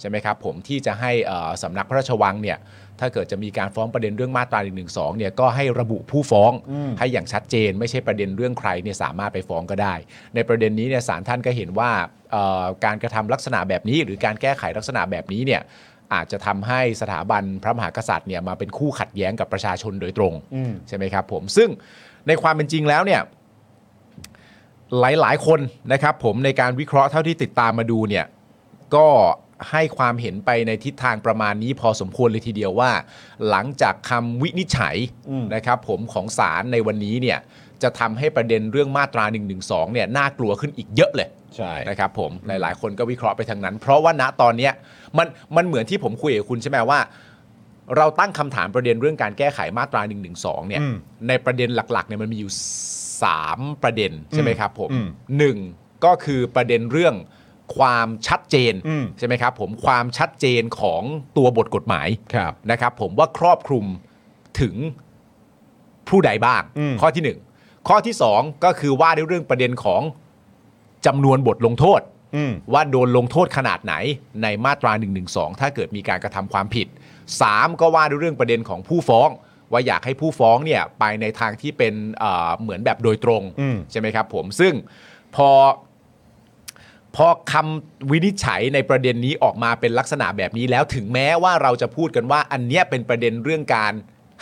B: ใช่ไหมครับผมที่จะให้เอ่อสำนักพระราชวังเนี่ย ถ้าเกิดจะมีการฟ้องประเด็นเรื่องมาตรา1นึเนี่ยก็ให้ระบุผู้ฟ้องให้อย่างชัดเจน ไม่ใช่ประเด็นเรื่องใครเนี่ยสามารถไปฟ้องก็ได้ ในประเด็นนี้เนี่ยศาลท่านก็เห็นว่าเอ่อการกระทำลักษณะแบบนี้ หรือการแก้ไขลักษณะแบบนี้เนี่ยอาจจะทำให้สถาบันพระมหากษัตริย์เนี่ยมาเป็นคู่ขัดแย้งกับประชาชนโดยตรง ใช่ไหมครับผมซึ่งในความเป็นจริงแล้วเนี่ย หลายๆ คนนะครับผมในการวิเคราะห์เท่าที่ติดตามมาดูเนี่ยก็ให้ความเห็นไปในทิศทางประมาณนี้พอสมควรเลยทีเดียวว่า หลังจากคำวินิจฉัยนะครับผมของศาลในวันนี้เนี่ยจะทำให้ประเด็นเรื่องมาตรา1นึเนี่ยน่ากลัวขึ้นอีกเยอะเลย
A: ใช่
B: นะครับผมหลาย ๆ คนก็วิเคราะห์ไปทางนั้น เพราะว่าณตอนเนี้ยมันมันเหมือนที่ผมคุยกับคุณใช่ไหมว่า เราตั้งคำถามประเด็นเรื่องการแก้ไขมาตรา1นึเนี่ย
A: อืม
B: ในประเด็นหลัก ๆ เนี่ยมันมีอยู่ 3 ประเด็นใช่ไหมครับผม
A: อืม
B: หนึ่งก็คือประเด็นเรื่องความชัดเจน
A: อืม
B: ใช่ไหมครับผมความชัดเจนของตัวบทกฎหมาย
A: ครับ
B: นะครับผมว่าครอบคลุมถึงผู้ใดบ้าง
A: อืม
B: ข้อที่หนึ่งข้อที่สองก็คือว่าในเรื่องประเด็นของจำนวนบทลงโทษ
A: อืม
B: ว่าโดนลงโทษขนาดไหนในมาตรา1นึถ้าเกิดมีการกระทำความผิด 3. ก็ว่าด้วยเรื่องประเด็นของผู้ฟ้อง ว่าอยากให้ผู้ฟ้องเนี่ยไปในทางที่เป็นเอ่อเหมือนแบบโดยตรง
A: อืม
B: ใช่ไหมครับผมซึ่งพอพอคำวินิจฉัยในประเด็นนี้ออกมาเป็นลักษณะแบบนี้แล้วถึงแม้ว่าเราจะพูดกันว่าอันเนี้ยเป็นประเด็นเรื่องการ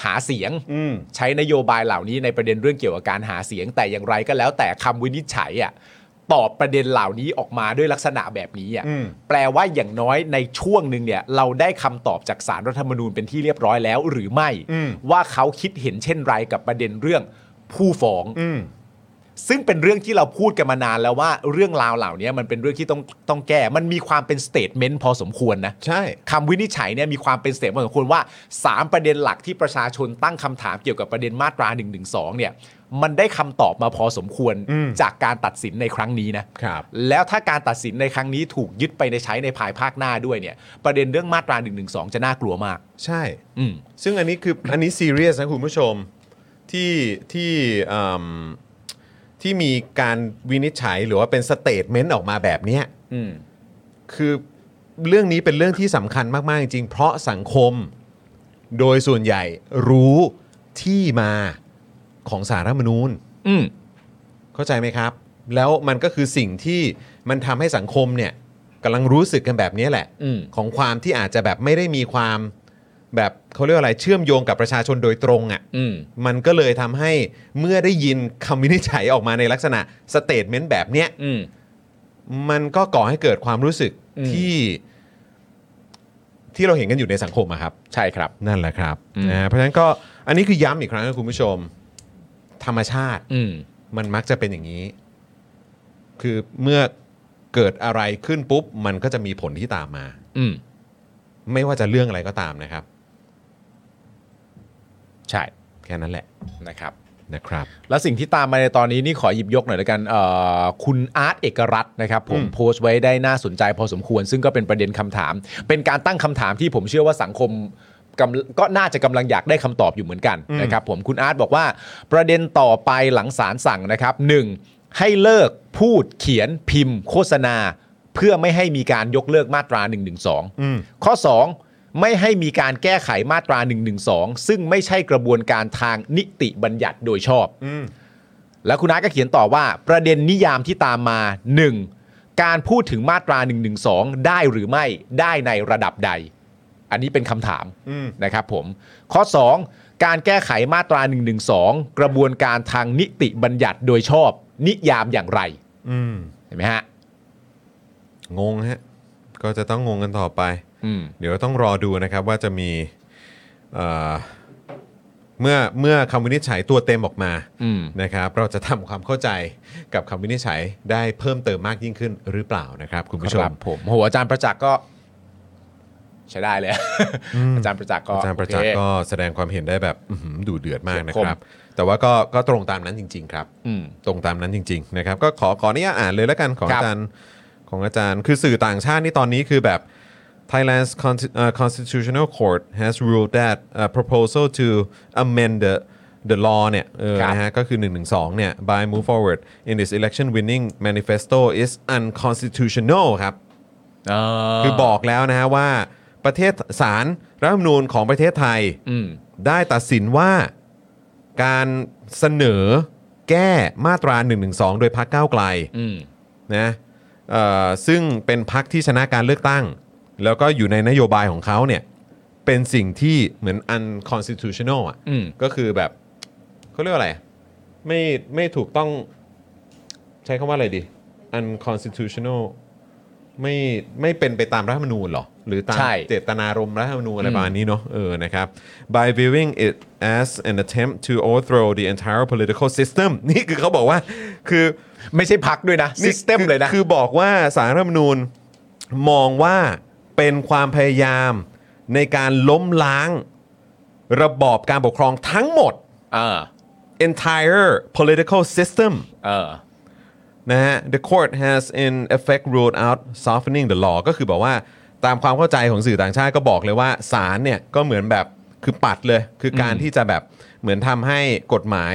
B: หาเสียง
A: อืม
B: ใช้นโยบายเหล่านี้ในประเด็นเรื่องเกี่ยวกับการหาเสียงแต่อย่างไรก็แล้วแต่คำวินิจฉัยอ่ะตอบประเด็นเหล่านี้ออกมาด้วยลักษณะแบบนี้อ่ะ
A: อืม
B: แปลว่าอย่างน้อยในช่วงหนึ่งเนี่ยเราได้คำตอบจากสารรัฐธรรมนูญเป็นที่เรียบร้อยแล้วหรือไม่
A: อืม
B: ว่าเขาคิดเห็นเช่นไรกับประเด็นเรื่องผู้ฟ้อง
A: อืม
B: ซึ่งเป็นเรื่องที่เราพูดกันมานานแล้วว่าเรื่องราวเหล่านี้มันเป็นเรื่องที่ต้องต้องแก้มันมีความเป็นสเตทเมนต์พอสมควรนะ
A: ใช่
B: คำวินิจฉัยเนี่ยมีความเป็นเสียงพอสมควรว่า 3 ประเด็นหลักที่ประชาชนตั้งคำถามเกี่ยวกับประเด็นมาตรา1นึเนี่ยมันได้คำตอบมาพอสมควร
A: อืม
B: จากการตัดสินในครั้งนี้นะครับ แล้วถ้าการตัดสินในครั้งนี้ถูกยึดไปในใช้ในภายภาคหน้าด้วยเนี่ยประเด็นเรื่องมาตรา1นึจะน่ากลัวมาก
A: ใช่
B: อืม
A: ซึ่งอันนี้คืออันนี้ซีเรียสนะคุณผู้ชมที่ที่อืมที่มีการวินิจฉัยหรือว่าเป็นสเตทเมนต์ออกมาแบบเนี้ย
B: อืม
A: คือเรื่องนี้เป็นเรื่องที่สำคัญมาก ๆ จริง เพราะสังคมโดยส่วนใหญ่รู้ที่มาของสารรัฐธรรมนูญ
B: อืม
A: เข้าใจไหมครับ แล้วมันก็คือสิ่งที่มันทำให้สังคมเนี่ยกำลังรู้สึกกันแบบนี้แหละ
B: อืม
A: ของความที่อาจจะแบบไม่ได้มีความแบบเขาเรียกว่าอะไรเชื่อมโยงกับประชาชนโดยตรงอะ่ะ
B: อืม
A: มันก็เลยทำให้เมื่อได้ยินคำวินิจฉัยออกมาในลักษณะสเตทเมนต์แบบเนี้ย
B: อืม
A: มันก็ก่อให้เกิดความรู้สึก
B: อืม
A: ที่ที่เราเห็นกันอยู่ในสังคมอะครับ
B: ใช่ครับ
A: นั่นแหละครับ
B: อืม
A: นะฮะเพราะฉะนั้นก็อันนี้คือย้ำอีกครั้งนะคุณผู้ชม ธรรมชาติ
B: อืม
A: มันมักจะเป็นอย่างนี้ คือเมื่อเกิดอะไรขึ้นปุ๊บ มันก็จะมีผลที่ตามมา
B: อืม
A: ไม่ว่าจะเรื่องอะไรก็ตามนะครับ
B: ใช่
A: แค่นั้นแหละ
B: นะครับ
A: นะครับ
B: แล้วสิ่งที่ตามมาในตอนนี้นี่ขอหยิบยกหน่อยละกันเอ่อคุณอาร์ตเอกรัตน์นะครับผ
A: อื
B: ม
A: ม
B: โพสต์ไว้ได้น่าสนใจพอสมควร ซึ่งก็เป็นประเด็นคำถาม เป็นการตั้งคำถามที่ผมเชื่อว่าสังคมกำก็น่าจะกำลังอยากได้คำตอบอยู่เหมือนกันนะครับผมคุณอาร์ตบอกว่า ประเด็นต่อไปหลังศาลสั่งนะครับหนึ่งให้เลิกพูดเขียนพิมพ์ โฆษณา เพื่อไม่ให้มีการยกเลิกมาตรา1นึข้อ 2 ไม่ให้มีการแก้ไขมาตรา1นึซึ่งไม่ใช่กระบวนการทางนิติบัญญัติโดยชอบ แล้วคุณอาร์ตก็เขียนต่อว่าประเด็นนิยามที่ตามมา 1. การพูดถึงมาตรา1นึได้หรือไม่ได้ในระดับใด อันนี้เป็นคำถามนะครับผม ข้อ 2 การแก้ไขมาตรา1นึกระบวนการทางนิติบัญญัติโดยชอบ นิยามอย่างไร
A: อืม
B: เห็นไหมฮะ
A: งงฮะ ก็จะต้องงงกันต่อไป
B: อืม
A: เดี๋ยวต้องรอดูนะครับว่าจะมีเอ่อเมื่อเมื่อคำวินิจฉัยตัวเต็มออกมา
B: อืม
A: นะครับ เราจะทำความเข้าใจกับคำวินิจฉัยได้เพิ่มเติมมากยิ่งขึ้นหรือเปล่านะครับ คุณผู้ช
B: ค
A: ม
B: รับผมโหอาจารย์ประจักษ์ก็ ใช้ได้เลย อาจารย์ประจักษ์ก็
A: อาจารย์ประจัก
B: โอ
A: ษ์
B: เค
A: ก็แสดงความเห็นได้แบบอื้อหือดูเดือดมากนะ
B: เฉียบคม
A: ครับ แต่ว่าก็ก็ตรงตามนั้นจริง ๆ ครับ
B: อืม
A: ตรงตามนั้นจริง ๆ นะครับ ก็ขอขออนุญาตอ่านเลยแล้วกันของ
B: ครับ
A: อาจารย์ของอาจารย์ คือสื่อต่างชาตินี่ตอนนี้คือแบบ Thailand's Consti- uh, Constitutional Court has ruled that a proposal to amend the the law เนี่ยเออ
B: ครับ
A: นะฮะก็คือ 112 เนี่ย by move forward in this election winning manifesto is unconstitutional ครับ
B: เ
A: คือบอกแล้วนะฮะว่า ประเทศศาลรัฐธรรมนูญของประเทศไทย
B: อืม
A: ได้ตัดสินว่าการเสนอแก้มาตรา1นึโดยพักก้าวไกล
B: อืม
A: นะเอ่อซึ่งเป็นพักที่ชนะการเลือกตั้ง แล้วก็อยู่ในนโยบายของเขาเนี่ยเป็นสิ่งที่เหมือน unconstitutional อ่ะ
B: อืม
A: ก็คือแบบเขาเรียกว่าอะไร ไม่ไม่ถูกต้องใช้คำว่าอะไรดี unconstitutional ไม่ไม่เป็นไปตามรัฐธรรมนูญเหรอ หรือตาม
B: ใช่
A: เจตนารมณ์รัฐธรรมนูญอะไรประมาณนี้เนาะเออนะครับ by viewing it as an attempt to overthrow the entire political system นี่คือเขาบอกว่าคือ
B: ไม่ใช่พักด้วยนะ s ิสเต็ม
A: คือ
B: เลยนะ
A: คือบอกว่าสารรัฐธรรมนูญมองว่าเป็นความพยายามในการล้มล้างระบอบการปกครองทั้งหมด
B: เออ
A: entire political system
B: เออ
A: นะฮะ the court has in effect ruled out softening the law ก็คือบอกว่าตามความเข้าใจของสื่อต่างชาติก็บอกเลยว่าศาลเนี่ยก็เหมือนแบบคือปัดเลย คือการที่จะแบบเหมือนทำให้กฎหมาย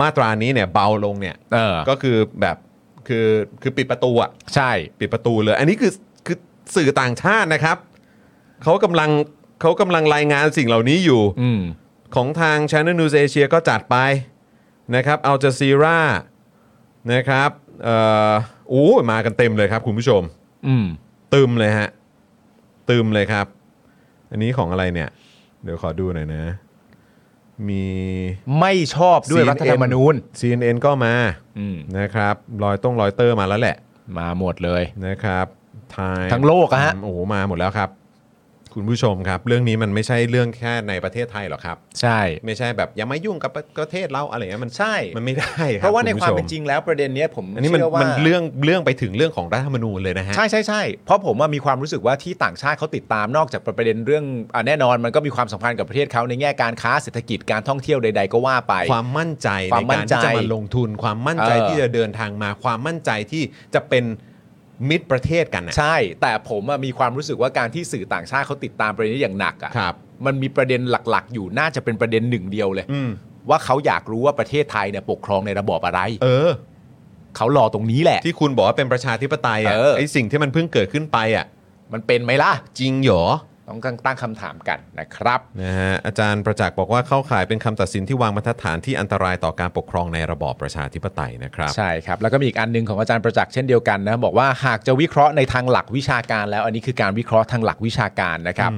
A: มาตรานี้เนี่ยเบาลงเนี่ย
B: เออ
A: ก็คือแบบคือคือปิดประตูอะ
B: ใช่
A: ปิดประตูเลย อันนี้คือคือสื่อต่างชาตินะครับ เขากำลังเขากำลังรายงานสิ่งเหล่านี้อยู่
B: อืม
A: ของทาง Channel News Asia ก็จัดไปนะครับ a l j a z e e r a นะครับเอ่อโอ้ยมากันเต็มเลยครับคุณผู้ชม
B: อืม
A: ตึมเลยฮะ ตึมเลยครับ อันนี้ของอะไรเนี่ย เดี๋ยวขอดูหน่อยนะ มี
B: ไม่ชอบด้วย
A: CNN
B: รัฐธรรมนูญ
A: CNN ก็มา
B: อืม
A: นะครับรอยต้องรอยเตอร์มาแล้วแหละ
B: มาหมดเลย
A: นะครับไทย
B: ทั้งโลกอะฮะ
A: โอ้โหมาหมดแล้วครับ คุณผู้ชมครับ เรื่องนี้มันไม่ใช่เรื่องแค่ในประเทศไทยหรอกครับ
B: ใช่
A: ไม่ใช่แบบอย่ามายุ่งกับประเทศเราอะไรเงี้ยมัน
B: ใช่
A: มันไม่ได้ครับ
B: เพราะว่าใน
A: ณ
B: ค
A: ผู้
B: วาม
A: ช
B: เป็นจริงแล้วประเด็นเนี้ยผม
A: อันนี้มัน
B: เชื่อว่า
A: มันเรื่องเรื่องไปถึงเรื่องของรัฐธรรมนูญเลยนะฮะ
B: ใช่ใช่ใช่เพราะผมว่ามีความรู้สึกว่าที่ต่างชาติเขาติดตามนอกจากประเด็นเรื่องอะแน่นอนมันก็มีความสัมพันธ์กับประเทศเขาในแง่การค้าเศรษฐกิจการท่องเที่ยวใด ๆ ก็ว่าไป
A: ความมั่นใจ
B: ค
A: ใน
B: วามมั่
A: การ
B: นใจ
A: ที่จะมาลงทุนความมั่นใจ
B: เออ
A: ที่จะเดินทางมาความมั่นใจที่จะเป็นมิตรประเทศกันนะ
B: ใช่ แต่ผมอะมีความรู้สึกว่าการที่สื่อต่างชาติเขาติดตามประเด็นนี้อย่างหนัก
A: ค
B: อะ่ะ
A: รับ
B: มันมีประเด็นหลักๆ อยู่น่าจะเป็นประเด็นหนึ่งเดียวเลย
A: อืม
B: ว่าเขาอยากรู้ว่าประเทศไทยเนี่ยปกครองในระบอบอะไร
A: เออ
B: เขารอตรงนี้แหละ
A: ที่คุณบอกว่าเป็นประชาธิปไตยอ่ะ
B: เออ
A: ไอสิ่งที่มันเพิ่งเกิดขึ้นไปอ่ะ
B: มันเป็นไหมล่ะ
A: จริงเหรอ
B: ต้องตั้งคำถามกันนะครับ
A: นะฮะอาจารย์ประจักษ์บอกว่าเข้าข่ายเป็นคำตัดสินที่วางบรรทัดฐานที่อันตรายต่อการปกครองในระบอบประชาธิปไตยนะครับ
B: ใช่ครับ แล้วก็มีอีกอันหนึงของอาจารย์ประจักษ์เช่นเดียวกันนะบอกว่าหากจะวิเคราะห์ในทางหลักวิชาการแล้ว อันนี้คือการวิเคราะห์ทางหลักวิชาการนะครับ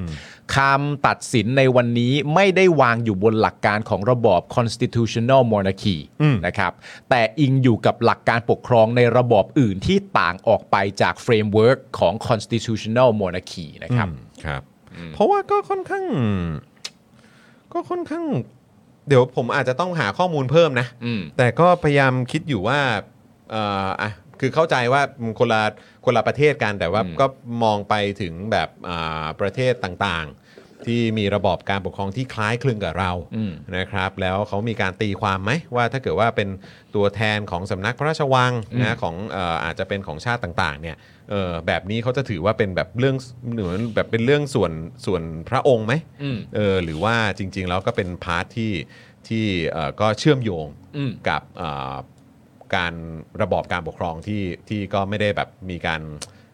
B: คำตัดสินในวันนี้ไม่ได้วางอยู่บนหลักการของระบอบ constitutional monarchy
A: อืม
B: นะครับแต่อิงอยู่กับหลักการปกครองในระบอบอื่นที่ต่างออกไปจาก framework ของ constitutional monarchy นะครับ
A: อืมครับ เพราะว่าก็ค่อนข้าง ก็ค่อนข้าง เดี๋ยวผมอาจจะต้องหาข้อมูลเพิ่มนะ
B: อืม
A: แต่ก็พยายามคิดอยู่ว่าเอ่ออ่ะคือเข้าใจว่ามันคนละคนละประเทศกัน แต่ว่า
B: อืม
A: ก็มองไปถึงแบบอ่าประเทศต่างๆ ที่มีระบอบการปกครองที่คล้ายคลึงกับเรา
B: อืม
A: นะครับ แล้วเขามีการตีความไหมว่าถ้าเกิดว่าเป็นตัวแทนของสำนักพระราชวัง
B: อืม
A: นะของเอ่ออาจจะเป็นของชาติต่างๆเนี่ยเอ่อแบบนี้เขาจะถือว่าเป็นแบบเรื่องเหมือนแบบเป็นเรื่องส่วนส่วนพระองค์ไหม
B: อืม
A: เออหรือว่าจริงๆแล้วก็เป็นพาร์ทที่ที่เอ่อก็เชื่อมโยง
B: อืม
A: กับเอ่อการระบอบการปกครองที่ที่ก็ไม่ได้แบบมีการ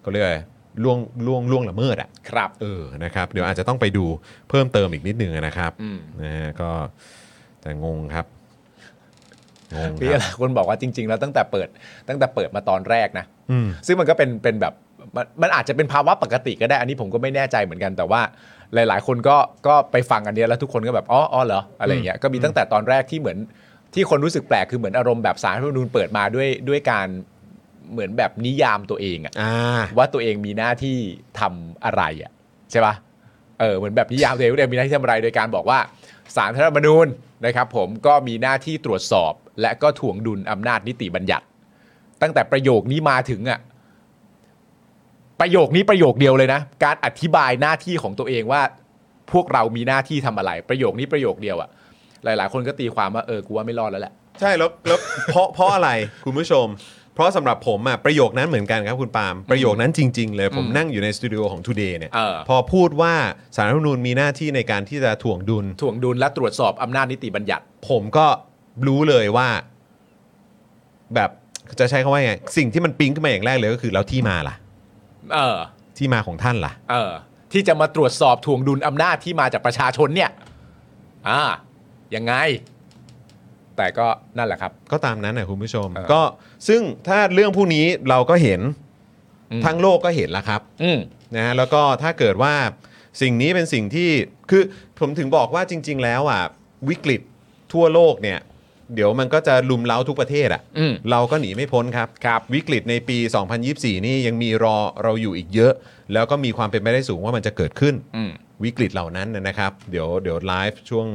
A: เขาเรียกอะไรล่วงล่วงล่วงละเมิดอ่ะ
B: ครับ
A: เออ นะครับ เดี๋ยวอาจจะต้องไปดูเพิ่มเติมอีกนิดนึงนะครับ
B: อืม
A: นะฮะ ก็แต่งงครับ งง
B: พี่
A: ค
B: ห
A: รับ
B: ลายคนบอกว่าจริง ๆ แล้วตั้งแต่เปิดตั้งแต่เปิดมาตอนแรกนะ
A: อืม
B: ซึ่งมันก็เป็นเป็นแบบมันมันอาจจะเป็นภาวะปกติก็ได้ อันนี้ผมก็ไม่แน่ใจเหมือนกันแต่ว่าหลาย ๆ คนก็ก็ไปฟังอันเนี้ยแล้วทุกคนก็แบบอ๋ออ๋อเหรออะไรเงี้ยก็มีตั้งแต่ตอนแรกที่เหมือนที่คนรู้สึกแปลกคือเหมือนอารมณ์แบบสารรัฐธรรมนูญเปิดมาด้วยด้วยการเหมือนแบบนิยามตัวเองอะ
A: อ่า
B: ว่าตัวเองมีหน้าที่ทำอะไรอะใช่ปะเออเหมือนแบบนิยามตัวเองว่าตัวเองมีหน้าที่ทำอะไร โดยการบอกว่าสารรัฐธรรมนูญนะครับผมก็มีหน้าที่ตรวจสอบ และก็ถ่วงดุลอำนาจนิติบัญญัติ ตั้งแต่ประโยคนี้มาถึงอ่ะ ประโยคนี้ประโยคเดียวเลยนะ การอธิบายหน้าที่ของตัวเองว่า พวกเรามีหน้าที่ทำอะไร ประโยคนี้ประโยคเดียวอะหลาย ๆ คนก็ตีความว่าเออกูว่าไม่รอดแล้วแหละ
A: ใช่แล้วแล้ว เพราะเพราะอะไรคุณผู้ชม เพราะสำหรับผมอะประโยคนั้นเหมือนกันครับคุณปาล์มประโยคนั้นจริง ๆ เลยผมนั่งอยู่ในสตูดิโอของ Today เนี่ย
B: เออ
A: พอพูดว่าสารรัฐธรรมนูญมีหน้าที่ในการที่จะถ่วงดุล
B: ถ่วงดุลและตรวจสอบอำนาจนิติบัญญัติ
A: ผมก็รู้เลยว่า แบบจะใช้คำว่าไงสิ่งที่มันปิ๊งขึ้นมาอย่างแรกเลยก็คือแล้วที่มาล่ะ
B: เออ
A: ที่มาของท่านล่ะ
B: เออ ที่จะมาตรวจสอบทวงดุลอำนาจที่มาจากประชาชนเนี่ย อ่า ยังไง แต่ก็นั่นแหละครับ
A: ก็ตามนั้นนะคุณผู้ชม
B: เออ
A: ก็ซึ่งถ้าเรื่องพวกนี้เราก็เห็น
B: อืม
A: ทั้งโลกก็เห็นละครับ
B: อืม
A: นะฮะแล้วก็ถ้าเกิดว่าสิ่งนี้เป็นสิ่งที่คือผมถึงบอกว่าจริง ๆ แล้วอ่ะวิกฤตทั่วโลกเนี่ย เดี๋ยวมันก็จะลุมเล้าทุกประเทศอ่ะ
B: อืม
A: เราก็หนีไม่พ้นครับ
B: ครับ
A: วิกฤตในปี 2024 นี่ยังมีรอเราอยู่อีกเยอะ แล้วก็มีความเป็นไปได้สูงว่ามันจะเกิดขึ้น
B: อืม
A: วิกฤตเหล่านั้นนะครับ เดี๋ยวเดี๋ยวไลฟ์ช่วง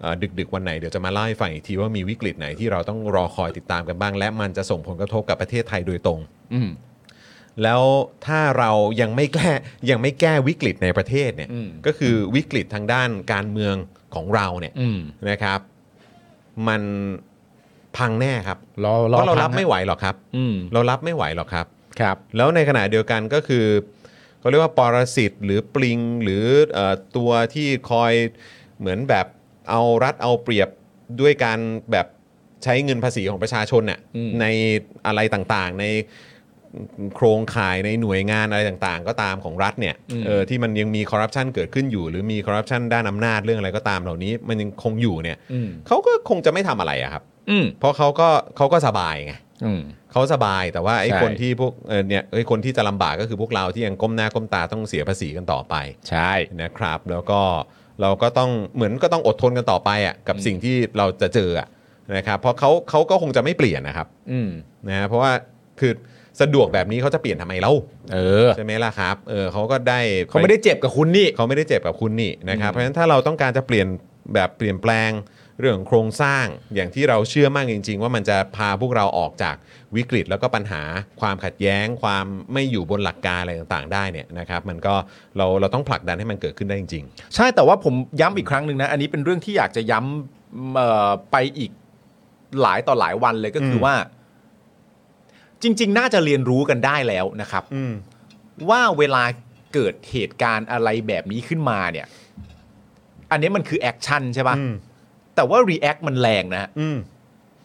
A: เอ่อดึก ๆ วันไหนเดี๋ยวจะมาเล่าให้ฟังอีกทีว่ามีวิกฤตไหนที่เราต้องรอคอยติดตามกันบ้าง และมันจะส่งผลกระทบกับประเทศไทยโดยตรง
B: อืม
A: แล้วถ้าเรายังไม่แก้ยังไม่แก้วิกฤตในประเทศเนี่ย
B: อืม
A: ก็คือวิกฤตทางด้านการเมืองของเราเนี่ย
B: อืม
A: นะครับ มันพังแน่ครับ
B: รอ
A: เพ
B: อ
A: ราะเรา
B: พัง
A: รับไม่ไหวหรอกครับ
B: อืม
A: เรารับไม่ไหวหรอกครับ
B: ครับ
A: แล้วในขณะเดียวกันก็คือเขาเรียกว่าปรสิตหรือปลิงหรือเออตัวที่คอยเหมือนแบบเอารัดเอาเปรียบด้วยการแบบใช้เงินภาษีของประชาชนน่ะ
B: อืม
A: ในอะไรต่างๆ ในโครงข่ายในหน่วยงานอะไรต่างๆ ก็ตามของรัฐเนี่ยเออที่มันยังมีคอร์รัปชันเกิดขึ้นอยู่ หรือมีคอร์รัปชันด้านอำนาจเรื่องอะไรก็ตามเหล่านี้ มันยังคงอยู่เนี่ย
B: อืม
A: เขาก็คงจะไม่ทำอะไรอะครับ
B: อืม
A: เพราะเขาก็เขาก็สบายไง
B: อืม
A: เขาสบายแต่ว่าไอ้
B: ใช่
A: คนที่พวกเอ่อเนี่ยไอ้คนที่จะลำบากก็คือพวกเราที่ยังก้มหน้าก้มตาต้องเสียภาษีกันต่อไป
B: ใช่
A: นะครับ แล้วก็เราก็ต้องเหมือนก็ต้องอดทนกันต่อไปอ่ะกับ
B: อืม
A: สิ่งที่เราจะเจออ่ะนะครับเพราะเขาเขาก็คงจะไม่เปลี่ยนนะครับ
B: อืม
A: นะฮะเพราะว่าคือสะดวกแบบนี้เขาจะเปลี่ยนทำไมเล่า
B: เออ
A: ใช่ไหมล่ะครับเออเขาก็ได้ป
B: เขาไม่ได้เจ็บกับคุณนี่
A: เขาไม่ได้เจ็บกับคุณนี่นะครับ
B: อืม
A: เพราะฉะนั้นถ้าเราต้องการจะเปลี่ยนแบบเปลี่ยนแปลงเรื่องของโครงสร้าง อย่างที่เราเชื่อมากจริง ๆ ว่ามันจะพาพวกเราออกจากวิกฤตแล้วก็ปัญหาความขัดแย้ง ความไม่อยู่บนหลักการอะไรต่างๆ ได้เนี่ยนะครับ มันก็เราเราต้องผลักดันให้มันเกิดขึ้นได้จริง
B: ใช่แต่ว่าผมย้ำอีกครั้งหนึ่งนะ อันนี้เป็นเรื่องที่อยากจะย้ำเอ่อไปอีกหลายต่อหลายวันเลยก็คืออ
A: ม
B: ว่า จริง ๆ น่าจะเรียนรู้กันได้แล้วนะครับ
A: ๆ อืม
B: ว่าเวลาเกิดเหตุการณ์อะไรแบบนี้ขึ้นมาเนี่ย อันนี้มันคือแอคชั่นใช่ป่ะ
A: อืม
B: แต่ว่ารีแอคมันแรงนะฮะ
A: อืม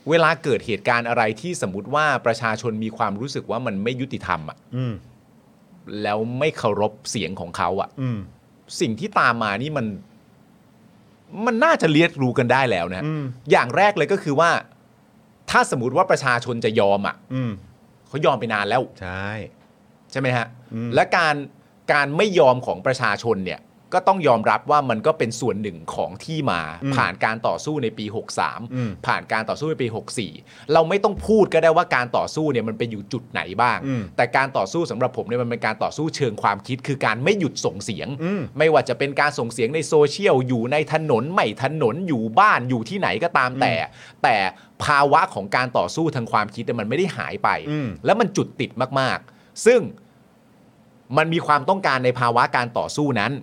B: เวลาเกิดเหตุการณ์อะไรที่สมมติว่าประชาชนมีความรู้สึกว่ามันไม่ยุติธรรมอะ
A: อืม
B: แล้วไม่เคารพเสียงของเขาอะ
A: อืม
B: สิ่งที่ตามมานี่มัน มันน่าจะเรียนรู้กันได้แล้วนะฮะ
A: อืม
B: อย่างแรกเลยก็คือว่า ถ้าสมมติว่าประชาชนจะยอมอ่ะ
A: อืม
B: เขายอมไปนานแล้ว
A: ใช่
B: ใช่ไหมฮะ
A: อืม
B: และการการไม่ยอมของประชาชนเนี่ย ก็ต้องยอมรับว่ามันก็เป็นส่วนหนึ่งของที่มา ผ่านการต่อสู้ในปี
A: อืม
B: 63 ผ่านการต่อสู้ในปี 64 เราไม่ต้องพูดก็ได้ว่าการต่อสู้เนี่ยมันไปอยู่จุดไหนบ้าง
A: อืม
B: แต่การต่อสู้สำหรับผมเนี่ยมันเป็นการต่อสู้เชิงความคิด คือการไม่หยุดส่งเสียง
A: อืม
B: ไม่ว่าจะเป็นการส่งเสียงในโซเชียลอยู่ในถนนไม่ถนนอยู่บ้านอยู่ที่ไหนก็ตามแต่ แต่ภาวะของการต่อสู้ทางความคิดเนี่ยมันไม่ได้หายไป
A: อืม
B: แล้วมันจุดติดมาก ๆ ซึ่งมันมีความต้องการในภาวะการต่อสู้นั้น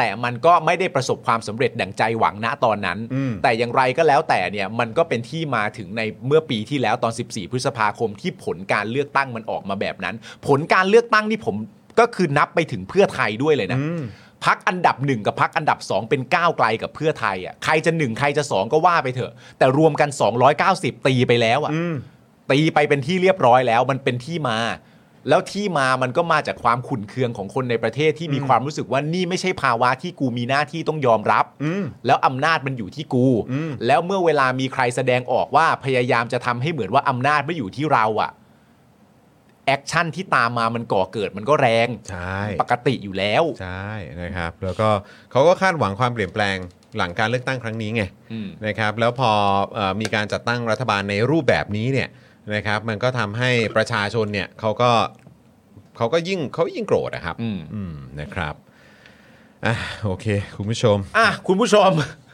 B: แต่มันก็ไม่ได้ประสบความสำเร็จดั่งใจหวังณตอนนั้น
A: อืม
B: แต่อย่างไรก็แล้วแต่เนี่ยมันก็เป็นที่มาถึงในเมื่อปีที่แล้วตอน 14 พฤษภาคมที่ผลการเลือกตั้งมันออกมาแบบนั้น ผลการเลือกตั้งนี่ผมก็คือนับไปถึงเพื่อไทยด้วยเลยนะ
A: อืม
B: พักอันดับหนึ่งกับพักอันดับสองเป็นก้าวไกลกับเพื่อไทยอ่ะใครจะหนึ่งใครจะสองก็ว่าไปเถอะ แต่รวมกัน 290 ตีไปแล้วอ่ะ
A: อืม
B: ตีไปเป็นที่เรียบร้อยแล้วมันเป็นที่มา แล้วที่มามันก็มาจากความขุ่นเคืองของคนในประเทศที่มีความรู้สึกว่านี่ไม่ใช่ภาวะที่กูมีหน้าที่ต้องยอมรับ
A: อืม
B: แล้วอำนาจมันอยู่ที่กู
A: อืม
B: แล้วเมื่อเวลามีใครแสดงออกว่าพยายามจะทำให้เหมือนว่าอำนาจไม่อยู่ที่เราอะแอคชั่นที่ตามมามันก่อเกิดมันก็แรง
A: ใช่
B: ปกติอยู่แล้ว
A: ใช่นะครับ แล้วก็เขาก็คาดหวังความเปลี่ยนแปลงหลังการเลือกตั้งครั้งนี้ไง
B: อืม
A: นะครับแล้วพอเออมีการจัดตั้งรัฐบาลในรูปแบบนี้เนี่ยนะครับมันก็ทำให้ประชาชนเนี่ยเขาก็เขาก็ยิ่งเขายิ่งโกรธนะครับ
B: อืม
A: อืมนะครับอ่ะโอเค คุณผู้ชม
B: อ่ะคุณผู้ชม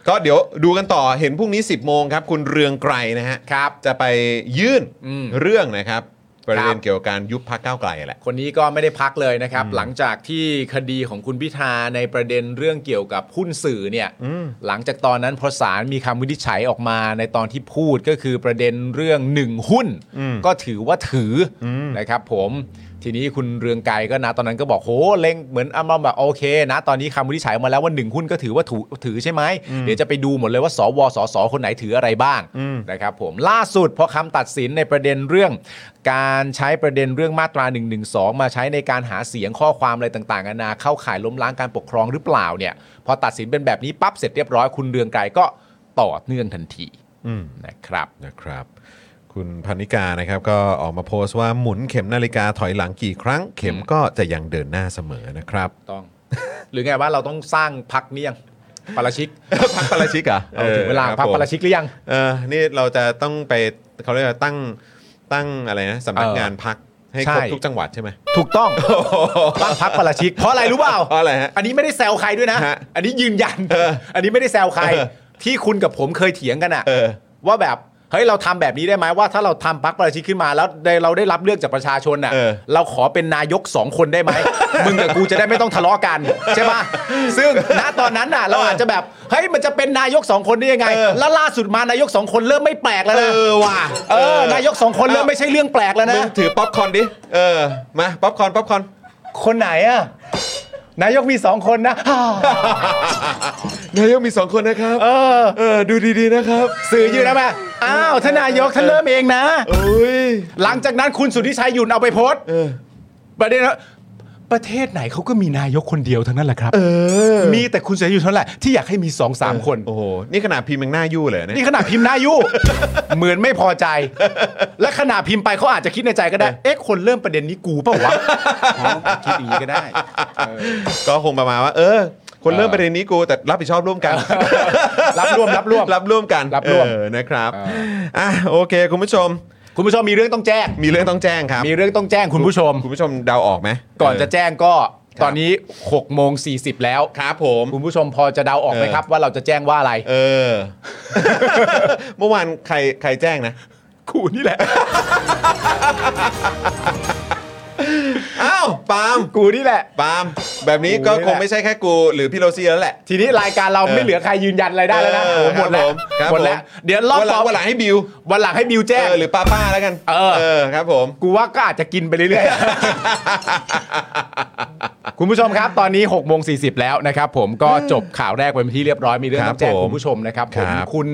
A: ก็เดี๋ยวดูกันต่อเห็นพรุ่งนี้ 10 โมงครับ คุณเรืองไกรนะฮะ
B: ครับ
A: จะไปยื่น
B: อืม
A: เรื่องนะครับ ประเด็น
B: ครับ
A: เกี่ยวกับการยุบพักก้าวไกลแหละ
B: คนนี้ก็ไม่ได้พักเลยนะครับ หลังจากที่คดีของคุณพิธาในประเด็นเรื่องเกี่ยวกับหุ้นสื่อเนี่ย
A: อืม
B: หลังจากตอนนั้นพอศาลมีคำวินิจฉัยออกมาในตอนที่พูดก็คือประเด็นเรื่องหนึ่งหุ้น ก็ถือว่าถืออนะครับผม ทีนี้คุณเรืองไกรก็นะตอนนั้นก็บอกโหเล็งเหมือนอารมณ์แบบโอเคนะ ตอนนี้คำวินิจฉัยออกมาแล้วว่าหนึ่งหุ้นก็ถือว่าถูกถือใช่ไหมเดี๋ยวจะไปดูหมดเลยว่าสวสสคนไหนถืออะไรบ้างนะครับผมล่าสุดพอคำตัดสินในประเด็นเรื่อง การใช้ประเด็นเรื่องมาตรา1นึมาใช้ในการหาเสียงข้อความอะไรต่างๆนานาเข้าข่ายล้มล้างการปกครองหรือเปล่าเนี่ยพอตัดสินเป็นแบบนี้ปั๊บเสร็จเรียบร้อยคุณเรืองไกรก็ต่อเนื่องทันที
A: อืม
B: นะครับ
A: นะครับ คุณพนิกานะครับก็ออกมาโพสต์ว่าหมุนเข็มนาฬิกาถอยหลังกี่ครั้ง เข็ม
B: อืม
A: ก็จะยังเดินหน้าเสมอนะครับ
B: ต้อง หรือไงว่าเราต้องสร้างพักนี้ยังปาราชิก
A: พักปาราชิกเหรอ่ะ
B: เอาถึงเวลาพักปาราชิกหรือยัง
A: เออนี่เราจะต้องไปเขาเรียกว่าตั้งตั้งอะไรนะสำนักงานพักให้ครบ
B: ใช่
A: ทุกจังหวัดใช่ไหม
B: ถูกต้อง ตั้งพักปาราชิก เพราะอะไรรู้เปล่า
A: เพราะอะไรฮะ
B: อันนี้ไม่ได้แซวใครด้วยนะ
A: ฮะ
B: อันนี้ยืนยัน
A: เออ
B: อันนี้ไม่ได้แซวใคร
A: เออ
B: ที่คุณกับผมเคยเถียงกันอะ
A: เออ
B: ว่าแบบ เฮ้ยเราทำแบบนี้ได้ไหมว่าถ้าเราทำพักประชาชิกขึ้นมาแล้วได้เราได้รับเลือกจากประชาชนอ่ะ
A: เออ
B: เราขอเป็นนายกสองคนได้ ไหม มึงกับกูจะได้ไม่ต้องทะเลาะกัน ใช่ปะ ซึ่งณตอนนั้นน่ะ เราอาจจะแบบเฮ้ยมันจะเป็นนายกสองคนได้ยังไง แล้วล่าสุดมานายกสองคนเริ่มไม่แปลกแล้ว
A: เอ
B: นะ
A: อว่ะ
B: เออนายกสองคนเริ่มไม่ใช่เรื่องแปลกแล้ว
A: มึ
B: นะ
A: งถือป๊อปคอร์นดิเออมาป๊อปคอร์นป๊อปคอร์น
B: คนไหนอ่ะนายกมีสองคนนะ
A: นายกมีสองคนนะครับ
B: เออ
A: เออดูดีๆนะครับ
B: สื่อยืนนะแม่อ้าวท่านนายกท่านเริ่มเองนะ
A: โอ้ย
B: หลังจากนั้นคุณสุทธิชัยหยุ่นเอาไปโพสต์
A: เออ
B: ประเด็นว่าประเทศไหนเขาก็มีนายกคนเดียวทั้งนั้นแหละครับ
A: เออ
B: มีแต่คุณสุทธิชัยหยุ่นเท่านั้นแหละที่อยากให้มีสองสามคน
A: โอ้โหนี่ขนาดพิมพ์ยังหน้ายู่เลยเนี่ย
B: นี่ขนาดพิมพ์หน้ายุ เหมือนไม่พอใจ และขนาดพิมพ์ไปเขาอาจจะคิดในใจก็ได้ เอ๊ะคนเริ่มประเด็นนี้กูเปล่าวะอ๋อคิดอย่างนี้ก็ได้
A: ก็คงประมาณว่า เออ คนเริ่มประเด็นนี้กูแต่รับผิดชอบร่วมกัน
B: รับร่วมรับร่วม
A: รับร่วมกัน
B: รับร่วม
A: เออนะครับอ่ะโอเค คุณผู้ชม
B: คุณผู้ชมมีเรื่องต้องแจ้ง
A: มีเรื่องต้องแจ้งครับ
B: มีเรื่องต้องแจ้งคุณผู้ชม
A: คุณผู้ชมเดาออกไหม
B: ก่อนจะ
A: เ
B: แจ้งก็
A: ครับ
B: ตอนนี้6โมง40 แล้ว
A: ครับผม
B: คุณผู้ชมพอจะเดาออกไหม
A: เออ
B: ครับว่าเราจะแจ้งว่าอะไร
A: เออ เมื่อวานใครใครแจ้งนะ
B: กูนี่แหละ
A: อ้าวปาล์ม
B: กูนี่แหละ
A: ปาล์มแบบนี้ก็คงไม่ใช่แค่กู หรือพี่โรซี่แล้วแหละ
B: ทีนี้รายการเรา
A: เออ
B: ไม่เหลือใครยืนยันอะไรได้แล้วนะ
A: เออ
B: โอ้โหหมดแล้ว
A: ครับ
B: หม
A: ผ
B: ด
A: ม
B: แล้ว เดี๋ยว
A: วันห
B: รอบต่
A: ลั
B: อง
A: วันหลังให้บิว
B: วันหลังให้บิวแจ้ง
A: เออหรือป้าป้าแล้วกัน
B: เออ
A: ครับผม
B: กูว่าก็อาจจะกินไปเรื่อย ๆ คุณผู้ชมครับ ตอนนี้6กโมงสีแล้วนะครับผมก็จบข่าวแรกไปเป็นที่เรียบร้อยมีเรื่อง
A: ครับ
B: ต้องแจ้ง
A: ผม
B: คุณผู้ชมนะครับผม
A: ครับ
B: คุณ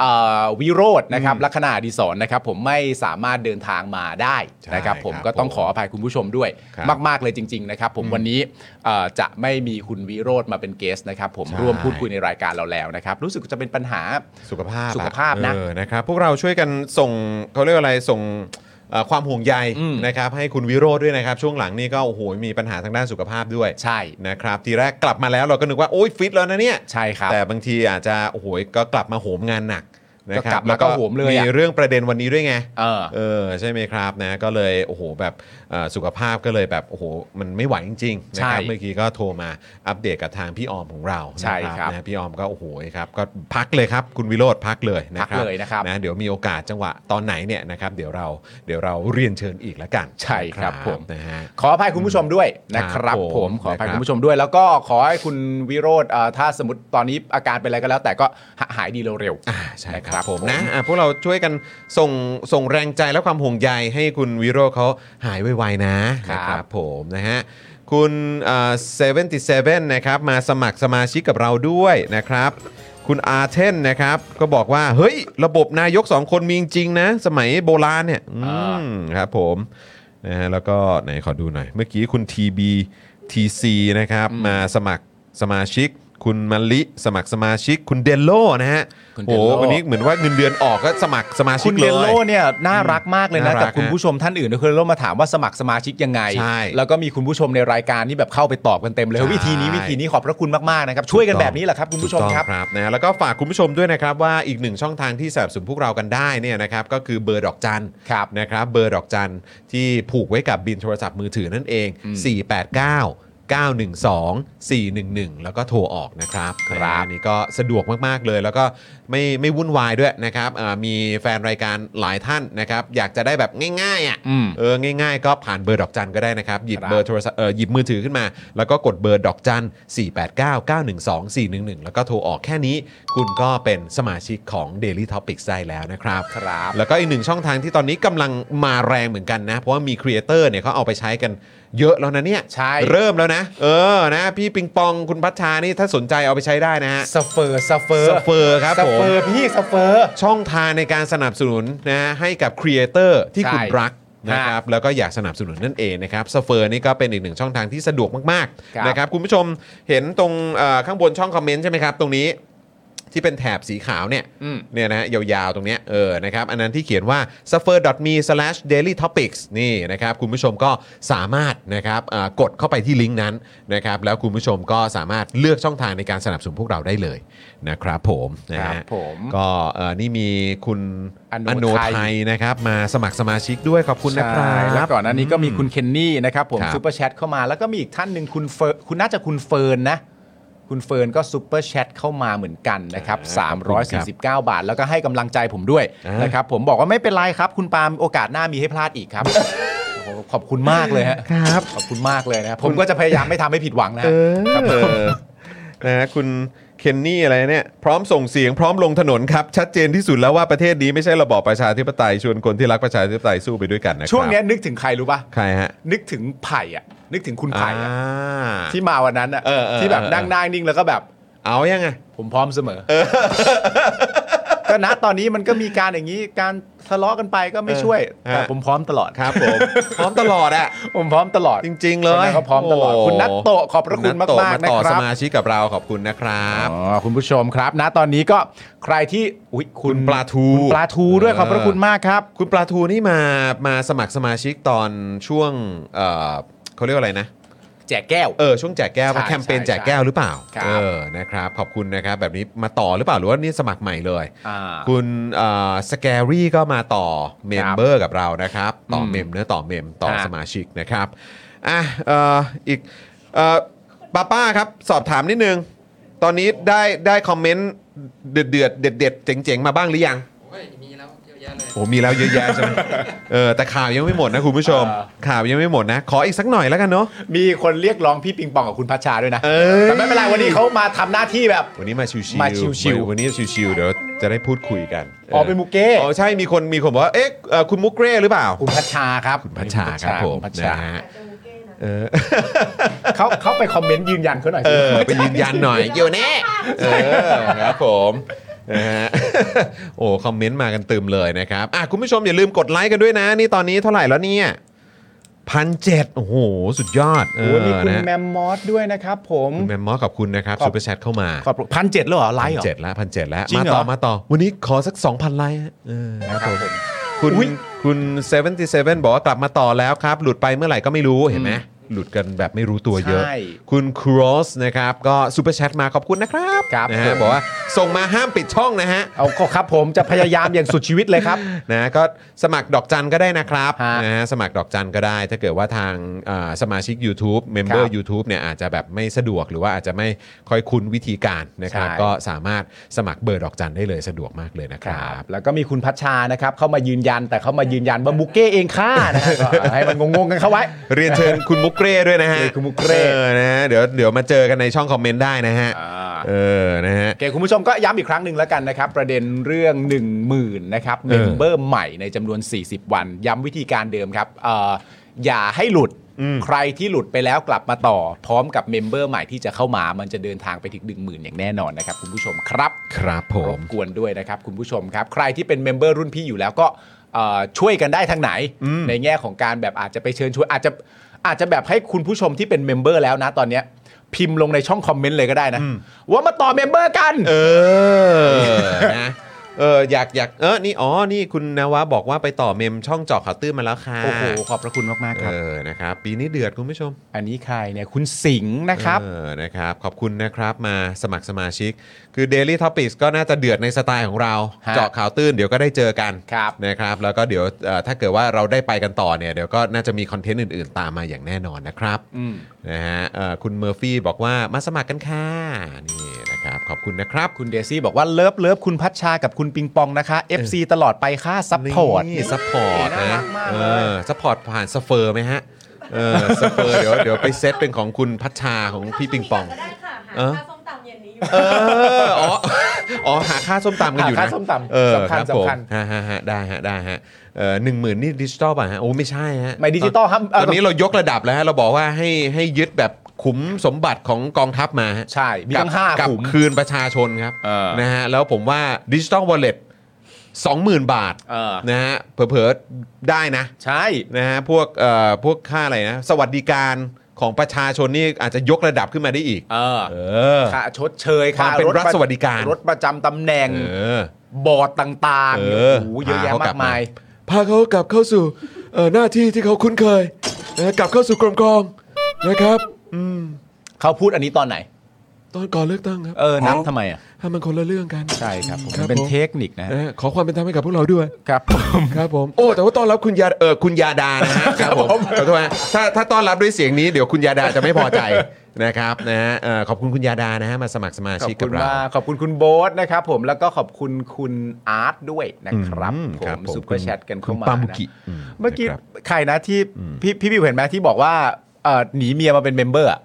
B: เอ่อวิโรจน์นะครับลัคนาอดีศรนะครับผมไม่สามารถเดินทางมาได้นะครับผม
A: ใช่ครับ
B: ก็ต้อง
A: ผม
B: ขออภัยคุณผู้ชมด้วย
A: ครับ
B: มาก ๆ เลยจริง ๆ นะครับผมวันนี้เอ่อจะไม่มีคุณวิโรจน์มาเป็นเกสนะครับผม
A: ใช่
B: ร่วมพูดคุยในรายการเราแล้วนะครับรู้สึกจะเป็นปัญหา
A: สุขภาพอะ
B: สุขภาพนะ
A: เออนะครับ พวกเราช่วยกันส่งเขาเรียกว่าอะไรส่งเอ่อความห่วงใย
B: อืม
A: นะครับ ให้คุณวิโรจน์ด้วยนะครับ ช่วงหลังนี่ก็โอ้โหมีปัญหาทางด้านสุขภาพด้วย
B: ใช่
A: นะครับ ทีแรกกลับมาแล้วเราก็นึกว่าโอ้ยฟิตแล้วนะเนี่ย
B: ใช่ครับ
A: แต่บางทีอาจจะโอ้โหก็กลับมาโหมงานหนักนะค
B: ก็ก
A: รั
B: ลั
A: บบ
B: มาก็โหมเลยอะ
A: มีเรื่องประเด็นวันนี้ด้วยไง
B: เออ
A: เออใช่ไหมครับนะก็เลยโอ้โหแบบเอ่อสุขภาพก็เลยแบบโอ้โหมันไม่ไหวจริงๆนะครับ
B: ใช่
A: เมื่อกี้ก็โทรมาอัปเดตกับทางพี่ออมของเรา
B: ใช่
A: นะครับ นะพี่ออมก็โอ้โหครับก็พักเลยครับคุณวิโรธพักเลยนะครับ
B: พักเลยนะครับ
A: นะเดี๋ยวมีโอกาสจังหวะตอนไหนเนี่ยนะครับเดี๋ยวเราเดี๋ยวเราเรียนเชิญอีกละกัน
B: ใช่ครับผม
A: นะฮะ
B: ขออภัยคุณผู้ชมด้วยนะค
A: ครั
B: รั
A: บบ ผ
B: ผม มขออภัย
A: นะครับ
B: คุณผู้ชมด้วย แล้วก็ขอให้คุณวิโรธเอ่อถ้าสมมติตอนนี้อาการเป็นอะไรก็แล้ว แต่ก็หหายดีเร็วๆ
A: อ่าใช่ค
B: นะครั
A: รับบผม
B: ผม
A: นะอ่ะพวกเราช่วยกันส่งส่งแรงใจและความห่วงใยให้คุณวิโรจน์เขาหายไวๆนะครับ นะครับผมนะฮะคุณเซเว่นตเซเว่นนะครับมาสมัครสมาชิกกับเราด้วยนะครับ คุณอาเทนนะครับก็บอกว่า เฮ้ย ระบบนายก 2 คนมีจริงๆนะ สมัยโบราณเนี่ยอืมครับผมนะฮะแล้วก็ไหนขอดูหน่อย เมื่อกี้คุณ TB TC นะครับมาสมัครสมาชิก คุณมะลิสมัครสมาชิก คุณเดนโลนะฮะ
B: คุณเด
A: โอ้
B: นโล่
A: วันนี้ เหมือนว่าเงินเดือนออกก็สมัครสมาชิ
B: คุ
A: ก
B: ณ
A: เล
B: เด
A: ย
B: นโลเนี่ยน่ารักมากเลย
A: น่า
B: นะ
A: รัก
B: กับคุณผู้ชมท่านอื่นด้วยคือเริ่มมาถามว่าสมัครสมาชิกยังไง
A: ใช่
B: แล้วก็มีคุณผู้ชมในรายการนี่แบบเข้าไปตอบกันเต็มเลย
A: ใช่
B: วิธีนี้วิธีนี้ขอบพระคุณมากๆนะครับช่วยกันแบบนี้แหละครับคุณผู้ชม
A: ถูกต้อง
B: ครับ
A: ครับนะแล้วก็ฝากคุณผู้ชมด้วยนะครับว่าอีกหนึ่งช่องทางที่สนับสนุนพวกเรากันได้เนี่ยนะครับก็คือเบอร์ดอกจัน
B: ครับ
A: นะครับเบอร์ดอกจันที่ผูกไว้กับบินโทรศัพท์มือถือนั่นเอง 489 912 411 แล้วก็โทรออกนะครับ
B: ครับ
A: อันนี่ก็สะดวกมากๆเลย แล้วก็ไม่ไม่วุ่นวายด้วยนะครับเอ่อมีแฟนรายการหลายท่านนะครับ อยากจะได้แบบง่ายๆอ่ะ
B: อืม
A: เออง่ายๆ ก็ผ่านเบอร์ดอกจันก็ได้นะครับ หยิบ
B: ครับ
A: เบอร์โทรศัพท์เอ่อหยิบมือถือขึ้นมา แล้วก็กดเบอร์ดอกจัน 489 912 411 แล้วก็โทรออกแค่นี้ คุณก็เป็นสมาชิกของ Daily Topics ได้แล้วนะครับ
B: ครับ
A: แล้วก็อีกหนึ่งช่องทางที่ตอนนี้กำลังมาแรงเหมือนกันนะ เพราะว่ามีครีเอเตอร์เนี่ยเขาเอาไปใช้กันเยอะแล้วนะเนี่ย
B: ใช่
A: เริ่มแล้วนะ เออนะ พี่ปิงปองคุณพัชชานี่ถ้าสนใจเอาไปใช้ได้นะฮะ
B: สเฟอร์สเฟอร์
A: สเฟอร์ครับ
B: ส
A: ผม
B: เฟอร์พี่สเฟอร์
A: ช่องทางในการสนับสนุนนะให้กับครีเอเตอร์ที่
B: ใช่
A: คุณรักนะครับแล้วก็อยากสนับสนุนนั่นเองนะครับสเฟอร์นี่ก็เป็นอีกหนึ่งช่องทางที่สะดวกมาก
B: ครับ
A: ๆนะครับคุณผู้ชมเห็นตรงเอ่อข้างบนช่องคอมเมนต์ใช่ไหมครับตรงนี้ที่เป็นแถบสีขาวเนี่ย
B: อืม
A: เนี่ยนะฮะยาวๆ ตรงเนี้ยเออนะครับอันนั้นที่เขียนว่า suffer me daily topics นี่นะครับคุณผู้ชมก็สามารถนะครับเอ่อกดเข้าไปที่ลิงก์นั้นนะครับแล้วคุณผู้ชมก็สามารถเลือกช่องทางในการสนับสนุนพวกเราได้เลยนะครับผมนะ
B: ครั
A: ฮะ
B: บผม
A: ก็เอ่อนี่มีคุณ
B: อโน
A: ไท
B: ไท
A: ย
B: ย
A: นะครับมาสมัครสมาชิกด้วยขอบคุณนะครั
B: ใช่แล้ว
A: บ
B: ก่อนหน้านี้ก็มีคุณเคนนี่นะครับผม
A: ครับ
B: ซูเปอร์แชทเข้ามาแล้วก็มีอีกท่านหนึ่งคุณเฟิร์นคุณน่าจะคุณเฟิร์นนะ คุณเฟิร์นก็ซูเปอร์แชทเข้ามาเหมือนกันนะครับ349 บาท แล้วก็ให้กำลังใจผมด้วยนะครับผมบอกว่าไม่เป็นไรครับ คุณปาล์มโอกาสหน้ามีให้พลาดอีกครับ โอ้โหขอบคุณมากเลยฮะ
A: ครับ
B: ขอบคุณมากเลยนะครับผมก็จะพยายามไม่ทำให้ผิดหวังนะฮะครับผม
A: เออนะฮะคุณเคนนี่อะไรเนี่ยพร้อมส่งเสียงพร้อมลงถนนครับ ชัดเจนที่สุดแล้วว่าประเทศนี้ไม่ใช่ระบอบประชาธิปไตยชวนคนที่รักประชาธิปไตยสู้ไปด้วยกันนะครับ
B: ช่วงเนี้ยนึกถึงใครรู้ป่ะ
A: ใครฮะ
B: นึกถึงไผ่อะนึกถึงคุณไผ่อะ
A: อ่า
B: ที่มาวันนั้นอะ
A: เออเออ
B: ที่แบบ
A: เออ
B: นั่งหน้านิ่งแล้วก็แบบ
A: เอายังไง
B: ผมพร้อมเสมอ ก็ นะตอนนี้มันก็มีการอย่างนี้การทะเลาะกันไปก็ไม่ช่วย
A: เออฮะ
B: แต่ผมพร้อมตลอด
A: ครับผม พร้อมตลอดอะ
B: ผมพร้อมตลอด
A: จริง ๆ เลย
B: คนนั้นเขาพร้อมตลอด
A: โ
B: คุณนัทโตะขอบพระคุณ
A: ณัตโต
B: มากๆ
A: มา
B: นะ
A: ต่อ
B: ค
A: ส
B: รับ
A: มาชิกกับเราขอบคุณนะครับ
B: อ๋อคุณผู้ชมครับนะตอนนี้ก็ใครที่อุยคุ
A: คุณ ณปลาทู
B: คุณปลาทูด้วยขอบพระคุณมากครับ
A: คุณปลาทูนี่มามาสมัครสมาชิกตอนช่วงเอ่อเขาเรียกว่าอะไรนะ
B: แจกแก้ว
A: เออช่วงแจกแก้ว
B: ใช่
A: แคมเปญ
B: ใช่
A: แจกแก้วหรือเปล่า
B: ครับ
A: เออนะครับขอบคุณนะครับแบบนี้มาต่อหรือเปล่าหรือว่านี่สมัครใหม่เลย
B: อ่า
A: คุณสแกรี่อ Scary ก็มาต่อเมมเบอร์กับเรานะครับ ต่ออ
B: ม
A: เมมเนื้อะต่อเมมต่อ
B: ฮะ
A: สมาชิกนะครับอ่ะเอ่ออีกเอ่อป้าป้าครับสอบถามนิดนึง ตอนนี้ได้ได้คอมเมนต์เดือดเดือดๆเด็ดๆเจ๋งๆ มาบ้างหรือยัง
D: โอ้ยมีแล้วเยอะแยะเลย
A: โอ้มีแล้วเยอะแยะใช่ไหมเออแต่ข่าวยังไม่หมดนะคุณผู้ชม ข่าวยังไม่หมดนะ ขออีกสักหน่อยแล้วกันเนาะ
B: มีคนเรียกร้องพี่ปิงปองกับคุณพัชชาด้วยนะ
A: เอ้ย
B: แต่ไม่เป็นไรวันนี้เขามาทำหน้าที่แบบ
A: วันนี้มาชิวๆ
B: มาชิวๆ
A: วันนี้ชิวๆเดี๋ยวจะได้พูดคุยกัน
B: อ๋อเป็นมุกเก้
A: อ๋อใช่มีคนมีคนบอกว่าเอ๊ะเอ่อคุณมุกเร่หรือเปล่า
B: คุณพัชชาครับ
A: พัชชาครับผม
B: ณพัช
A: นะ
B: ชา
A: ฮะ
F: แต่โอเคนะ
A: เออ
B: เขาเขาไปคอมเมนต์ยืนยันเขาหน่อย
A: เอ
B: สิ
A: อไปยืนยันหน่อยเกี่ยวแน่เออครับผมนะฮะโอ้คอมเมนต์มากันเติมเลยนะครับอ่ะคุณผู้ชมอย่าลืมกดไลค์กันด้วยนะ นี่ตอนนี้เท่าไหร่แล้วเนี่ยพันเจ็ดโอ้โห สุดยอดเอ
B: โอ้
A: อ
B: มีคุณ
A: นะ
B: แมมมอสด้วยนะครับผม
A: คุณแมมมอสขอบคุณนะครับ
B: ขอบ
A: ซูเปอร์แชทเข้ามา
B: ขอบพันเจ็ดเลยเหรอ ไลค์เหรอ
A: เจ็ดแล้วพันเจ็ดแล้ว
B: จริ
A: มาง
B: เหรอ
A: ต่อมาต่อ วันนี้ขอสัก 2,000 ไลค์ฮะเออ
B: นะครับผม
A: คุณ
B: อุ๊ย
A: คุณ77 บอกว่ากลับมาต่อแล้วครับ หลุดไปเมื่อไหร่ก็ไม่รู้เห็นไหมหลุดกันแบบไม่รู้ตัวเยอะ
B: ใช่
A: คุณครอสนะครับ ก็ซูเปอร์แชทมาขอบคุณนะครับ
B: ครับ
A: นะ
B: ผ
A: ฮะ
B: ม
A: บอกว่าส่งมาห้ามปิดช่องนะฮะ
B: เอาก็ครับผมจะพยายามอย่างสุดชีวิตเลยครับ
A: นะก็สมัครดอกจันก็ได้นะครับ
B: ฮะ
A: นะฮะสมัครดอกจันก็ได้ ถ้าเกิดว่าทางอ่าสมาชิก YouTube Member
B: ครับ
A: YouTube เนี่ยอาจจะแบบไม่สะดวกหรือว่าอาจจะไม่ค่อยคุ้นวิธีการนะครับ
B: ใช่
A: ก็สามารถสมัครเบอร์ดอกจันได้เลยสะดวกมากเลยนะครับ
B: แล้วก็มีคุณพัชชานะครับ เข้ามายืนยันแต่เขามายืนยันว่ามุกเก้เองค่านะฮะก็ให้มันงงๆกันเข้าไว้
A: เรียนเชิญคุณมุกเร่ด้วยนะฮะ
B: เออคุณมุกเร่
A: ออนะฮะเดี๋ยวเดี๋ยวมาเจอกันในช่องคอมเมนต์ได้นะฮะ เออ นะฮะ
B: โอเคคุณผู้ชมก็ย้ำอีกครั้งหนึ่งแล้วกันนะครับ ประเด็นเรื่อง 1 0,000นะครับเมมเบอร์ใหม่ในจำนวน 40 วัน ย้ำวิธีการเดิมครับเอออย่าให้หลุดใครที่หลุดไปแล้วกลับมาต่อ พร้อมกับเมมเบอร์ใหม่ที่จะเข้ามามันจะเดินทางไปถึง 1 0,000 อย่างแน่นอนนะครับ คุณผู้ชมครับ
A: ครับผ
B: ร
A: ม
B: บกวนด้วยนะครับ คุณผู้ชมครับ ใครที่เป็นเมมเบอร์รุ่นพี่อยู่แล้วก็เอ่อช่วยกันได้ทางไหน ในแง่ของการแบบอาจจะไปเชิญชวนอาจจะอาจจะแบบให้คุณผู้ชมที่เป็นเมมเบอร์แล้วนะตอนเนี้ยพิมพ์ลงในช่องคอมเมนต์เลยก็ได้นะว่ามาต่อเมมเบอร์กัน
A: เออ นะ เอออยากอยากเออนี่อ๋อนี่คุณนวะบอกว่าไปต่อเมมช่องเจาะข่าวตื้นมาแล้วค่ะ
B: โอ้โหขอบพระคุณมากๆ
A: เอ
B: ครับ
A: อนะครับปีนี้เดือดคุณผู้ชม
B: อันนี้ใครเนี่ยคุณสิงห์นะครับ
A: เออนะครับ ขอบคุณนะครับมาสมัครสมาชิก คือ Daily Topics ก็น่าจะเดือดในสไตล์ของเรา
B: ฮะ
A: เจาะข่าวตื้นเดี๋ยวก็ได้เจอกัน
B: ครับ
A: นะครับ แล้วก็เดี๋ยวเอ่อถ้าเกิดว่าเราได้ไปกันต่อเนี่ยเดี๋ยวก็น่าจะมีคอนเทนต์อื่นๆ ตามมาอย่างแน่นอนนะครับ
B: อืม
A: นะฮะเอ่อคุณเมอร์ฟี่บอกว่ามาสมัครกันค่ะนี่นะครับขอบคุณนะครับ
B: คุณเดซี่บอกว่าเลิฟเลิฟคุณพัชชากับคุณปิงปองนะคะ FC ตลอดไปค่ะซัพพอร์ต
A: นี่ซัพพอร์ต
B: น่ารั
A: นะ
B: กมาก
A: เอ
B: เลย
A: อซัพพอร์ตผ่านสเฟอร์ไหมฮะเออสเฟอร์เดี๋ยวเดี๋ยวไปเซตเป็นของคุณพัชชาของพี่ปิงปอง
F: ก็ได้ค่ะหา
A: เออ
F: ข้าวส้มตำเย็นนี้อยู่
A: เอออ๋อ อ๋อ หาค่าส้มตำกันอยู่นะ
B: หาค่าส้มตำ
A: เออ
B: สำคัญ
A: รับผม
B: สำคัญ
A: ฮะฮะฮะได้ฮะ ได้ฮะ เออหนึ่งหมื่นนี่ดิจิตอลป่ะฮะ โอ้ ไม่ใช่ฮะ
B: ไม่ดิจิตอลครับ
A: ต
B: เอ่อ
A: อนนี้เรายกระดับแล้วฮะ เราบอกว่าให้ให้ยึดแบบขุมสมบัติของกองทัพมาฮะ
B: ใช่ มี
A: กลับ
B: ทั้งห้าก
A: ลับ
B: ขุม
A: คืนประชาชนครับ
B: เออ
A: นะฮะ แล้วผมว่าดิจิตอลวอลเล็ตสองหมื่นบาท
B: เออ
A: นะฮะ เผลอๆ ได้นะ
B: ใช่
A: นะฮะ พวก เอ่อ พวกค่าอะไรนะ สวัสดิการของประชาชนนี่อาจจะยกระดับขึ้นมาได้อีก
B: เออ
A: เออ
B: ค่าชดเชย
A: ความเป็นรัฐสวัสดิการ
B: รถประจำตำแหน่ง
A: เออ
B: บอร์ดต่างๆ
A: เอ
B: เนี่ย
A: อ
B: โอ้โหเยอะแยะ
A: พข
B: มากมาย
A: พาเขากลับเข้าสู่เอ่อหน้าที่ที่เขาคุ้นเคยนะกลับเข้าสู่กรมกรองนะครับอืม
B: เขาพูดอันนี้ตอนไหน
A: ตอนก่อนเลือกตั้งครับ
B: เออนับทำไมอ่ะ
A: ให้มันคนละเรื่องกัน
B: ใช่ครับผม
A: ครับ
B: มันเป็น
A: ผม
B: เทคนิคนะ
A: นะฮะขอความเป็นธรรมให้กับพวกเราด้วย
B: ครับผม
A: ครับผม โอ้ แต่ว่าต้อนรับคุณยาเออคุณยาดานะ ฮะครับผมขอโทษนะถ้าถ้าต้อนรับด้วยเสียงนี้เดี๋ยวคุณยาดาจะไม่พอใจ นะครับนะฮะเอ่อขอบคุณคุณยาดานะฮะมาสมัครสมา
B: ขอ
A: ชิก
B: บ
A: กั
B: คุ
A: บ
B: ณ
A: เรา
B: มากขอบคุณคุณโบ๊ทนะครับผมแล้วก็ขอบคุณคุณอาร์ตด้วยนะครับ
A: อืม
B: ผ
A: ครับ
B: ม
A: ผม
B: ซุปเปอร์แชทกัน
A: คุ
B: เข้า
A: ณ
B: มา
A: ปามุ
B: นะ
A: กิอืม
B: เมื่อกี้
A: นะครับ
B: ใครนะที่พี่พี่บิวเห็นไหมที่บอกว่าเอ่อหนีเมียมาเป็นเมมเบอร์อะ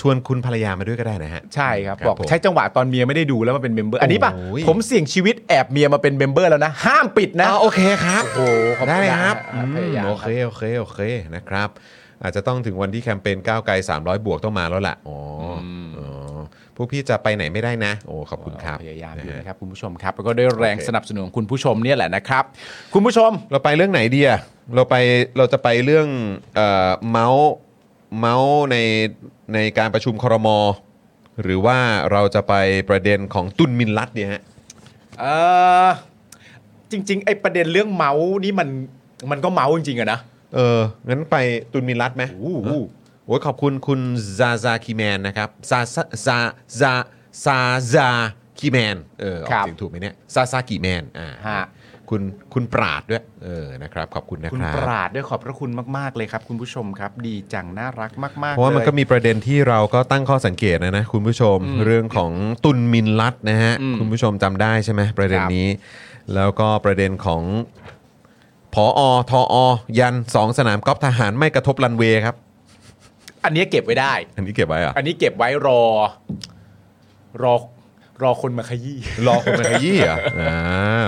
A: ชวนคุณภรรยามาด้วยก็ได้นะฮะ
B: ใช่ครับ
A: ครับ
B: บอก
A: ผม
B: ใช้จังหวะตอนเมียไม่ได้ดูแล้วมาเป็นเมมเบอร์อันนี้ป่ะ
A: โอ้ย
B: ผมเสี่ยงชีวิตแอบเมียมาเป็นเมมเบอร์แล้วนะ ห้ามปิดนะ
A: อ่าโอเคครับ
B: โอ้โหขอบคุณ
A: ได้เลยครับ
B: นะฮะ
A: อืม
B: พยายามครับ
A: โอเคโอเคโอเคนะครับ อาจจะต้องถึงวันที่แคมเปญก้าวไกล 300 บวกต้องมาแล้วล่ะอ๋อออ๋อพวกพี่จะไปไหนไม่ได้นะ โอ้ขอบคุณครับ
B: พยายามอยู่
A: นะฮะ
B: นะครับคุณผู้ชมครับแล้วก็ด้วยแรง
A: โอเค
B: สนับสนุนของคุณผู้ชมเนี่ยแหละนะครับคุณผู้ชม
A: เราไปเรื่องไหนดีอะเราไปเราจะไปเรื่องเอ่อเมาส์เมาส์ในในการประชุมครม หรือว่าเราจะไปประเด็นของตุนมินลัดเนี่ยฮะ
B: เออจริงๆไอประเด็นเรื่องเมาส์นี่มันมันก็เมาส์จริงๆอะนะ
A: เออ งั้นไปตุนมินรัตไหม
B: โอ้
A: เอ
B: โห
A: อโอ้ยขอบคุณคุณซาซาคีแมนนะครับ ซาซาซาซาซาซาคีแมน เออออกเสียงถูกไหมเนี่ย ซาซากีแมน อ่า
B: ฮะ
A: คุณคุณปราดด้วย เออ นะครับ ขอบคุณนะ
B: คุณ
A: ครับ
B: ปราดด้วยขอบพระคุณมากๆเลยครับ คุณผู้ชมครับ ดีจังน่ารักมากๆ
A: เพราะว่ามัน
B: ลย
A: ก็มีประเด็นที่เราก็ตั้งข้อสังเกตนะนะคุณผู้ชมเรื่องของตุนมินลัดนะฮะ
B: อืม
A: คุณผู้ชมจำได้ใช่ไหมประเด็น
B: ครับ
A: นี้ แล้วก็ประเด็นของพออทอยันสองสนามกอล์ฟทหารไม่กระทบรันเวย์ครับ
B: อันเนี้ยเก็บไว้ได้
A: อันนี้เก็บไว้เหรอะ
B: อันนี้เก็บไว้รอ รอรอคนมาขยี้
A: รอคนมาขยี้เหรอ อ่า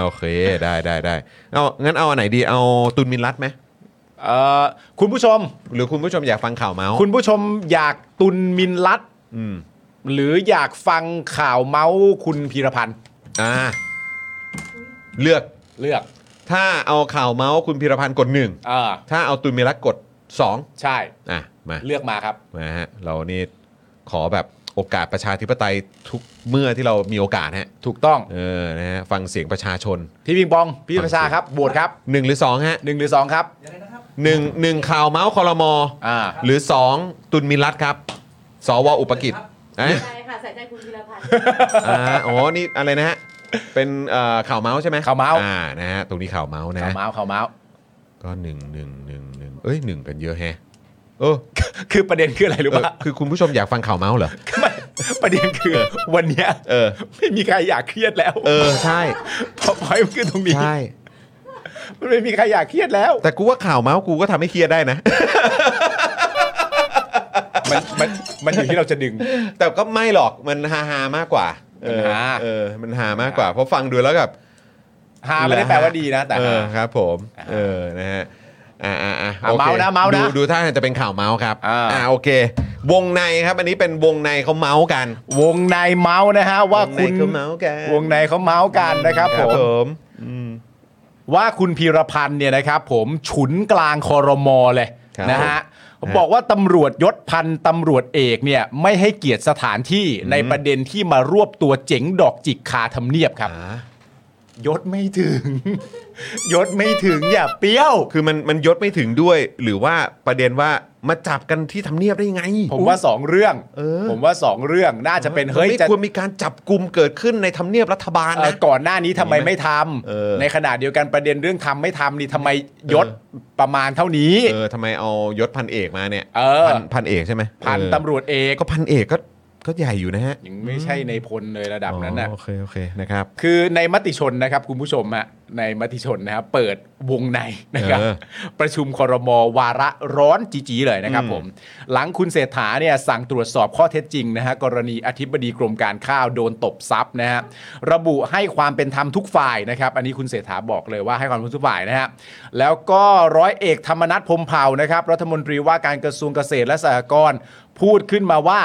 A: โอเคได้ได้ได้เอางั้นเอาอันไหนดีเอาตุนมินรัตไหม
B: เอ่อคุณผู้ชม
A: หรือคุณผู้ชมอยากฟังข่าวเมาส์
B: คุณผู้ชมอยากตุนมินลัด
A: อืม
B: หรืออยากฟังข่าวเมาส์คุณพีรพันธ์
A: อ่าเลือก
B: เลือก
A: ถ้าเอาข่าวเมาส์คุณพิรพันธ์กดหนึ่ง
B: อ่า
A: ถ้าเอาตุนมินรัตกดสอง
B: ใช่
A: อ่ะมา
B: เลือกมาครับ
A: มาฮะเรานี่ขอแบบโอกาสประชาธิปไตยทุกเมื่อที่เรามีโอกาสฮะ
B: ถูกต้อง
A: เออนะฮะฟังเสียงประชาชน
B: พี่ปิงปองพี่ประชาครับโหวตครับ
A: หนึ่งหรือสองฮะ
B: หนึ่งหรือสองครับ
G: ยังไงนะครับ
A: หนึ่งหนึ่งข่าวเมาส์คอรมอ
B: อ่า
A: หรือสองตุนมินรัตครับสวอุปกิจเอ๊ะ
F: ใช่ค่ะใส่ใจคุณธีรพันธ์
A: อ่าอ๋อ นี่อะไรนะฮะ เป็นเอ่อข่าวเมาส์ใช่ไหม
B: ข่าวเมาส์
A: อ่า นะฮะ ตรงนี้ข่าวเมาส์นะ
B: ข่าวเมาส์ข่าวเมาส์
A: ก็หนึ่งหนึ่งหนึ่งหนึ่งเอ้ยหนึ่งกันเยอะแฮะเออ
B: คือประเด็นคืออะไรรู้
A: เออ
B: ปะ
A: คือคุณผู้ชมอยากฟังข่าวเมาส์เหรอ
B: ไม่ประเด็นคือวันเนี้ย
A: เออ
B: ไม่มีใครอยากเครียดแล้ว
A: เออ ใช่
B: เพอพอยต์คือตรงนี้
A: ใช่
B: มันไม่มีใครอยากเครียดแล้ว
A: แต่กูว่าข่าวเมาส์กูก็ทำให้เครียดได้นะ
B: มันมันมันอยู่ที่เราจะดึง
A: แต่ก็ไม่หรอก มันฮาฮาๆมากกว่า เออ
B: มันฮา
A: เออ มันฮามากกว่า เพราะฟังดูแล้วแบบ
B: หาไม่ได้แปลว่าดีนะ แต่
A: เอ
B: หา
A: อครับผม เออนะฮะอ่าอ่าอ่า
B: อ่ะเมาส์นะเมาส์นะ
A: ดูดูท่าทางจะเป็นข่าวเมาส์ครับ
B: อ่า
A: โอเค วงในครับ อันนี้เป็นวงในเขาเมาส์กัน
B: วงในเมาส์นะฮะว่าคุณ
A: งในเขาเมาส์กัน
B: วงในเขาเมาส์กันนะครับ
A: ค
B: ผ
A: รับผม มอืม
B: ว่าคุณพีรพันธ์เนี่ยนะครับ ผมฉุนกลางคอรมอเลย
A: ครับ
B: นะฮะ
A: ผม
B: บอกว่าตำรวจยศพันตำรวจเอกเนี่ยไม่ให้เกียรติสถานที่ในประเด็นที่มารวบตัวเจ๋งดอกจิกคาทำเนียบครับ
A: า
B: ยศไม่ถึง ยศไม่ถึงอย่าเปรี้ยว
A: คือมันมันยศไม่ถึงด้วย หรือว่าประเด็นว่ามาจับกันที่ทำเนียบได้ไง
B: ผมว่าสองเรื่องผมว่าสองเรื่องน่าจะเป็นเฮ้ย
A: ไม่
B: จะ
A: ควรมีการจับกลุ่มเกิดขึ้นในทำเนียบรัฐบาล
B: เอ่อ
A: นะ
B: ก่อนหน้านี้ทำไมไม่ทำ
A: เออ
B: ในขณะเดียวกันประเด็นเรื่องทำไม่ทำนี่ทำไมยศประมาณเท่านี้
A: เออทำไมเอายศพันเอกมาเนี่ย
B: เออ
A: พันพันเอกใช่ไหม
B: พัน
A: เออ
B: ตำรวจเอก
A: ก็พันเอกก็ก็ใหญ่อยู่นะฮะ
B: ยังไม่ใช่ในพลเลยระดับนั้น
A: นะ
B: นะ
A: โอเคโอเคนะครับ
B: คือในมติชนนะครับคุณผู้ชมฮะในมติชนนะครับเปิดวงในนะครับ
A: เออ
B: ประชุมคอรมอวาระร้อนจีจีเลยนะครับผมหลังคุณเศรษฐาเนี่ยสั่งตรวจสอบข้อเท็จจริงนะฮะกรณีอธิบดีกรมการข้าวโดนตบทรัพย์นะฮะระบุให้ความเป็นธรรมทุกฝ่ายนะครับ อันนี้คุณเศรษฐาบอกเลยว่าให้ความเป็นธรรมทุกฝ่ายนะฮะแล้วก็ร้อยเอกธรรมนัฐพรหมเผ่านะครับรัฐมนตรีว่าการกระทรวงเกษตรและสหกรณ์พูดขึ้นมาว่า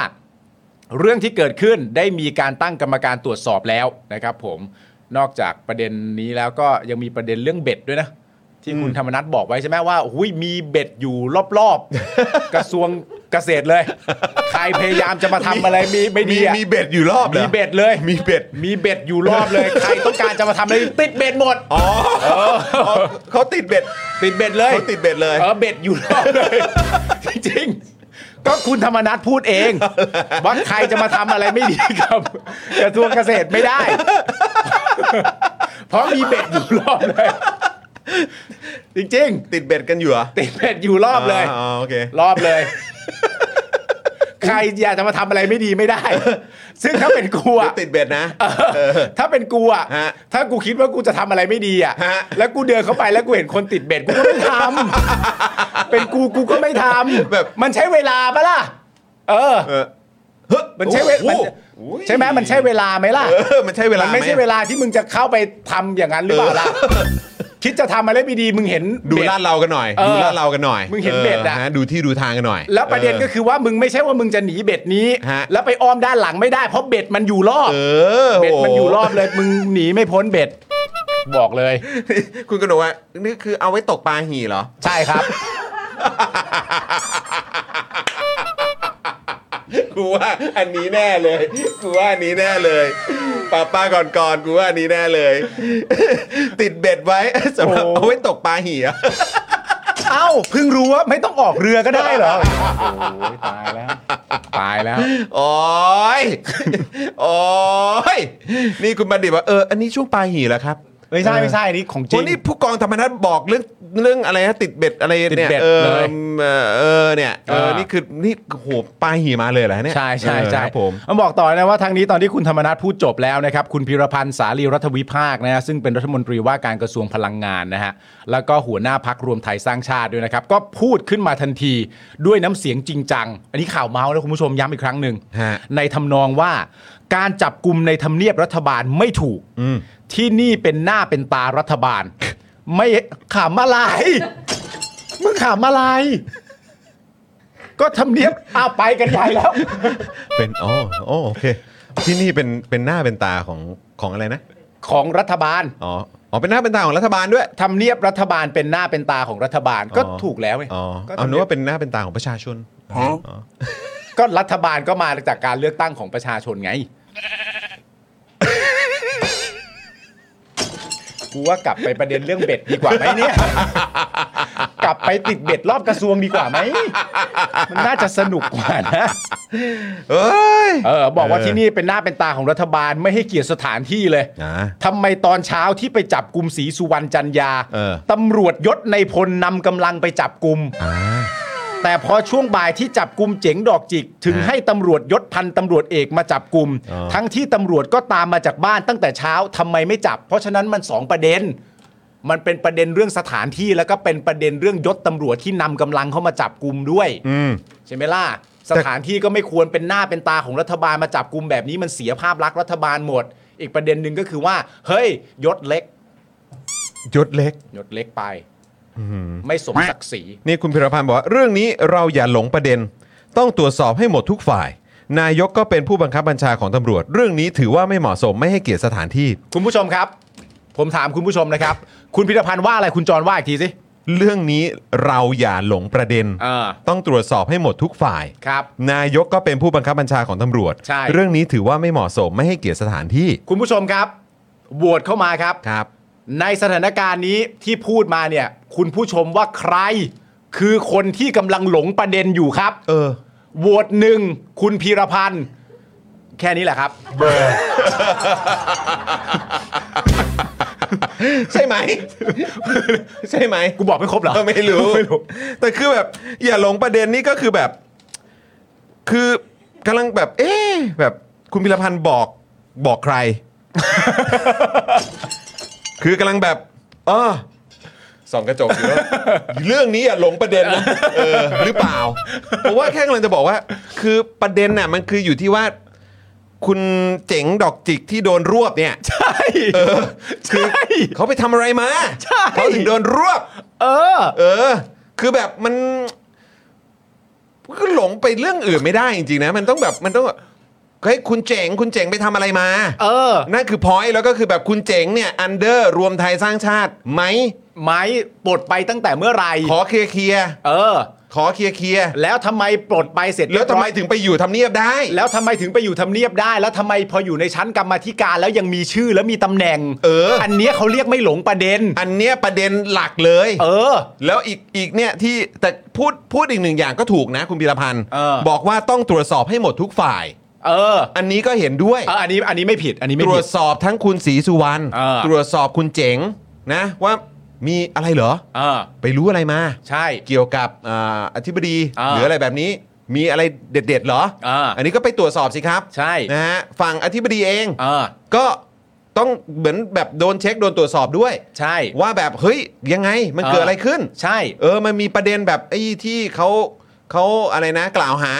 B: เรื่องที่เกิดขึ้นได้มีการตั้งกรรมการตรวจสอบแล้วนะครับผมนอกจากประเด็นนี้แล้วก็ยังมีประเด็นเรื่องเบ็ดด้วยนะ ที่คุณธรรมนัฐบอกไว้ใช่ไหมว่าหุยมีเบ็ดอยู่รอบๆ กระทรวงเกษตรเลย ใครพยายามจะมาทำอะไรมีไม่
A: มี
B: ดีอะ
A: มีเบ็ดอยู่รอบหรอ
B: มีเบ็ดเลย
A: มีเบ็ด
B: มีเบ็ดอยู่รอบเลย ใครต้องการจะมาทำอะไรติดเบ็ดหมด
A: อ๋อเขาเขาติดเบ็ด
B: ติดเบ็ดเลย
A: เขาติดเบ็ดเลย
B: เออเบ็ดอยู่รอบเลย จริงๆ ก็คุณธรรมนัฐพูดเองว่าใครจะมาทำอะไรไม่ดีกับกระทรวงเกษตรไม่ได้ เพราะมีเบ็ดอยู่รอบเลย จริง
A: ติดเบ็ดกันอยู่เหรอ
B: ๆ ติดเบ็ดอยู่รอบเลย
A: อ๋อโอเค
B: รอบเลย ใครอยากจะมาทำอะไรไม่ดีไม่ได้ ซึ่งถ้าเป็นกูอะ
A: ติดเบ็ดนะ
B: เออถ้าเป็นกูอะ
A: ฮะ
B: ถ้ากูคิดว่ากูจะทำอะไรไม่ดีอะ
A: ฮะ
B: แล้วกูเดินเข้าไปแล้วกูเห็นคนติดเบ็ดกูก็ไม่ทำ เป็นกูกูก็ไม่ทำแบบมันใช้เวลาปะล่ะ เออ
A: เออเฮ้ย
B: มันใช้เว
A: โอ้
B: มัน
A: โห
B: ใช่ไหมมันใช้เวลาไหมล่ะ
A: เออมันใช่เวลา
B: มัน
A: ไห
B: ไม่ใช่เวลาที่มึงจะเข้าไปทำอย่างนั้นหรือเปล่าล่ะ คิดจะทำอะไรไม่ดีมึงเห็น
A: ดู
B: เบ็
A: ลาดเรากันหน่อย
B: เออ
A: ดูลาดเรากันหน่อย
B: มึงเห็นเบ็ดอะ
A: ฮดูที่ดูทางกันหน่อย
B: แล้วประเด็นก็
A: ออ
B: คือว่ามึงไม่ใช่ว่ามึงจะหนีเบ็ดนี้
A: ฮะ
B: แล้วไปอ้อมด้านหลังไม่ได้เพราะเบ็ดมันอยู่รอบ
A: เออ
B: เบ็ด
A: โโห
B: มันอยู่รอบเลยมึงหนีไม่พ้นเบ็ด บอกเลย
A: คุณกนกว่านี่คือเอาไว้ตกปลาหีเหรอ
B: ใช่ครับ
A: กูว่าอันนี้แน่เลย กูว่าอันนี้แน่เลยป้าป้าก่อนก่อนๆกูว่าอันนี้แน่เลย ติดเบ็ดไว้ สำหรับ
B: โอ้
A: เอาไว้ตกปลาหีอะ
B: เอ้าเพิ่งรู้ว่าไม่ต้องออกเรือก็ได้เหรอ โอ้ยตายแล้ว ตายแล้ว
A: โอ้ยโอ้ยนี่คุณบัณฑิตว่าเอออันนี้ช่วงปลาหีเหรอครับ
B: ไม่ใช่ไม่ใช่อันนี้ของจริ
A: วัน
B: ง
A: นี้ผู้กองธรรมนัฐบอกเรื่องเรื่องอะไรนะติดเบ็ดอะไร
B: ติด
A: เนี่ย
B: เบ็ด
A: เออ
B: เลย
A: เออเออเนี่ยเออ
B: เออ
A: นี่คือนี่โหปลาหีมาเลยเหรอเนี่ย
B: ใช่ใช่
A: เออ
B: ใช่
A: ครับผม
B: มาบอกต่อนะว่าทางนี้ตอนที่คุณธรรมนัฐพูดจบแล้วนะครับ คุณพิรพันธ์สาลีรัฐวิภาคนะฮะซึ่งเป็นรัฐมนตรีว่าการกระทรวงพลังงานนะฮะแล้วก็หัวหน้าพักรวมไทยสร้างชาติด้วยนะครับ ก็พูดขึ้นมาทันทีด้วยน้ำเสียงจริงจัง อันนี้ข่าวเมาส์นะคุณผู้ชมย้ำอีกครั้งหนึ่ง
A: ฮะ
B: ในทำนองว่าการจับกลุ่มในทำเนียบรัฐบาลไม่ถูก ที่นี่เป็นหน้าเป็นตารัฐบาล ไม่ขำอะไร มึงขำอะไร ก็ทำเนียบอ้าวไปกันใหญ่แล้ว
A: เป็นอ๋ออ๋อโอเค ที่นี่เป็นเป็นหน้าเป็นตาของของอะไรนะ
B: ของรัฐบาล
A: อ๋อ อ๋อ เป็นหน้าเป็นตาของรัฐบาลด้วย
B: ทำเนียบรัฐบาลเป็นหน้าเป็นตาของรัฐบาลก็
A: อ๋อ
B: ถูกแล้วไง
A: อ๋อ
B: ก็
A: เอา
B: ทำ
A: นึ
B: นี
A: ก
B: ยบ
A: ว่าเป็นหน้าเป็นตาของประชาชน อ๋อ
B: ก็รัฐบาลก็มาจากการเลือกตั้งของประชาชนไง กูว่ากลับไปประเด็นเรื่องเบ็ดดีกว่าไหมเนี่ย กลับไปติดเบ็ดรอบกระทรวงดีกว่าไหมมันน่าจะสนุกกว่านะ
A: เอ้ย
B: เออบอกว่า
A: เออ
B: ที่นี่เป็นหน้าเป็นตาของรัฐบาลไม่ให้เกียรติสถานที่เลย
A: นะ
B: ทำไมตอนเช้าที่ไปจับกลุ่มสีสุวรรณจันยา
A: เออ
B: ตำรวจยศในพลนำกำลังไปจับกลุ่ม
A: อ่า
B: แต่พอช่วงบ่ายที่จับกลุ่มเจ๋งดอกจิก ถึง
A: ฮะ
B: ให้ตำรวจยศพันตำรวจเอกมาจับกลุ่ม
A: อ๋อ
B: ทั้งที่ตำรวจก็ตามมาจากบ้านตั้งแต่เช้าทำไมไม่จับ เพราะฉะนั้นมันสองประเด็น มันเป็นประเด็นเรื่องสถานที่แล้วก็เป็นประเด็นเรื่องยศตำรวจที่นำกำลังเข้ามาจับกลุ่มด้วย
A: อืม
B: ใช่ไหมล่ะสถานที่ก็ไม่ควรเป็นหน้าเป็นตาของรัฐบาลมาจับกลุ่มแบบนี้มันเสียภาพลักษณ์รัฐบาลหมด อีกประเด็นหนึ่งก็คือว่า เฮ้ย ยศเล็ก
A: ยศเล็ก
B: ยศเล็กไปไม่สมศักดิ์ศรี
A: นี่คุณพิรพันธ์บอกว่าเรื่องนี้เราอย่าหลงประเด็น ต้องตรวจสอบให้หมดทุกฝ่าย นายกก็เป็นผู้บังคับบัญชาของตำรวจ เรื่องนี้ถือว่าไม่เหมาะสมไม่ให้เกียรติสถานที่
B: คุณผู้ชมครับ ผมถามคุณผู้ชมนะครับ คุณพิรพันธ์ว่าอะไรคุณจรว่าอีกทีสิ
A: เรื่องนี้เราอย่าหลงประเด็น
B: อ่า
A: ต้องตรวจสอบให้หมดทุกฝ่าย
B: ครับ
A: นายกก็เป็นผู้บังคับบัญชาของตำรวจ
B: ใช่
A: เรื่องนี้ถือว่าไม่เหมาะสมไม่ให้เกียรติสถานที่
B: คุณผู้ชมครับ โหวตเข้ามาครับ
A: ครับ
B: ในสถานการณ์นี้ที่พูดมาเนี่ย คุณผู้ชมว่าใคร คือคนที่กำลังหลงประเด็นอยู่ครับ เออโหวตหนึ่งคุณพีรพันธ์ แค่นี้แหละครับ
A: ใช่ไหม ใช่ไหม
B: กูบอกไม่ครบเหรอ
A: เออไม่รู้ แต่คือแบบ อย่าหลงประเด็นนี่ก็คือแบบ คือกำลังแบบ เอ๊ะแบบคุณพิรพันธ์บอกบอกใคร คือกำลังแบบอ๋อส่องกระจกอยู่แล้วเรื่องนี้อย่าหลงประเด็นนะเออหรือเปล่าเพราะว่าแค่กำลังจะบอกว่า คือประเด็นน่ะ มันคืออยู่ที่ว่า คุณเจ๋งดอกจิกที่โดนรวบเนี่ย
B: ใช่
A: เออ คือ
B: ใช่
A: เขาไปทำอะไรมา
B: ใช่
A: เขาถึงโดนรวบ
B: เออ
A: เออ คือแบบมันก็หลงไปเรื่องอื่นไม่ได้จริงๆนะ มันต้องแบบมันต้องแบบเฮ้ยคุณเจ๋งคุณเจ๋งไปทำอะไรมา
B: เออ
A: นั่นคือพอยต์แล้วก็คือแบบคุณเจ๋งเนี่ยอันเดอร์รวมไทยสร้างชาติไหม
B: ไม้ปลดไปตั้งแต่เมื่อไหร่
A: ขอเคลียร์เคลียร์
B: เออ
A: ขอเคลียร์เคลียร์
B: แล้วทำไมปลดไปเสร็จ
A: แล้วทำไม
B: เรียบร้อย
A: ถึงไปอยู่ทำเนียบได้
B: แล้วทำไมถึงไปอยู่ทำเนียบได้ แล้วทำไมพออยู่ในชั้นกรรมาธิการแล้วยังมีชื่อแล้วมีตำแหน่ง
A: เอออั
B: นเนี้ยเขาเรียกไม่หลงประเด็น
A: อันเนี้ยประเด็นหลักเลย
B: เออ
A: แล้วอีกอีกเนี่ยที่แต่พูดพูดอีกหนึ่งอย่างก็ถูกนะ คุณพีรพันธ์
B: เออ
A: บอกว่าต้องตรวจสอบให้หมดทุกฝ่าย
B: เออ
A: อันนี้ก็เห็นด้วย
B: เอออันนี้อันนี้ไม่ผิด อันนี้ไม่
A: ตร
B: ผิ
A: ว
B: ด
A: จสอบทั้งคุณศรีสุวรรณ
B: เออ
A: ตรวจสอบคุณเจ๋งนะว่ามีอะไรเหรอ
B: เออ
A: ไปรู้อะไรมา
B: ใช่
A: เกี่ยวกับอ่าอธิบดี
B: เอ
A: ห
B: อ
A: รืออะไรแบบนี้ มีอะไรเด็ด ๆ เหรอ
B: เอออั
A: นนี้ก็ไปตรวจสอบสิครับ
B: ใช่
A: นะฮะฝั่งอธิบดีเอง
B: เออ
A: ก็ต้องเหมือนแบบโดนเช็คโดนตรวจสอบด้วย
B: ใช่
A: ว่าแบบเฮ้ยยังไงมัน
B: เออ
A: เกิดอะไรขึ้น
B: ใช่
A: เออมันมีประเด็นแบบไอ้ที่เขาเขาอะไรนะกล่าวหา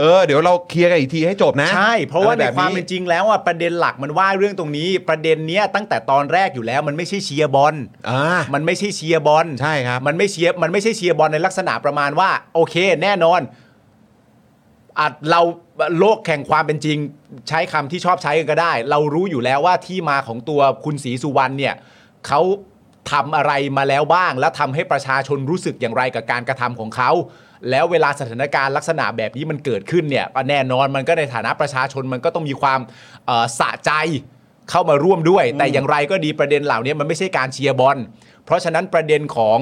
B: เออ
A: เดี๋ยวเราเคลียร์กันอีกทีให้จบนะ
B: ใช่ เพราะว่า
A: อ
B: ใน
A: ไแบบ
B: ความเป็นจริงแล้วอ่ะประเด็นหลักมันว่าเรื่องตรงนี้ ประเด็นเนี้ยตั้งแต่ตอนแรกอยู่แล้วมันไม่ใช่เชียร์บอล
A: อ่า
B: มันไม่ใช่เชียร์บอล
A: ใช่ครับ
B: มันไม่เชียร์มันไม่ใช่เชียร์บอลในลักษณะประมาณว่า โอเค แน่นอนอาจเราโลกแข่งความเป็นจริง ใช้คำที่ชอบใช้กันก็ได้ เรารู้อยู่แล้วว่าที่มาของตัวคุณศรีสุวรรณเนี่ยเขาทำอะไรมาแล้วบ้าง แล้วทำให้ประชาชนรู้สึกอย่างไรกับการกระทำของเขา แล้วเวลาสถานการณ์ลักษณะแบบนี้มันเกิดขึ้นเนี่ยก็แน่นอนมันก็ในฐานะประชาชนมันก็ต้องมีความเอ่อสะใจเข้ามาร่วมด้วย แต่อย่างไรก็ดีประเด็นเหล่านี้มันไม่ใช่การเชียร์บอล เพราะฉะนั้นประเด็นของ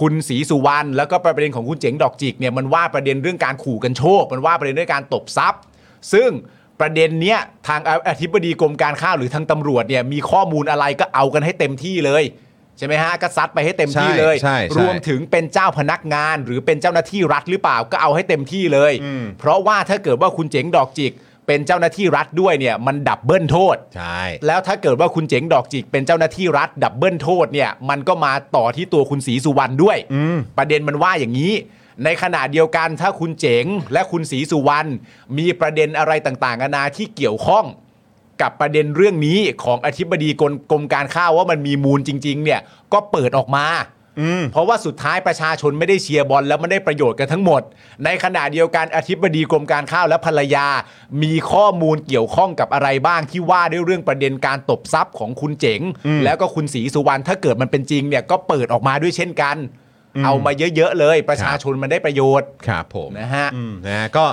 B: คุณศรีสุวรรณแล้วก็ประเด็นของคุณเจ๋งดอกจิกเนี่ยมันว่าประเด็นเรื่องการขู่กันโชค มันว่าประเด็นเรื่องการตบทรัพย์ ซึ่งประเด็นเนี้ยทางอธิบดีกรมการข้าวหรือทางตำรวจเนี่ยมีข้อมูลอะไรก็เอากันให้เต็มที่เลยใช่ไหมฮะก็ซัดไปให้เต็มที่เลย
A: ใช่ใช่ใช่
B: รวมถึงเป็นเจ้าพนักงาน หรือเป็นเจ้าหน้าที่รัฐหรือเปล่าก็เอาให้เต็มที่เลย เพราะว่าถ้าเกิดว่าคุณเจ๋งดอกจิก เป็นเจ้าหน้าที่รัฐด้วยเนี่ยมันดับเบิลโทษ
A: ใช่
B: แล้วถ้าเกิดว่าคุณเจ๋งดอกจิกเป็นเจ้าหน้าที่รัฐดับเบิลโทษเนี่ยมันก็มาต่อที่ตัวคุณศรีสุวรรณด้วย ประเด็นมันว่าอย่างนี้ ในขณะเดียวกันถ้าคุณเจ๋งและคุณศรีสุวรรณมีประเด็นอะไรต่างๆนานาที่เกี่ยวข้อง กับประเด็นเรื่องนี้ของอธิบดีกรมกรมการข้าวว่ามันมีมูลจริง ๆ เนี่ยก็เปิดออกมา เพราะว่าสุดท้ายประชาชนไม่ได้เชียร์บอลแล้วมันได้ประโยชน์กันทั้งหมด ในขณะเดียวกันอธิบดีกรมการข้าวและภรรยา มีข้อมูลเกี่ยวข้องกับอะไรบ้างที่ว่าด้วยเรื่องประเด็นการตบทรัพย์ของคุณเจ๋ง แล้วก็คุณศรีสุวรรณถ้าเกิดมันเป็นจริงเนี่ยก็เปิดออกมาด้วยเช่นกัน เอามาเยอะๆเลย ประชาชนมันได้ประโยชน์
A: ครับผม
B: นะฮะ
A: อืมนะก็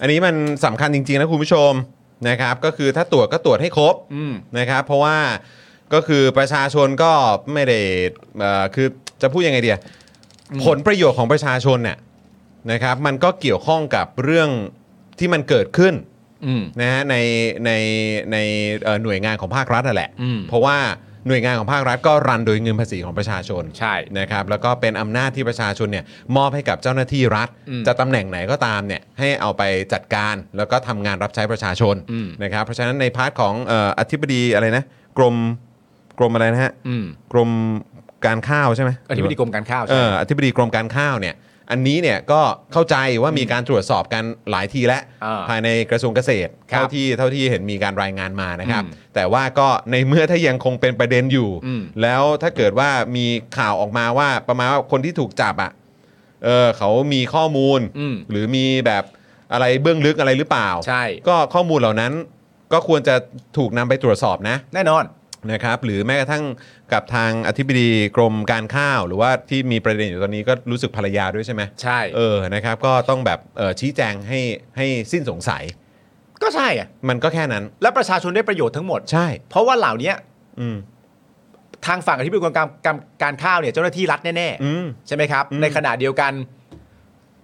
A: อันนี้มันสำคัญจริง ๆ นะคุณผู้ชมนะครับก็คือถ้าตรวจก็ตรวจให้ครบ
B: อืม
A: นะครับเพราะว่าก็คือประชาชนก็ไม่ได้เอ่อคือจะพูดยังไงเดียผลประโยชน์ของประชาชนเนี่ยนะครับมันก็เกี่ยวข้องกับเรื่องที่มันเกิดขึ้น
B: อืม
A: นะฮะในในในเอ่อหน่วยงานของภาครัฐนั่นแหละ
B: อืม
A: เพราะว่าหน่วยงานของภาครัฐก็รันโดยเงินภาษีของประชาชน
B: ใช่
A: นะครับแล้วก็เป็นอำนาจที่ประชาชนเนี่ยมอบให้กับเจ้าหน้าที่รัฐ
B: อืม
A: จะตำแหน่งไหนก็ตามเนี่ยให้เอาไปจัดการแล้วก็ทำงานรับใช้ประชาชน
B: อืม
A: นะครับเพราะฉะนั้นในพาร์ทของเอ่ออธิบดีอะไรนะกรมกรมอะไรนะฮะ
B: อืม
A: กรมการข้าวใช่ไหม
B: อธิบดีกรมการข้าว
A: เอ
B: ใช่
A: ออธิบดีกรมการข้าวเนี่ยอันนี้เนี่ยก็เข้าใจว่ามีการตรวจสอบกันหลายทีแล้ว
B: อ่า
A: ภายในกระทรวงเกษตร
B: ครับ
A: เท่าที่เท่าที่เห็นมีการรายงานมานะครับ
B: อืม
A: แต่ว่าก็ในเมื่อถ้ายังคงเป็นประเด็นอยู่
B: อืม
A: แล้วถ้าเกิดว่ามีข่าวออกมาว่าประมาณว่าคนที่ถูกจับอ่ะเออเขามีข้อมูล
B: อืม
A: หรือมีแบบอะไรเบื้องลึกอะไรหรือเปล่า
B: ใช่
A: ก็ข้อมูลเหล่านั้นก็ควรจะถูกนำไปตรวจสอบนะ
B: แน่นอน
A: นะครับหรือแม้กระทั่งกับทางอธิบดีกรมการข้าว หรือว่าที่มีประเด็นอยู่ตอนนี้ก็รู้สึกภรรยาด้วยใช่ไหม
B: ใช่
A: เออนะครับก็ต้องแบบเอ่อชี้แจงให้ให้สิ้นสงสัย
B: ก็ใช่อะ
A: มันก็แค่นั้น
B: และประชาชนได้ประโยชน์ทั้งหมด
A: ใช่
B: เพราะว่าเหล่าเนี้ย
A: อืม
B: ทางฝั่งอธิบดีกรมการการการข้าวเนี่ยเจ้าหน้าที่รัฐแน่
A: อืม
B: ๆ ใช่ไหมครับ ในขณะเดียวกัน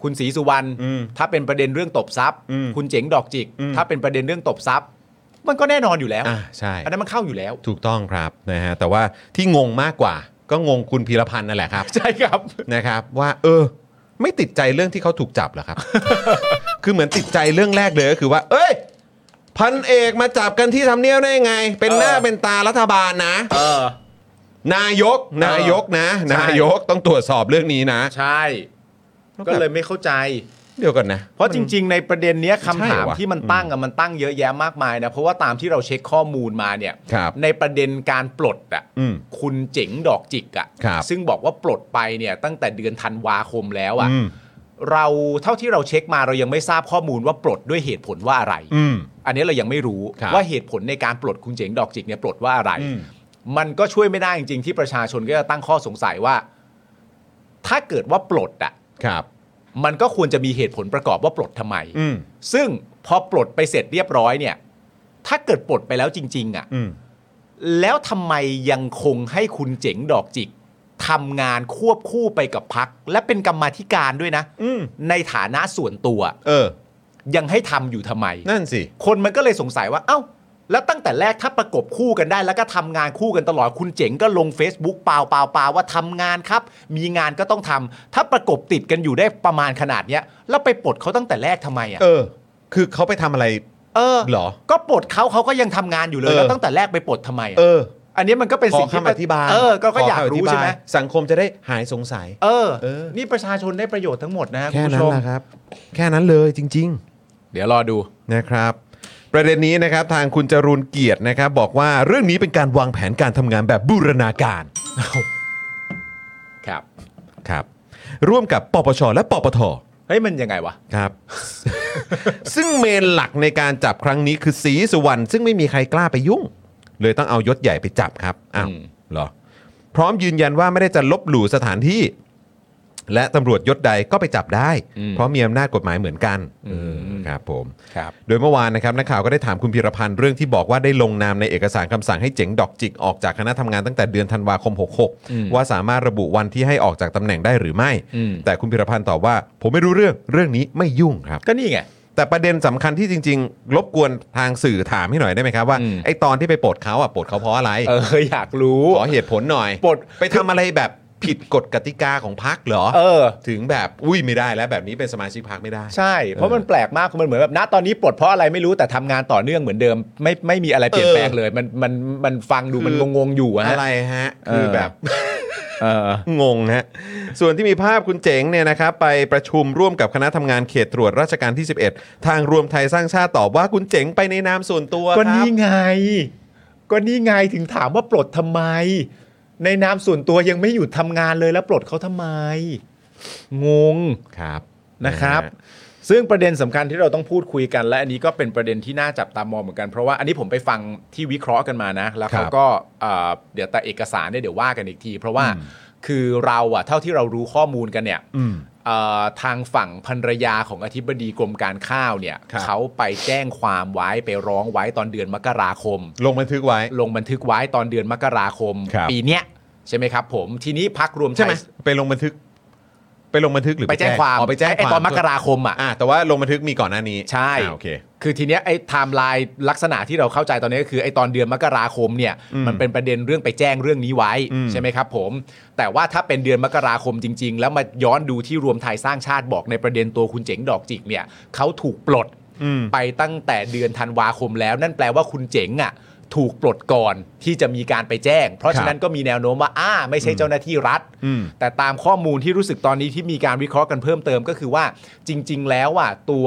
B: คุณศรีสุวรรณ
A: อืม
B: ถ้าเป็นประเด็นเรื่องตบทรัพย์
A: อืม
B: คุณเจ๋งดอกจิก
A: อืม
B: ถ้าเป็นประเด็นเรื่องตบทรัพย์ มันก็แน่นอนอยู่แล้ว
A: อ่าใช่
B: อันนั้นมันเข้าอยู่แล้ว
A: ถูกต้องครับนะฮะแต่ว่าที่งงมากกว่า ก็งงคุณพีรพันธ์นั่นแหละครับ
B: ใช่ครับ
A: นะครับ ว่า เออ ไม่ติดใจเรื่องที่เขาถูกจับเหรอครับ คือเหมือนติดใจเรื่องแรกเลยก็คือว่า เอ้ย พันเอกมาจับกันที่ทำเนียบได้ยังไง เป็นหน้า
B: เออ
A: เป็นตารัฐบาลนะ
B: เออ
A: นายก นายกนะ
B: ใช่
A: นายกต้องตรวจสอบเรื่องนี้นะ
B: ใช่ ก็เลยไม่เข้าใจ
A: เดี๋ยวก่อนนะ
B: เพราะจริง ๆ ในประเด็นเนี้ย
A: ใช่
B: คำถาม
A: วะ
B: ที่มันตั้งอะมันตั้งเยอะแยะมากมายนะเพราะว่าตามที่เราเช็คข้อมูลมาเนี่ย
A: ครับ
B: ในประเด็นการปลดอะ
A: อืม
B: คุณเจ๋งดอกจิกอะ
A: ครับ
B: ซึ่งบอกว่าปลดไปเนี่ยตั้งแต่เดือนธันวาคมแล้วอะ
A: อืม
B: เราเท่าที่เราเช็คมาเรายังไม่ทราบข้อมูลว่าปลดด้วยเหตุผลว่าอะไร
A: อืม
B: อันนี้เรายังไม่รู้
A: ครับ
B: ว่าเหตุผลในการปลดคุณเจ๋งดอกจิกเนี่ยปลดว่าอะไร
A: อืม
B: มันก็ช่วยไม่ได้จริงๆที่ประชาชนก็จะตั้งข้อสงสัยว่า ถ้าเกิดว่าปลดอะ
A: ครับ
B: มันก็ควรจะมีเหตุผลประกอบว่าปลดทำไม
A: อืม
B: ซึ่งพอปลดไปเสร็จเรียบร้อยเนี่ย ถ้าเกิดปลดไปแล้วจริง ๆอะ่ะ
A: อืม
B: แล้วทำไมยังคงให้คุณเจ๋งดอกจิกทำงานควบคู่ไปกับพัก และเป็นกรรมาธิการด้วยนะ
A: อืม
B: ในฐานะส่วนตัว
A: เออ
B: ยังให้ทำอยู่ทำไม
A: นั่นสิ
B: คนมันก็เลยสงสัยว่าเอ้า แล้วตั้งแต่แรกถ้าประกบคู่กันได้ แล้วก็ทำงานคู่กันตลอดคุณเจ๋งก็ลง Facebook เปล่าเปล่าเปล่าว่าทำงานครับ มีงานก็ต้องทำถ้าประกบติดกันอยู่ได้ประมาณขนาดเนี้ยแล้วไปปลดเขาตั้งแต่แรกทำไมอ่ะ
A: เออ คือเขาไปทำอะไร
B: เออ
A: เหรอ
B: ก็ปลดเขาเขาก็ยังทำงานอยู่เลย
A: เออ
B: แล้วตั้งแต่แรกไปปลดทำไมอะ
A: เออ
B: อันนี้มันก็เป็น
A: ขอ
B: สิ่งที่
A: คำอธิบาย
B: เออก็ก็
A: ข
B: อยาก
A: คำ
B: รู้
A: ธิบ
B: ใช่ไหม
A: สังคมจะได้หายสงสัย
B: เออ
A: เออ
B: นี่ประชาชนได้ประโยชน์ทั้งหมดนะฮะ
A: แค่
B: คุณ
A: นั้น
B: ผู้ชม
A: แหละครับ แค่นั้นเลยจริง ๆ
B: เดี๋ยวรอดู
A: นะครับ ประเด็นนี้นะครับทางคุณจรูนเกียรตินะครับ บอกว่าเรื่องนี้เป็นการวางแผนการทำงานแบบบูรณาการ
B: ครับ
A: ครับ ร่วมกับปปชและปปท
B: เฮ้ยมันยังไงวะ
A: ครับ ซึ่งเมนหลักในการจับครั้งนี้คือสีสุวรรณซึ่งไม่มีใครกล้าไปยุ่ง เลยต้องเอายศใหญ่ไปจับครับอ้าวเหรอ พร้อมยืนยันว่าไม่ได้จะลบหลู่สถานที่ และตำรวจยศใดก็ไปจับได้ เพราะมีอำนาจกฎหมายเหมือนกันเออครับผม
B: ครับ
A: โดยเมื่อวานนะครับนักข่าวก็ได้ถามคุณพิรพันธ์เรื่องที่บอกว่าได้ลงนามในเอกสารคำสั่งให้เจ๋งดอกจิกออกจากคณะทำงานตั้งแต่เดือนธันวาคม 66 ว่าสามารถระบุวันที่ให้ออกจากตำแหน่งได้หรือไม่
B: อืม
A: แต่คุณพิรพันธ์ตอบว่า ผมไม่รู้เรื่องเรื่องนี้ไม่ยุ่งครับ
B: ก็นี่ไง
A: แต่ประเด็นสำคัญที่จริง ๆ รบกวนทางสื่อถามให้หน่อยได้ไหมครับว่า
B: อืม
A: ไอ้ตอนที่ไปปลดเขาอ่ะปลดเขาเพราะอะไร
B: เอ ออยากรู้
A: ขอเหตุผลหน่อย
B: ปลด
A: ไปทำอะไรแบบผิดกฎกติกาของพรรคเหรอ
B: เออ
A: ถึงแบบอุ้ยไม่ได้แล้วแบบนี้เป็นสมาชิกพรรคไม่ได้
B: ใช่ เพราะมันแปลกมากคือมันเหมือนแบบณตอนนี้ปลดเพราะอะไรไม่รู้แต่ทำงานต่อเนื่องเหมือนเดิม ไม่ไม่มีอะไรเปลี่ยนแปลงเลย มันมันมันฟังดูมัน
A: คือ
B: งงๆอยู่อะฮะ
A: อะไรฮะคือ
B: เออ
A: แบบ
B: เออ
A: งงฮะ ส่วนที่มีภาพคุณเจ๋งเนี่ยนะครับไปประชุมร่วมกับคณะทำงานเขตตรวจราชการที่ 11 ทางรวมไทยสร้างชาติตอบว่าคุณเจ๋งไปในนามส่วนตัว
B: ก็
A: ครั
B: นี่
A: บ
B: ไง ก็นี่ไงถึงถามว่าปลดทำไม ในนามส่วนตัวยังไม่หยุดทำงานเลยแล้วปลดเขาทำไม งง
A: ครับ
B: นะครับ
A: ฮ
B: ซึ่งประเด็นสำคัญที่เราต้องพูดคุยกัน และอันนี้ก็เป็นประเด็นที่น่าจับตามองเหมือนกัน เพราะว่าอันนี้ผมไปฟังที่วิเคราะห์กันมานะ แล้วเขา
A: ครับ
B: ก็เอ่อเดี๋ยวแต่เอกสารเนี่ยเดี๋ยวว่ากันอีกที เพราะว่าคือเราอะเท่าที่เรารู้ข้อมูลกันเนี่ย
A: อืม
B: เอ่อทางฝั่งภรรยาของอธิบดีกรมการข้าวเนี่ย
A: ครับ
B: เขาไปแจ้งความไว้ไปร้องไว้ตอนเดือนมกราคม
A: ลงบันทึกไว้
B: ลงบันทึกไว้ตอนเดือนมกราคม
A: ครับ
B: ปีเนี้ยใช่ไหมครับ ผมทีนี้พักรวมทย
A: ใช่ไหมไปลงบันทึก ไปลงบันทึกหรือ
B: ไปแจ้งความ
A: อ๋อไปแจ้งค
B: ไอ้
A: วาม
B: ตอนมกราคมอ่ะ
A: อ่ะแต่ว่าลงบันทึกมีก่อนหน้านี้
B: ใช่
A: อ่ะโอเค
B: คือทีเนี้ยไอ้ไทม์ไลน์ลักษณะที่เราเข้าใจตอนนี้ก็คือไอ้ตอนเดือนมกราคมเนี่ยมันเป็นประเด็นเรื่องไปแจ้งเรื่องนี้ไว้
A: อืม
B: ใช่ไหมครับผม แต่ว่าถ้าเป็นเดือนมกราคมจริง ๆ แล้วมาย้อนดูที่รวมไทยสร้างชาติบอกในประเด็นตัวคุณเจ๋งดอกจิกเนี่ยเขาถูกปลด
A: อืม
B: ไปตั้งแต่เดือนธันวาคมแล้ว นั่นแปลว่าคุณเจ๋งอ่ะถูกปลดก่อนที่จะมีการไปแจ้ง เพราะฉะนั้นก็มีแนวโน้มว่าอ้าไม่ใช่เจ้าหน้าที่รัฐ
A: อืม
B: แต่ตามข้อมูลที่รู้สึกตอนนี้ที่มีการวิเคราะห์กันเพิ่มเติมก็คือว่าจริง ๆ แล้วอ่ะตัว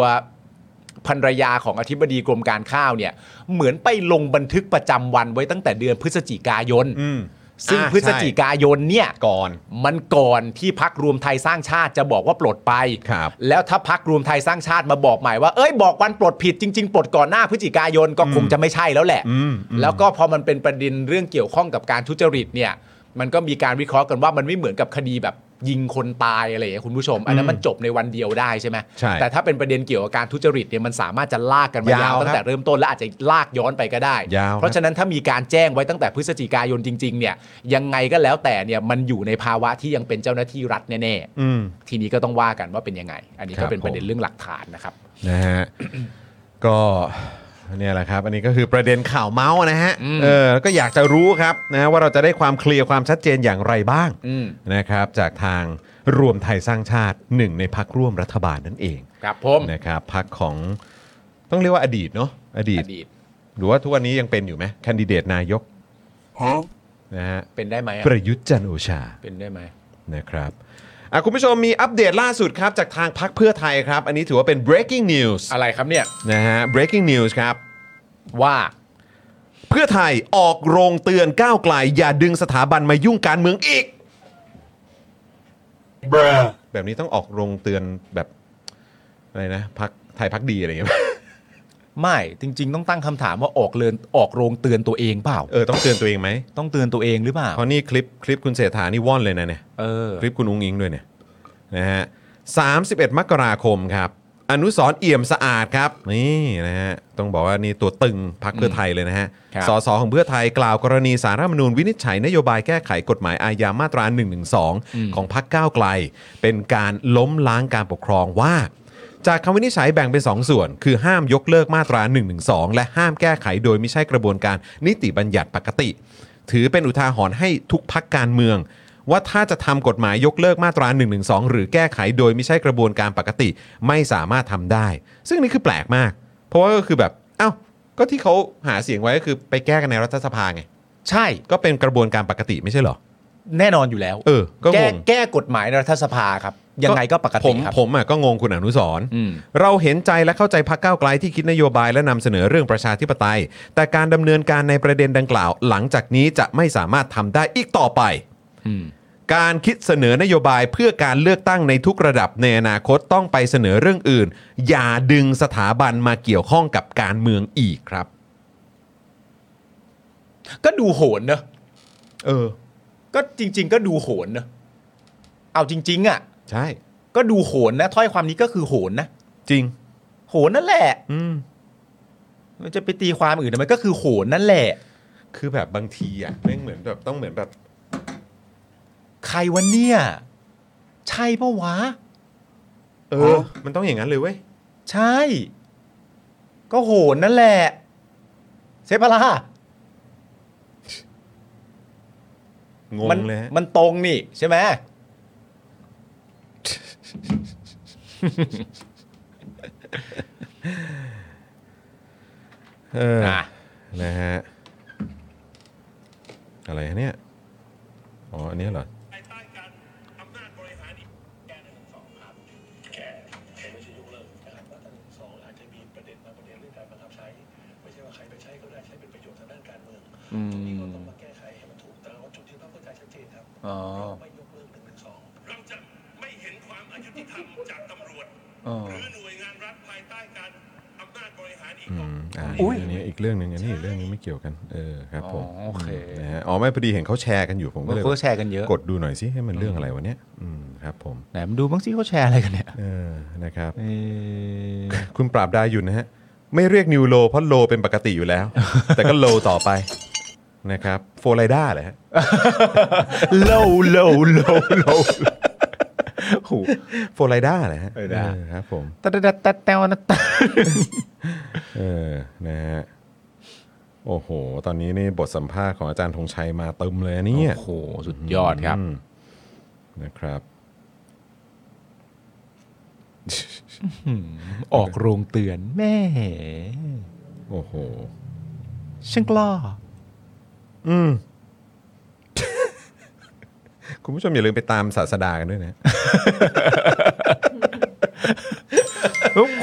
B: ภรรยาของอธิบดีกรมการข้าวเนี่ย เหมือนไปลงบันทึกประจำวันไว้ตั้งแต่เดือนพฤศจิกายน
A: อืม
B: ซึ่ง
A: อ่า
B: พฤศจิกายนเนี่ย
A: ก่อน
B: มันก่อนที่พักรวมไทยสร้างชาติจะบอกว่าปลดไป
A: ครับ
B: แล้วถ้าพักรวมไทยสร้างชาติมาบอกใหม่ว่าเอ้ยบอกวันปลดผิดจริง ๆ ปลดก่อนหน้าพฤศจิกายนก็คงจะไม่ใช่แล้วแหละ
A: อืมอืม
B: แล้วก็พอมันเป็นประเด็นเรื่องเกี่ยวข้องกับการทุจริตเนี่ย มันก็มีการวิเคราะห์กันว่ามันไม่เหมือนกับคดีแบบ ยิงคนตายอะไรอย่างเงี้ยคุณผู้ชม อันนั้นมันจบในวันเดียวได้ใช่ไหม
A: ใช่
B: แต่ถ้าเป็นประเด็นเกี่ยวกับการทุจริตเนี่ยมันสามารถจะลากกันมายาย
A: าวครั
B: ว
A: บ
B: ตั้งแต่เริ่มต้นและอาจจะลากย้อนไปก็ได้
A: ยาวครับ
B: เพราะฉะนั้นถ้ามีการแจ้งไว้ตั้งแต่พฤศจิกายนจริง ๆ เนี่ยยังไงก็แล้วแต่เนี่ยมันอยู่ในภาวะที่ยังเป็นเจ้าหน้าที่รัฐแน่
A: อืม
B: ๆทีนี้ก็ต้องว่ากันว่าเป็นยังไง อันนี้
A: ครั
B: ก็
A: บ
B: เป็นประเด็นเรื่องหลักฐานนะครับ
A: นะฮะ ก็เนี่ยแหละครับ อันนี้ก็คือประเด็นข่าวเมาส์นะฮะ
B: อืม
A: เออแล้วก็อยากจะรู้ครับนะว่าเราจะได้ความเคลียร์ความชัดเจนอย่างไรบ้าง
B: อืม
A: นะครับ จากทางรวมไทยสร้างชาติหนึ่งในพักร่วมรัฐบาลนั่นเอง
B: ครับผม
A: นะครับพักของต้องเรียกว่าอดีตเนาะอดีต
B: อดีต
A: หรือว่าทุกวันนี้ยังเป็นอยู่ไหมแคนดิเดตนายกนะฮะ
B: เป็นได้ไหมอะ
A: ประยุทธ์จันทร์โอชา
B: เป็นได้ไหม
A: นะครับอ่ะคุณผู้ชมมีอัปเดตล่าสุดครับ จากทางพักเพื่อไทยครับ อันนี้ถือว่าเป็น breaking news
B: อะไรครับเนี่ย
A: นะฮะ breaking news ครับ
B: ว่า
A: เพื่อไทยออกโรงเตือนก้าวไกล อย่าดึงสถาบันมายุ่งการเมืองอีก แบบนี้ต้องออกโรงเตือนแบบอะไรนะพักไทยพักดีอะไรอย่างเงี้ย
B: ไม่จริง ๆ ต้องตั้งคำถามว่าออกเรือนออกโรงเตือนตัวเองเปล่า
A: เออ ต้องเตือนตัวเองไหม
B: ต้องเตือนตัวเองหรือเปล่า
A: เพราะนี่คลิปคลิปคุณเศรษฐานี่ว่อนเลยนะเนี่ย
B: เออ
A: คลิปคุณอุ้งอิงด้วยเนี่ยนะฮะ31 มกราคมครับ อนุสรณ์เอี่ยมสะอาดครับ นี่นะฮะต้องบอกว่านี่ตัวตึงพักเพื่อไทยเลยนะฮะสสของเพื่อไทยกล่าวกรณีสารรัฐธรรมนูญวินิจฉัยนโยบายแก้ไขกฎหมายอาญามาตรา1นึของพักก้าวไกล เป็นการล้มล้างการปกครองว่า จากคำวินิจฉัยแบ่งเป็น 2 ส่วน คือห้ามยกเลิกมาตรา1นึและห้ามแก้ไขโดยไม่ใช่กระบวนการนิติบัญญัติปกติ ถือเป็นอุทาหรณ์ให้ทุกพักการเมือง ว่าถ้าจะทำกฎหมายยกเลิกมาตรา1นึหรือแก้ไขโดยไม่ใช่กระบวนการปกติไม่สามารถทำได้ ซึ่งนี่คือแปลกมาก เพราะว่าก็คือแบบ เอ้า ก็ที่เขาหาเสียงไว้ก็คือไปแก้กันในรัฐสภาไง
B: ใช่
A: ก็เป็นกระบวนการปกติไม่ใช่เหรอ
B: แน่นอนอยู่แล้ว
A: เออ ก็ง
B: แก้
A: ง
B: แก้กฎหมายในรัฐสภาครับ ยังไงก็ป
A: ผ
B: กติ
A: ม
B: ครับ
A: ผมอ่ะก็งงคุณอนุสรณ์
B: อืม
A: เราเห็นใจและเข้าใจพักเก้าวไกลที่คิดนโยบายและนำเสนอเรื่องประชาธิปไตย แต่การดำเนินการในประเด็นดังกล่าว หลังจากนี้จะไม่สามารถทำได้อีกต่อไป
B: อืม
A: การคิดเสนอนโยบายเพื่อการเลือกตั้งในทุกระดับในอนาคตต้องไปเสนอเรื่องอื่น อย่าดึงสถาบันมาเกี่ยวข้องกับการเมืองอีกครับ
B: ก็ดูโหนเนอะ
A: เออ
B: ก็จริง ๆ ก็ดูโหนเนอะเอาจริง ๆ อ่ะ
A: ใช่
B: ก็ดูโหนนะถ้อยความนี้ก็คือโหนนะ
A: จริง
B: โหนนั่นแหละ
A: อืม
B: มันจะไปตีความอื่นทำไมก็คือโหนนั่นแหละ
A: คือแบบบางทีอ่ะแม่งเหมือนแบบต้องเหมือนแบบ
B: ใครวะเนี่ย ใช่ปะวะ
A: เออ มันต้องอย่างนั้นเลยเว้ย
B: ใช่ ก็โหนนั่นแหละใช่ปะล่ะ
A: ง
B: มั
A: งเลยฮะ
B: มันตรงนี่ใช่ไหม
A: เออ
B: อ่ะ
A: นะฮะ อะไรฮะเนี่ย อ๋อ อันเนี้ยเหรอ
B: อืมอ๋อ
H: เราจะไม่เห็นความอายุติธรรมจากตำรวจ
B: อ๋อ
H: หรือหน่วยงานรัฐภายใต้การอำนาจบริหารอีก
A: อื
H: ต่อ
A: ม
H: ไป
A: อ่า
B: อุ๊ย
A: อันนี้อีกเรื่องหนึ่งอันนี้อีกเรื่องหนึงไม่เกี่ยวกัน เออ ครับผม
B: อ๋อโอเค
A: มนะฮะ อ๋อ ไม่พอดีเห็นเขาแชร์กันอยู่ ผมก็เลย
B: เขาแชร์กันเยอะ
A: กดดูหน่อยสิให้มันเรื่องอะไรวะเนี่ยอืม ครับผม
B: ไหนมันดูบ้างสิเขาแชร์อะไรกันเนี่ย
A: เออ นะครับ
B: เอ่อ
A: คุณปราบดาอยู่นะฮะ ไม่เรียกนิวโลเพราะโลเป็นปกติอยู่แล้ว แต่ก็โลต่อไป นะครับ โฟไลด้าเหรอฮะ
B: โลโลโลโลโห
A: โฟไลด้าเหรอฮะ
B: โฟไลด้า
A: เออครับผม
B: ตะตะตะแตวนะตะ
A: เออ นะฮะ โอ้โห ตอนนี้นี่บทสัมภาษณ์ของอาจารย์ธงชัยมาเติมเลยนะเนี่ย
B: โอ้โห สุดยอดครับ
A: มนะครับ
B: ออกโรงเตือนแม่
A: โอ้โห
B: ช่างกล้า
A: อืม คุณผู้ชมอย่าลืมไปตามศาสดากันด้วยนะ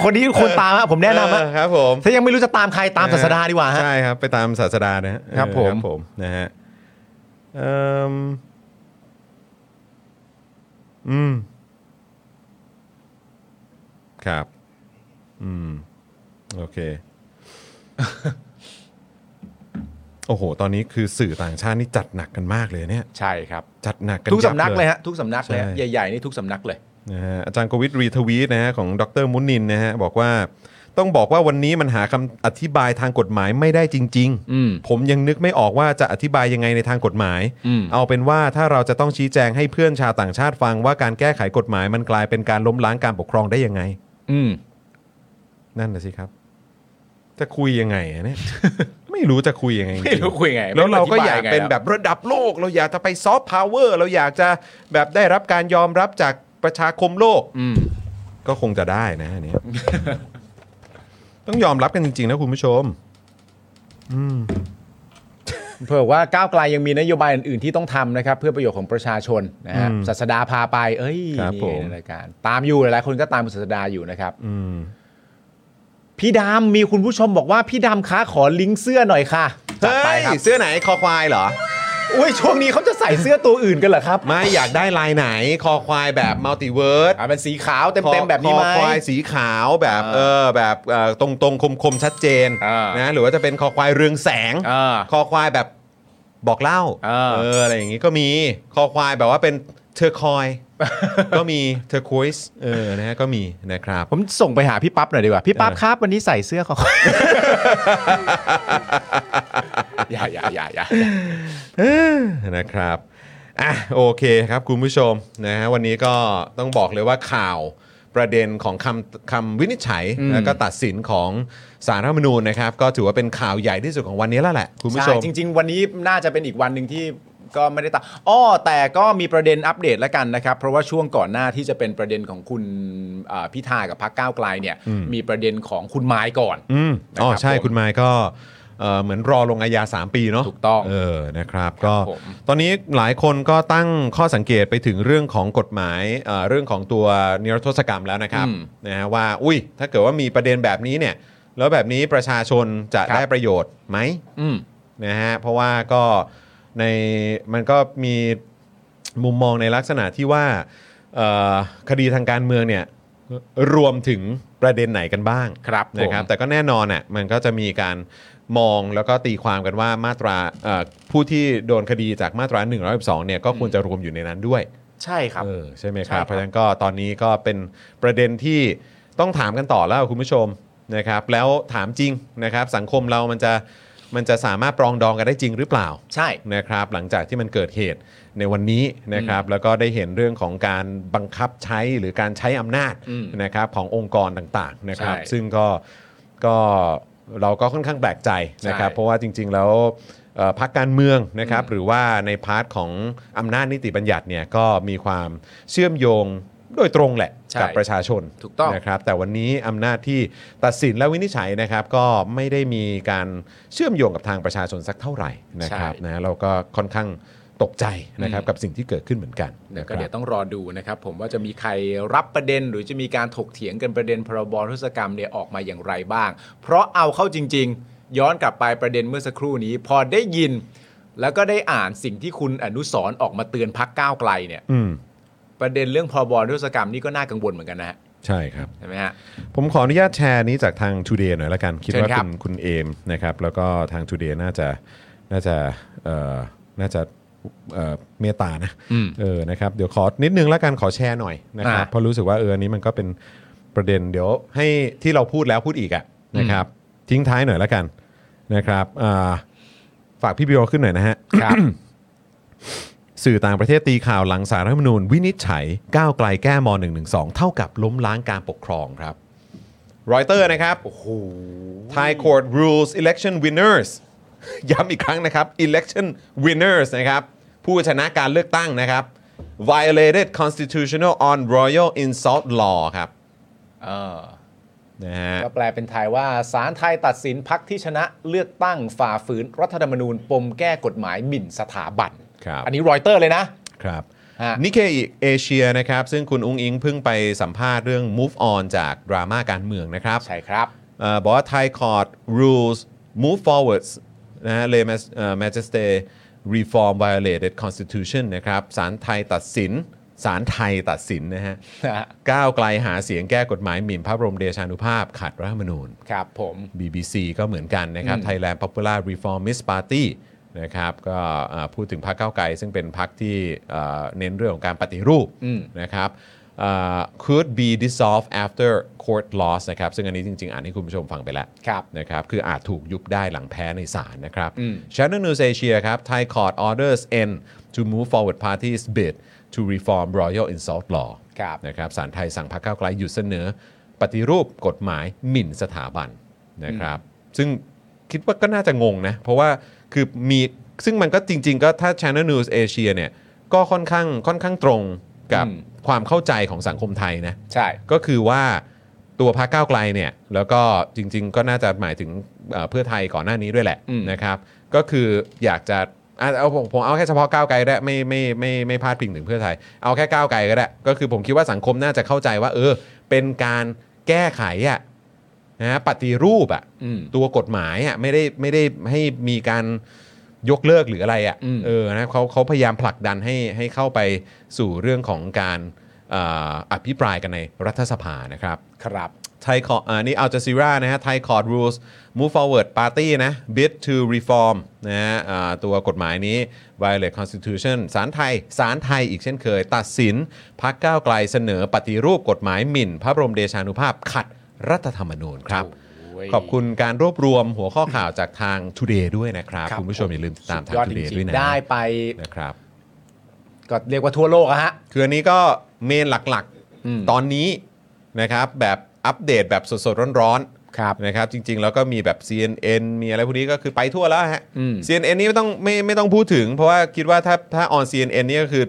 B: คนนี้ควรตามฮะผมแนะนำฮะ
A: เออครับผม
B: ถ้ายังไม่รู้จะตามใครตามศาสดาดีกว่าฮะ
A: ใช่ครับ ไปตามศาสดานะฮะ
B: ครับ
A: เออ
B: ผม
A: นะฮะเอิ่มอืม ครับ อืม โอเค โอ้โห ตอนนี้คือสื่อต่างชาตินี่จัดหนักกันมากเลยเนี่ย
B: ใช่ครับ
A: จัดหนักกัน
B: ทุกสำนัก
A: ยับ
B: เลยฮะทุกสำนักเลยฮะ
A: ใช่
B: ใหญ่ๆนี่ทุกสำนักเลย
A: นะฮะอาจารย์โควิดรีทวีตนะฮะของดรมุนินนะฮะบอกว่าต้องบอกว่าวันนี้มันหาคำอธิบายทางกฎหมายไม่ได้จริง
B: อืม
A: ๆ ผมยังนึกไม่ออกว่าจะอธิบายยังไงในทางกฎหมาย
B: อืม
A: เอาเป็นว่าถ้าเราจะต้องชี้แจงให้เพื่อนชาวต่างชาติฟังว่าการแก้ไขกฎหมายมันกลายเป็นการล้มล้างการปกครองได้ยังไง
B: อืม
A: นั่นนะสิครับ จะคุยยังไงอะเนี่ย ไม่รู้จะคุยยังไงจงๆ
B: ไม่รู้คุยยังไง
A: แล้วเราก็
B: ไม่รู้อธิบาย
A: อยาก
B: ยังไง
A: เป็น
B: แล้ว
A: แบบระดับโลก เราอยากจะไปซอฟต์พาวเวอร์เราอยากจะแบบได้รับการยอมรับจากประชาคมโลก
B: อืม
A: ก็คงจะได้นะอันเนี้ย ต้องยอมรับกันจริง ๆ นะคุณผู้ชม
B: เผื่อว่าก้าวไกลยังมีนโยบายอื่นๆที่ต้องทำนะครับ เพื่อประโยชน์ของประชาชนนะฮะ
A: อืม
B: ศาสดาพาไป เอ้ย
A: ครับ
B: นี่
A: ผม
B: ในรายการตามอยู่หลายๆคนก็ตามคุณศาสดาอยู่นะครับ
A: อืม
B: พี่ดำมีคุณผู้ชมบอกว่าพี่ดำค้าขอลิงก์เสื้อหน่อยค่ะจัด
A: เฮ้
B: ไป
A: ย
B: ครับ
A: เสื้อไหนคอควายเหรอ
B: อุ้ยช่วงนี้เขาจะใส่เสื้อตัวอื่นกันเหรอครับ
A: ไม่อยากได้ลายไหนคอควายแบบมัลติเวิร์ส
B: อ่าเป็นสีขาวเต็มๆแบบนี้ไห
A: ค
B: ม
A: อควายสีขาวแบบเออแบบเอ่อตรงๆ คมๆ ชัดเจน
B: อ่าน
A: นะหรือว่าจะเป็นคอควายเรืองแสง
B: อ่า
A: คอควายแบบบอกเล่า
B: เออ
A: เอออะไรอย่างนี้ก็มีคอควายแบบว่าเป็นเทอร์คอย ก็มีเทอร์คอยส์เออนะฮะก็มีนะครับ
B: ผมส่งไปหาพี่ปั๊บหน่อยดีกว่า พี่ปั๊บครับวันนี้ใส่เสื้อของ อย่าอย่าอย่าอย่า
A: นะครับ อ่ะโอเคครับคุณผู้ชมนะฮะวันนี้ก็ต้องบอกเลยว่าข่าวประเด็นของคำคำวินิจฉัย
B: อืม
A: แล้วก็ตัดสินของสารรัฐธรรมนูญนะครับ ก็ถือว่าเป็นข่าวใหญ่ที่สุดของวันนี้แล้วแหละคุณผู้ช
B: ใช่
A: ม
B: จริง ๆ วันนี้น่าจะเป็นอีกวันหนึ่งที่ก็ไม่ได้ตามอ้อแต่ก็มีประเด็นอัปเดตแล้วกันนะครับ เพราะว่าช่วงก่อนหน้าที่จะเป็นประเด็นของคุณอ่าพิธากับพรรคก้าวไกลเนี่ย
A: อืม
B: มีประเด็นของคุณไม้ก่อน
A: อืมอ๋อ
B: นะครับ
A: ใช่
B: ผม
A: คุณไมค์ก็เอ่อเหมือนรอลงอาญา 3 ปีเนาะ
B: ถูกต้อง
A: เออนะครับก็
B: ผม
A: ตอนนี้หลายคนก็ตั้งข้อสังเกตไปถึงเรื่องของกฎหมายเอ่อเรื่องของตัวนิรโทษกรรมแล้วนะครับ
B: อืม
A: นะฮะว่าอุ้ยถ้าเกิดว่ามีประเด็นแบบนี้เนี่ย แล้วแบบนี้ประชาชนจะ
B: ครับ
A: ได้ประโยชน์ไหม
B: อืม
A: นะฮะเพราะว่าก็ในมันก็มีมุมมองในลักษณะที่ว่าเอ่อคดีทางการเมืองเนี่ยรวมถึงประเด็นไหนกันบ้าง
B: ครับผม
A: นะครับแต่ก็แน่นอนอ่ะมันก็จะมีการมองแล้วก็ตีความกันว่ามาตราเอ่อผู้ที่โดนคดีจากมาตรา1นึเนี่ยก็ควรจะรวมอยู่ในนั้นด้วย
B: ใช่ครับ
A: เออใช่ไหมค
B: ใช่ครั
A: รับบ เพราะฉะนั้นก็ตอนนี้ก็เป็นประเด็นที่ต้องถามกันต่อแล้วคุณผู้ชมนะครับแล้วถามจริงนะครับสังคมเรามันจะมันจะสามารถปรองดองกันได้จริงหรือเปล่า
B: ใช่
A: นะครับหลังจากที่มันเกิดเหตุในวันนี้นะครับแล้วก็ได้เห็นเรื่องของการบังคับใช้หรือการใช้อำนาจ
B: อืม
A: นะครับขององค์กรต่างๆนะครับ
B: ใช่
A: ซึ่งก็ก็เราก็ค่อนข้างแปลกใจนะครับ
B: ใช่
A: เพราะว่าจริง ๆ แล้วเอ่อพรรคการเมืองนะครับหรือว่าในพาร์ทของอำนาจนิติบัญญัติเนี่ยก็มีความเชื่อมโยงโดยตรงแหละ
B: ใช่
A: กับประชาชน
B: ถูกต้อง
A: นะครับแต่วันนี้อำนาจที่ตัดสินและวินิจฉัยนะครับก็ไม่ได้มีการเชื่อมโยงกับทางประชาชนสักเท่าไหร่ นะครับ
B: ใช่
A: นะเราก็ค่อนข้างตกใจนะครับกับสิ่งที่เกิดขึ้นเหมือนกัน
B: เดี๋ย
A: นะ
B: ว
A: ค
B: ก็
A: รับ
B: เดี๋ยวต้องรอดูนะครับ ผมว่าจะมีใครรับประเด็นหรือจะมีการถกเถียงกันประเด็นพรบทุศกรรมเนี่ยออกมาอย่างไรบ้าง เพราะเอาเข้าจริง ๆ ย้อนกลับไปประเด็นเมื่อสักครู่นี้ พอได้ยิน แล้วก็ได้อ่านสิ่งที่คุณอนุสรณ์ออกมาเตือนพักก้าวไกลเนี่ย
A: อืม
B: ประเด็นเรื่องพรบทุศกรรมนี่ก็น่ากังวลเหมือนกันนะฮะ
A: ใช่ครับ
B: ใช่ไหมฮะ
A: ผมขออนุญาตแชร์นี้จากทาง Today หน่อยละกัน คิดว่า
B: เชิญครั
A: คุ
B: บ
A: ณคุณเอมนะครับ แล้วก็ทาง Today น่าจะน่าจะเอ่อน่าจะเอ่อเมตตานะ
B: อืม
A: เออนะครับเดี๋ยวขอนิดนึงละกันขอแชร์หน่อยนะครับ
B: อ่ะ
A: เพราะรู้สึกว่าเอออันนี้มันก็เป็นประเด็นเดี๋ยวให้ที่เราพูดแล้วพูดอีกอะนะครับ ทิ้งท้ายหน่อยละกันนะครับอ่าฝากพี่บิวขึ้นหน่อยนะฮะ
B: ครับ
A: สื่อต่างประเทศตีข่าวหลังสารรัฐธรรมนูญวินิจฉัยก้าวไกลแก้ม .112 เท่ากับล้มล้างการปกครองครับรอยเตอร์นะครับ โอ้โห Thai court rules election winners ย้ำอีกครั้งนะครับ election winners นะครับ ผู้ชนะการเลือกตั้งนะครับ violated constitutional on royal insult law ครับ
B: เออ
A: นะฮะ
B: ก็แปลเป็นไทยว่าศาลไทยตัดสินพักที่ชนะเลือกตั้งฝ่าฝืนรัฐธรรมนูญปมแก้กฎหมายหมิ่นสถาบัน
A: ครับ
B: อันนี้รอยเตอร์เลยนะ
A: ครับ
B: ฮะ
A: นิเคอีเอเชียนะครับ ซึ่งคุณอุ้งอิงเพิ่งไปสัมภาษณ์เรื่อง move on จากดราม่าการเมืองนะครับ
B: ใช่ครับ
A: เอ่อบอกว่า Thai Court rules move forwards นะฮะ lay Mas- เอ่อ majesty reform violated constitution นะครับศาลไทยตัดสิน ศาลไทยตัดสินนะฮะ
B: นะฮะ
A: ก้าวไกลหาเสียงแก้กฎหมายหมิ่นพระบรมเดชานุภาพขัดรัฐธรรมนูญ
B: ครับผม
A: BBC ก็เหมือนกันนะครับ
B: อืม
A: Thailand Popular Reformist Party นะครับก็เอ่อพูดถึงพรรคก้าวไกล ซึ่งเป็นพรรคที่เอ่อเน้นเรื่องของการปฏิรูป
B: อืม
A: นะครับเอ่อ could be dissolved after court loss นะครับซึ่งอันนี้จริง ๆ อ่านให้คุณผู้ชมฟังไปแล้ว
B: ครับ
A: นะครับคืออาจถูกยุบได้หลังแพ้ในศาลนะครับ
B: อืม
A: Channel News Asia ครับ Thai Court orders end to move forward parties bid to reform royal insult law
B: ครับ
A: นะครับศาลไทยสั่งพรรคก้าวไกลหยุดเสนอ ปฏิรูปกฎหมายหมิ่นสถาบันนะครับ ซึ่งคิดว่าก็น่าจะงงนะ เพราะว่าคือมีซึ่งมันก็จริง ๆ ก็ถ้า Channel News Asia เนี่ยก็ค่อนข้างค่อนข้างตรงกับ
B: อืม
A: ความเข้าใจของสังคมไทยนะ
B: ใช่
A: ก็คือว่าตัวพรรคก้าวไกลเนี่ยแล้วก็จริงๆ ก็น่าจะหมายถึงเอ่อเพื่อไทยก่อนหน้านี้ด้วยแหละ
B: อืม
A: นะครับ ก็คืออยากจะอ่ะเอาผมผมเอาแค่เฉพาะก้าวไกลก็ได้ไม่ไม่ไม่ไม่ไม่พาดพิงถึงเพื่อไทย เอาแค่ก้าวไกลก็ได้ ก็คือผมคิดว่าสังคมน่าจะเข้าใจว่า เออ เป็นการแก้ไขอะนะปฏิรูปอะ
B: อืม
A: ตัวกฎหมายอะไม่ได้ไม่ได้ให้มีการยกเลิกหรืออะไรอะ
B: อืม
A: เออนะเขาเขาพยายามผลักดันให้ให้เข้าไปสู่เรื่องของการเอ่ออภิปรายกันในรัฐสภานะครับ
B: ครับ
A: ไทยคอร์อันนี้อัลจ e ซีรานะฮะไทยคอร์ rules move forward party นะ bid to reform นะฮะอ่าตัวกฎหมายนี้ violate constitution ศาลไทยศาลไทยอีกเช่นเคย ตัดสินพักก้าวไกลเสนอปฏิรูปกฎหมายหมิ่น พระบรมเดชานุภาพขัดรัฐธรรมนูญครับ
B: โอ้ย
A: ขอบคุณการรวบรวมหัวข้อข่าวจากทาง Today ด้วยนะครับ
B: รับ
A: คุณผู้ชมอย่าลืมติดตามทาง
B: สุยอ
A: Today
B: จริงๆ
A: ด้วยนะ
B: ได้ไป
A: นะครับ
B: ก็เรียกว่าทั่วโลกอะฮะ
A: คืออันนี้ก็เมนหลัก
B: อืม
A: ๆ ตอนนี้นะครับแบบอัปเดตแบบสดๆร้อนๆ
B: ครับ
A: นะครับจริงๆ แล้วก็มีแบบ CNN มีอะไรพวกนี้ก็คือไปทั่วแล้วฮะ
B: อืม
A: CNN นี่ไม่ต้องไม่ไม่ต้องพูดถึง เพราะว่าคิดว่าถ้าถ้าออน CNN นี่ก็คือ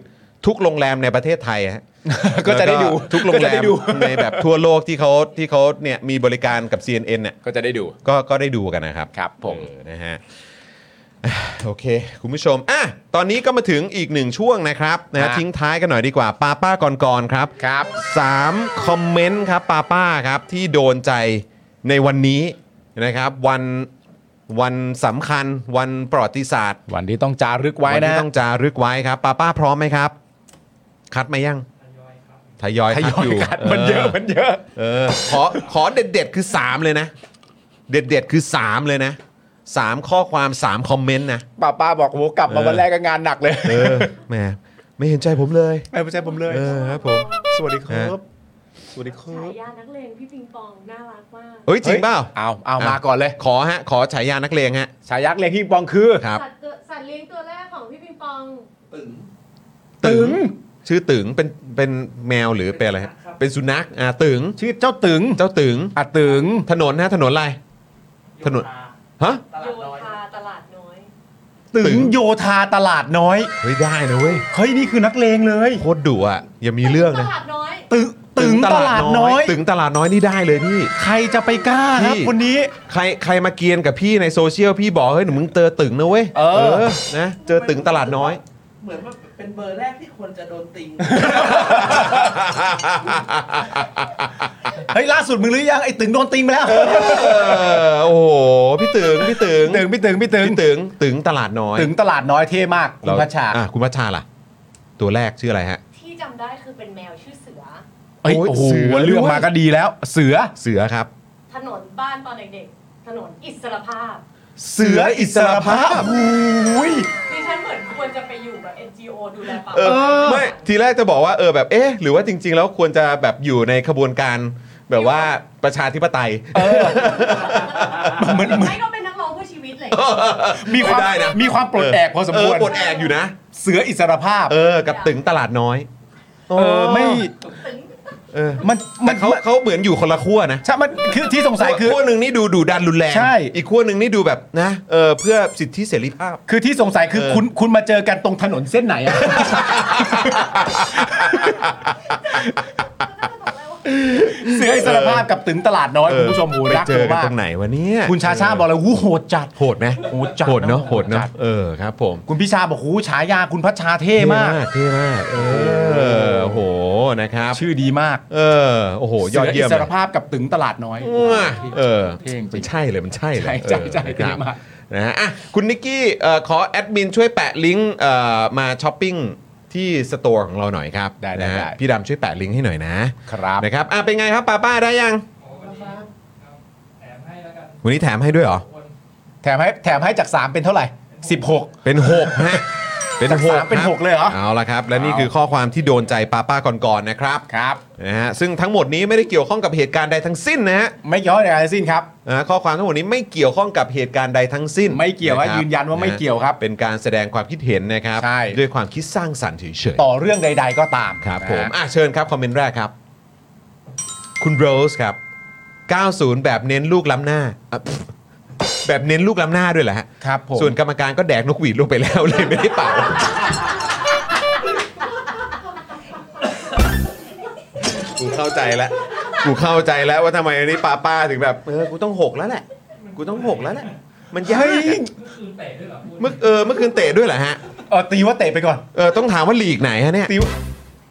A: ทุกโรงแรมในประเทศไทยฮะ
B: ก็จะได้ดู
A: แล้วทุกโรง
B: ก็
A: แร
B: จะได้
A: ม
B: ดู
A: ในแบบทั่วโลกที่เขาที่เขาเนี่ยมีบริการกับ CNN เนี่ย
B: ก็จะได้ดู
A: ก็ก็ได้ดูกันนะครับ
B: ครับผม
A: เออนะฮะอ่ะ โอเค คุณผู้ชมอ่ะตอนนี้ก็มาถึงอีกหนึ่งช่วงนะครับนะฮะ
B: ฮะ
A: ทิ้งท้ายกันหน่อยดีกว่าป้าป้าก่อนก่อนๆครับ
B: ครับ
A: 3คอมเมนต์ครับป้าป้าครับที่โดนใจในวันนี้นะครับวันวันสำคัญวันประวัติศาสตร์
B: วันที่ต้องจารึกไว้
A: วั
B: นะ
A: ที่ต้องจารึกไว้ครับป้าป้าพร้อมไหมครับ คัดมายังทยอย
B: ท
A: คัด
B: ยอ
A: อย ยู่
B: คัดมันเยอะมันเยอะ
A: เออขอขอเด็ดเด็ดๆคือ 3 เลยนะ เด็ดเด็ดๆคือ 3 เลยนะ 3 ข้อความ 3 คอมเมนต์นะ
B: ป้าป้าบอกโหกลับมา
A: เออ
B: วันแรกก็งานหนักเลย
A: เออแหมไม่เห็นใจผมเลย
B: ไม่ใช่ผมเลย
A: เออครับผม
B: สวัสดีครั
A: ฮะ
B: บ สวัสดีค
F: ฉา
B: รับ
F: ยานักเลงพี่ปิงปองน่ารักมาก
A: เอ้ยจริงเปล่า
B: เอาเอามาก่อนเลย
A: ขอฮะขอฉายานักเลงฮะ
B: ฉายักษ์เรียกพี่ปองคือ
A: ครับ
F: สัตว์ตัวสัตว์เลี้ยงตัวแรกของพี่ปิงปอง
G: ตึง
A: ตึงชื่อตึงเป็นเป็นแมวหรือเป็นอะไรฮะ
G: ครับ
A: เป็นสุนัขอ่าตึง
B: ชื่อเจ้าตึง
A: เจ้าตึง
B: อ่ะตึง
A: ถนนนะถนนอะไร ถนน ฮะ
G: ตลา
F: โย
G: ดน้อย
F: ธาตลาดน้อย
B: ตึงโยธาตลาดน้อย
A: เฮ้ยได้นะเว้ย
B: เฮ้ย นี่คือนักเลงเลย
A: โคตรดุอ่ะอย่ามีเรื่อง
F: ต
A: นะ
F: ลาดน้อย
B: ตึงตึงตลาดน้อย
A: ตึงตลาดน้อยนี่ได้เลยพี่
B: ใครจะไปกล้าครับ
A: พี่
B: คนนี้
A: ใครใครมาเกรียนกับพี่ในโซเชียลพี่บอกเฮ้ยหนูมึงเจอตึงนะเว้ย
B: เออ
A: นะเจอตึงตลาดน้อย
G: เหมือนว่าเป็นเบอร์แรกที่ควรจะโดนติง
B: เฮ้ย ล่าสุดมึงหรือยัง ไอ้ตึงโดนติงไปแล้ว
A: เออโอ้โหพี่ตึงพี่ตึง
B: ตึงพี่ตึงพี่ตึง
A: พี่ตึงตึงตลาดน้อย
B: ตึงตลาดน้อยเท่มากคุณพัชชา
A: อ่ะคุณพัชชาล่ะ ตัวแรกชื่ออะไรฮะ
F: ที่จำได้คือเป็นแมวชื่อเสือ
B: เฮ้ย
A: โอ้ย
B: โอ้โห
A: เสือ
B: เลือกมาก็ดีแล้ว เสือ
A: เสือครับ
F: ถนนบ้านตอนเด็กๆ ถนนอิสรภาพ
B: เสืออิสรภาพโอ้ย
F: ดิฉันเหมือนควรจะไปอยู่แบบ NGO ดูแลป่า
A: เออ
F: ไม้
A: ไม่ทีแรกจะบอกว่าเออแบบเอ๊ะหรือว่าจริง ๆ แล้วควรจะแบบอยู่ในขบวนการแบบว่าประชาธิปไตย
B: เหมือนเหมือน
F: ไม่ก็เป็นนักร้องเพื่อชีวิตเลย
B: มีความ
A: ไม่ได้นะ
B: มีความปลดแอกพอสม
A: เออ
B: ควร
A: ปลดแอกอยู่นะ
B: เสืออิสรภาพ
A: เออ กับตึงตลาดน้อย
B: เออไม่
F: ถึง
A: เออ
B: มันมั
A: แต่
B: น
A: เขาเขาเหมือนอยู่คนละขั้วนะ
B: ใช่มันคือที่สงสัยคือ
A: ขั้วหนึ่งนี่ดูดุดันรุนแรง
B: ใช่
A: อีกขั้วหนึ่งนี่ดูแบบนะเออเพื่อสิทธิเสรีภาพ
B: คือที่สงสัยคือ
A: เออ
B: คุณคุณมาเจอกันตรงถนนเส้นไหนอะ
F: ก็จะบอกเลยว่า
B: เสืออิสรภาพกับตึงตลาดน้อย
A: เอ
B: คุณ
A: อ
B: ผู้ชมโห
A: ไป
B: รัก
A: เจ
B: เธ
A: อ
B: อ
A: กัน
B: มาก
A: ตรงไหนวะเนี่ย
B: คุณชาชาบอกเลยวู้โหดจัด
A: โหดไหม
B: โหดจัด
A: โหดเนาะ
B: นะ
A: โหดเนาะ
B: จัด
A: เออครับผม
B: คุณพิชาบอกหูฉายาคุณพัชชาเท่มาก
A: เท่มากเออโหนะครับ
B: ชื่อดีมาก
A: เออโอ้โหยอดเยี่ยม
B: สือิสร
A: เลย
B: ภาพกับตึงตลาดน้อย
A: เออ
B: เท่จริง
A: มันใช่เลยมันใช่เลย
B: ใช่ใช่
A: เออนะ
B: ใช่
A: ครับ
B: มาก
A: นะฮะอ่ะคุณนิกกี้เอ่อขอแอดมินช่วยแปะลิงก์เอ่อมาช้อปปิ้ง ที่สโตร์ของเราหน่อยครับ
B: ได้ได้
A: นะฮะ
B: ได้
A: พี่ดำช่วยแปะลิงก์ให้หน่อยนะครับ นะครับอ่ะเป็นไงครับป้าป้าได้ยัง วันนี้แถมให้ด้วยเหรอ
B: แถมให้แถมให้จาก 3 เป็นเท่าไหร่ 16
A: เป็น6ฮะ เป็น
B: จาก
A: หก
B: สามเป็น
A: ครับ
B: หกเลยเหรอ
A: เอาละครับ และนี่คือข้อความที่โดนใจป้าป้าก่อนๆนะครับ
B: ครับ
A: นะฮะซึ่งทั้งหมดนี้ไม่ได้เกี่ยวข้องกับเหตุการณ์ใดทั้งสิ้นนะฮะ
B: ไม่ย้อนอะไรสิ้นครับ
A: นะฮะข้อความทั้งหมดนี้ไม่เกี่ยวข้องกับเหตุการณ์ใดทั้งสิ้น
B: ไม่เกี่ยวฮะ
A: ะครับ
B: ยืนยันว่าไม่เกี่ยวครับ
A: เป็นการแสดงความคิดเห็นนะครับ
B: ใช่
A: ด้วยความคิดสร้างสรรค์เฉย
B: ต่อเรื่องใด ๆ ก็ตาม
A: ๆครับผม
B: นะฮะ
A: อ่ะเชิญครับ คอมเมนต์แรกครับ คุณโรสครับ 90 แบบเน้นลูกล้ำหน้าอ่ะแบบเน้นลูกล้ำหน้าด้วยเหรอฮะ
B: ครับผม
A: ส่วนกรรมการก็แดกนกหวีดลงไปแล้ว เลยไม่ได้เป่า กูเข้าใจแล้ว กูเข้าใจแล้วว่าทำไมอันนี้ป้าป้าถึงแบบ เออ กูต้องหกแล้วแหละ กูต้องหกแล้วแหละ มันยากอะเมื่อเออเมื่อคืนเตะด้วยเหรอฮะ
B: เออตีว่าเตะไปก่อน
A: เออต้องถามว่าลีกไหนฮะเนี่ย
B: ตีว่า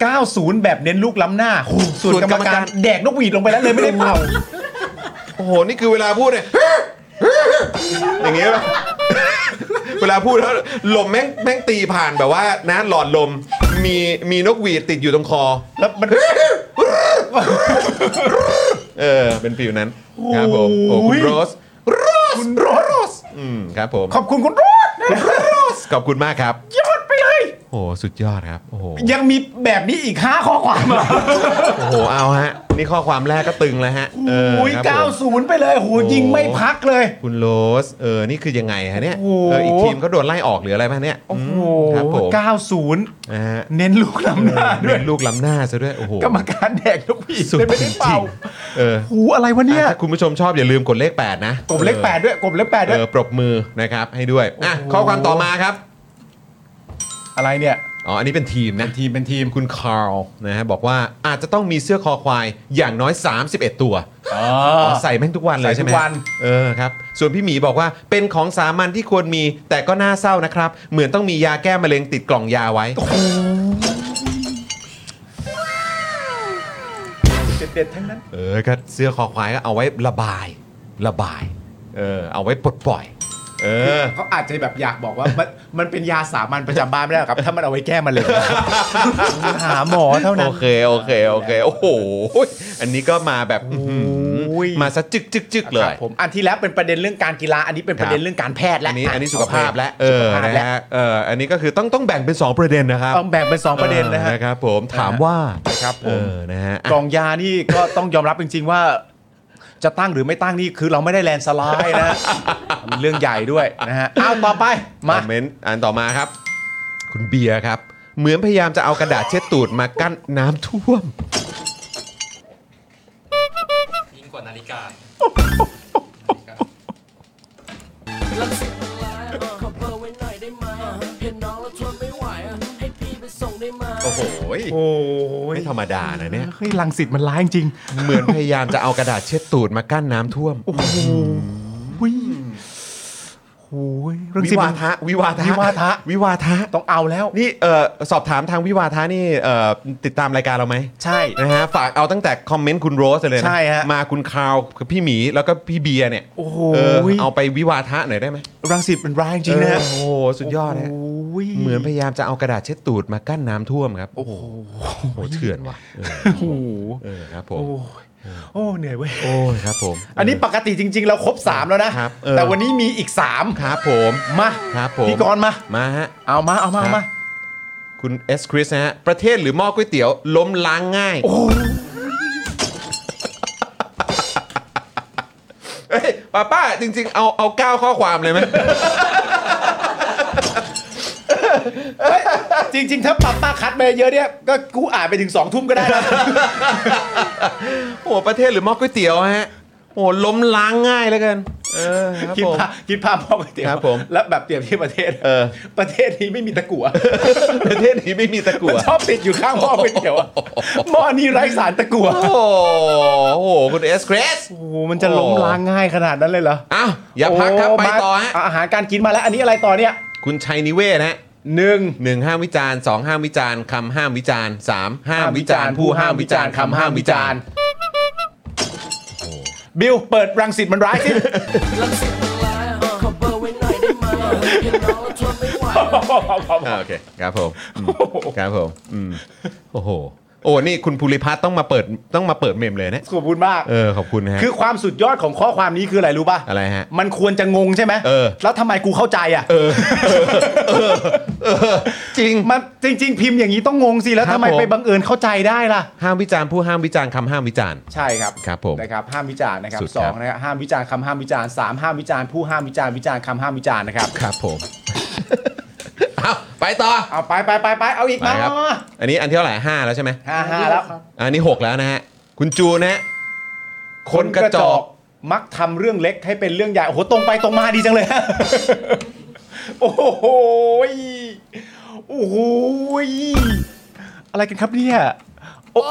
B: 90 แบบเน้นลูกล้ำหน้าส่วน
A: ส่วน
B: ก
A: กร
B: รรม
A: รม
B: กา
A: การ
B: รแดกนกหวีดลงไปแล้วเลยไม่ได้เป่า
A: โอ้โห นี่คือเวลาพูดเนี่ย อย่างเงี้ยป่ ะเวลาพูดแล้วลมแม่งแม่งตีผ่านแบบว่านะหลอดลมมีมีนกหวีดติดอยู่ตรงคอ
B: แล้วมัน
A: เออ เป็นฟิวนั้นครับผม โอ้
B: โอ้
A: คุ
B: ย
A: ณโรส โรส โรส อืมครับผม
B: ขอบคุณคุณโรอดนะ
A: ขอบคุณมากครับ
B: ยอดไปเลย
A: โอ้โหสุดยอดครับ โอ้โห
B: ยังมีแบบนี้อีก5ข้อความอ่ะ
A: โอ้โห เอาฮะ นี่ข้อความแรกก็ตึงแล้วฮะ เออ
B: โอ้ย
A: ครับผม
B: 90 ไปเลยโหยิงไม่พักเลย
A: คุณโรส เออ นี่คือยังไงฮะเนี่ย
B: โอ้โห
A: เออ อีกทีมก็โดนไล่ออกหรืออะไรป่ะเนี่ย
B: โอ้โห
A: ครับผม
B: 90
A: นะฮะ
B: เน้นลูกล้ำหน้าด้ว
A: เน้
B: ย
A: นลูกล้ำหน้าซะด้วย โอ้โห
B: กรรมการแดกนกหวีด
A: สุด
B: เลย
A: จ
B: ไม่ได้
A: ริง
B: เป่า
A: ๆเออ
B: หูอะไรวะเนี่ย
A: ถ้าคุณผู้ชมชอบอย่าลืมกดเลข 8 นะ
B: กบเลขแปดด้วยกบเลขแปด
A: เอ
B: ด้วย
A: อปรบมือนะครับ ให้ด้วย อ่ะ ข้อความต่อมาครับ
B: อะไรเนี่ย
A: อ๋อ อันนี้เป็นทีมนะ ทีมเป็นทีมคุณคาร์ลนะฮะบอกว่าอาจจะต้องมีเสื้อคอควายอย่างน้อย 31 ตัวอ๋อใส่แม่งทุกวันเลย
B: ใส่ทุก
A: ใช่ไหม
B: วัน
A: เออครับ ส่วนพี่หมีบอกว่าเป็นของสามัญที่ควรมีแต่ก็น่าเศร้านะครับ เหมือนต้องมียาแก้มะเร็งติดกล่องยาไว้
B: เด็ดๆทั้งนั้น
A: เออก็เสื้อคอควายก็เอาไว้ระบาย ระบาย เออ เอาไว้ปลดปล่อย เออ
B: เขาอาจจะแบบอยากบอกว่า มันมันเป็นยาสามัญประจำบ้านไม่ได้หรอ กครับ ถ้ามันเอาไว้แก้มันเลย หาหมอเท่านั้
A: โอน เค โอเค โอเค โอ้โห อันนี้ก็มาแบบอื้อหื
B: โอ้ย
A: อมาซะจึกจึกจึกเล
B: ครั
A: ย
B: บผมอันที่แล้วเป็นประเด็นเรื่องการกีฬาอันนี้เป็นประเด็นเรื่องการแพทย์และ
A: อันนี้อันนี้
B: ะ
A: สุขภาพและเอ
B: สุ
A: อ
B: ขภาพ
A: นะ
B: และ
A: ฮะเอออันนี้ก็คือต้องต้องแบ่งเป็น 2 ประเด็นนะครับ
B: ต้องแบ่งเป็นสองประเด็นนะฮะ
A: ออครับผมถามว่า
B: ครับผม
A: เออนะฮะ
B: กล่องยานี่ก็ต้องยอมรับจริง ๆ ว่า จะตั้งหรือไม่ตั้งนี่คือเราไม่ได้แลนด์สไลด์ นะ มันเรื่องใหญ่ด้วยนะฮะอ้าวต่อไป
A: ค
B: มา
A: อมเมนต์อันต่อมาครับ คุณเบียร์ครับ เหมือนพยายามจะเอากระดาษเช็ดตูดมากั้นน้ำท่วม
D: ยิ่งกว่านาฬิ กา
A: โอ้โห
B: โอ้ย
A: ไม่ธรรมดานะเนี่ย
B: เฮ้ยลังสิตมันร้ายจริง
A: เหมือนพยายามจะเอากระดาษเช็ดตูดมากั้นน้ำท่วม
B: โอ้โหโอ้ยโอ้ยเรื่อง
A: วิ
B: สิ
A: วา
B: มัน
A: ทะวิวาทะ
B: วิวาทะ
A: วิวาทะ
B: ต้องเอาแล้ว
A: นี่เออสอบถามทางวิวาทะนี่เออติดตามรายการเราไหม
B: ใช่
A: นะฮะฝากเอาตั้งแต่คอมเมนต์คุณโรสเลยนะ
B: ใช่ฮะ
A: มาคุณคาวกับพี่หมีแล้วก็พี่เบียร์เนี่ย
B: โอ้โห
A: เออเอาไปวิวาทะหน่อยได้ไหม
B: รังสิตมันร้ายจริงนะฮะ
A: เออโอ้โหสุดยอดนะฮะ
B: โย
A: เหมือนพยายามจะเอากระดาษเช็ดตูดมากั้นน้ำท่วมครับโอ้โหเถื่อนว่ะเออ
B: โอ้โห
A: เออครับผ
B: โอ้
A: ม
B: ยโอ้เหนื่อยเว้ย
A: โอ้ยครับผม
B: อันนี้ปกติจริง ๆ เราครบ 3 แล้วนะ
A: ครับเออ
B: แต่วันนี้มีอีก 3
A: ครับผม
B: มา
A: ครับผม
B: พี่กรณ์มา
A: มาฮะ
B: เอามาเอามาเอามา
A: คุณเอสคริสนะฮะ ประเทศหรือหม้อก๋วยเตี๋ยว ล้มล้างง่าย
B: โอ้ย
A: เอ้ยป้าป้าจริง ๆ เอาเอาเก้าข้อความเลยไหม
B: จริง ๆ ถ้าปรับป้าคัดไปเยอะเนี่ยก็กูอ่านไปถึง2ทุ่มก็ได้นะ
A: โอ้ประเทศหรือหม้อก๋วยเตี๋ยวฮะโอ้ล้มล้างง่ายเหลือเกินเออครับ
B: คิด
A: ผม
B: ภาพคิดภาพมองก๋วยเตี๋ยว
A: ครับผม
B: แล้วแบบเปรียบเทียบประเทศ
A: เออ
B: ประเทศนี้ไม่มีตะกั่ว
A: ประเทศนี้ไม่มีตะกั่
B: มั
A: วน
B: ชอบติดอยู่ข้างหม้อก๋วยเตี๋ยวอะหม้อนี้ไร้สารตะกั่ว
A: โอ้โหคุณเอสคริส
B: โอ้โหมันจะล้มล้างง่ายขนาดนั้นเลยเหรอ
A: อ้าวอย่าพักครับ
B: โ
A: ไปต่อฮะ
B: มาอาหารการกินมาแล้ว อันนี้อะไรต่อเนี่ย
A: คุณชัยนิเวศนะฮะ
B: หนึ่ง
A: หนึ่งห้ามวิจารณ์สองห้ามวิจารณ์คำห้ามวิจารณ์สามห้ามวิจารณ์
B: ห้ามวิจารณ์
A: ผู้ห้ามวิจารณ์
B: ผู้
A: คำ
B: ห้าม
A: ห้าม
B: วิ
A: วิจา
B: จาร รณ์
A: ณ์
B: บิลเปิดรังสิตมันร้ายสิ
A: อ่าโอเคครับผมอืมครับผมอืมโอ้โหโอ้นี่คุณภูริพัฒน์ต้องมาเปิดต้องมาเปิดเมมเลยเนะ
B: ขอบคุณมาก
A: เออขอบคุณนะฮะ
B: คือความสุดยอดของข้อความนี้คืออะไรรู้ป่ะ
A: อะไรฮะ
B: มันควรจะงงใช่ไหม
A: เออ
B: แล้วทำไมกูเข้าใจอ่ะ
A: เออเออเออเออจริง
B: มันจริง ๆ พิมพ์อย่างนี้ต้องงงสิ แล้ว
A: ครับ
B: ทำไม
A: ผม
B: ไปบังเอิญเข้าใจได้ล่ะ
A: ห้ามวิจารณ์ผู้ห้ามวิจารณ์คำห้ามวิจารณ์
B: ใช่ครับ
A: ครับผม
B: นะครับห้ามวิจารณ์นะครับ
A: สุดครับ
B: สองนะครับห้ามวิจารณ์คำห้ามวิจารณ์สามห้ามวิจารณ์ผู้ห้ามวิจารณ์วิจารณ์คำห้ามวิจารณ์นะครับ
A: ครับผม เอาไปต่อ
B: เอาไปไปไปไปเอาอีกมา
A: ไปครับ
B: มามา
A: อันนี้อันที่เท่าไหร่ห้าแล้วใช่ไหม
B: ห้าห้าแล้ว
A: อันนี้หกแล้วนะฮะคุณจูนะฮะคนกระจอก
B: มักทำเรื่องเล็กให้เป็นเรื่องใหญ่โอ้โหตรงไปตรงมาดีจังเลย โอ้โหยโอ้โหยอะไรกันครับเนี่ยโอ้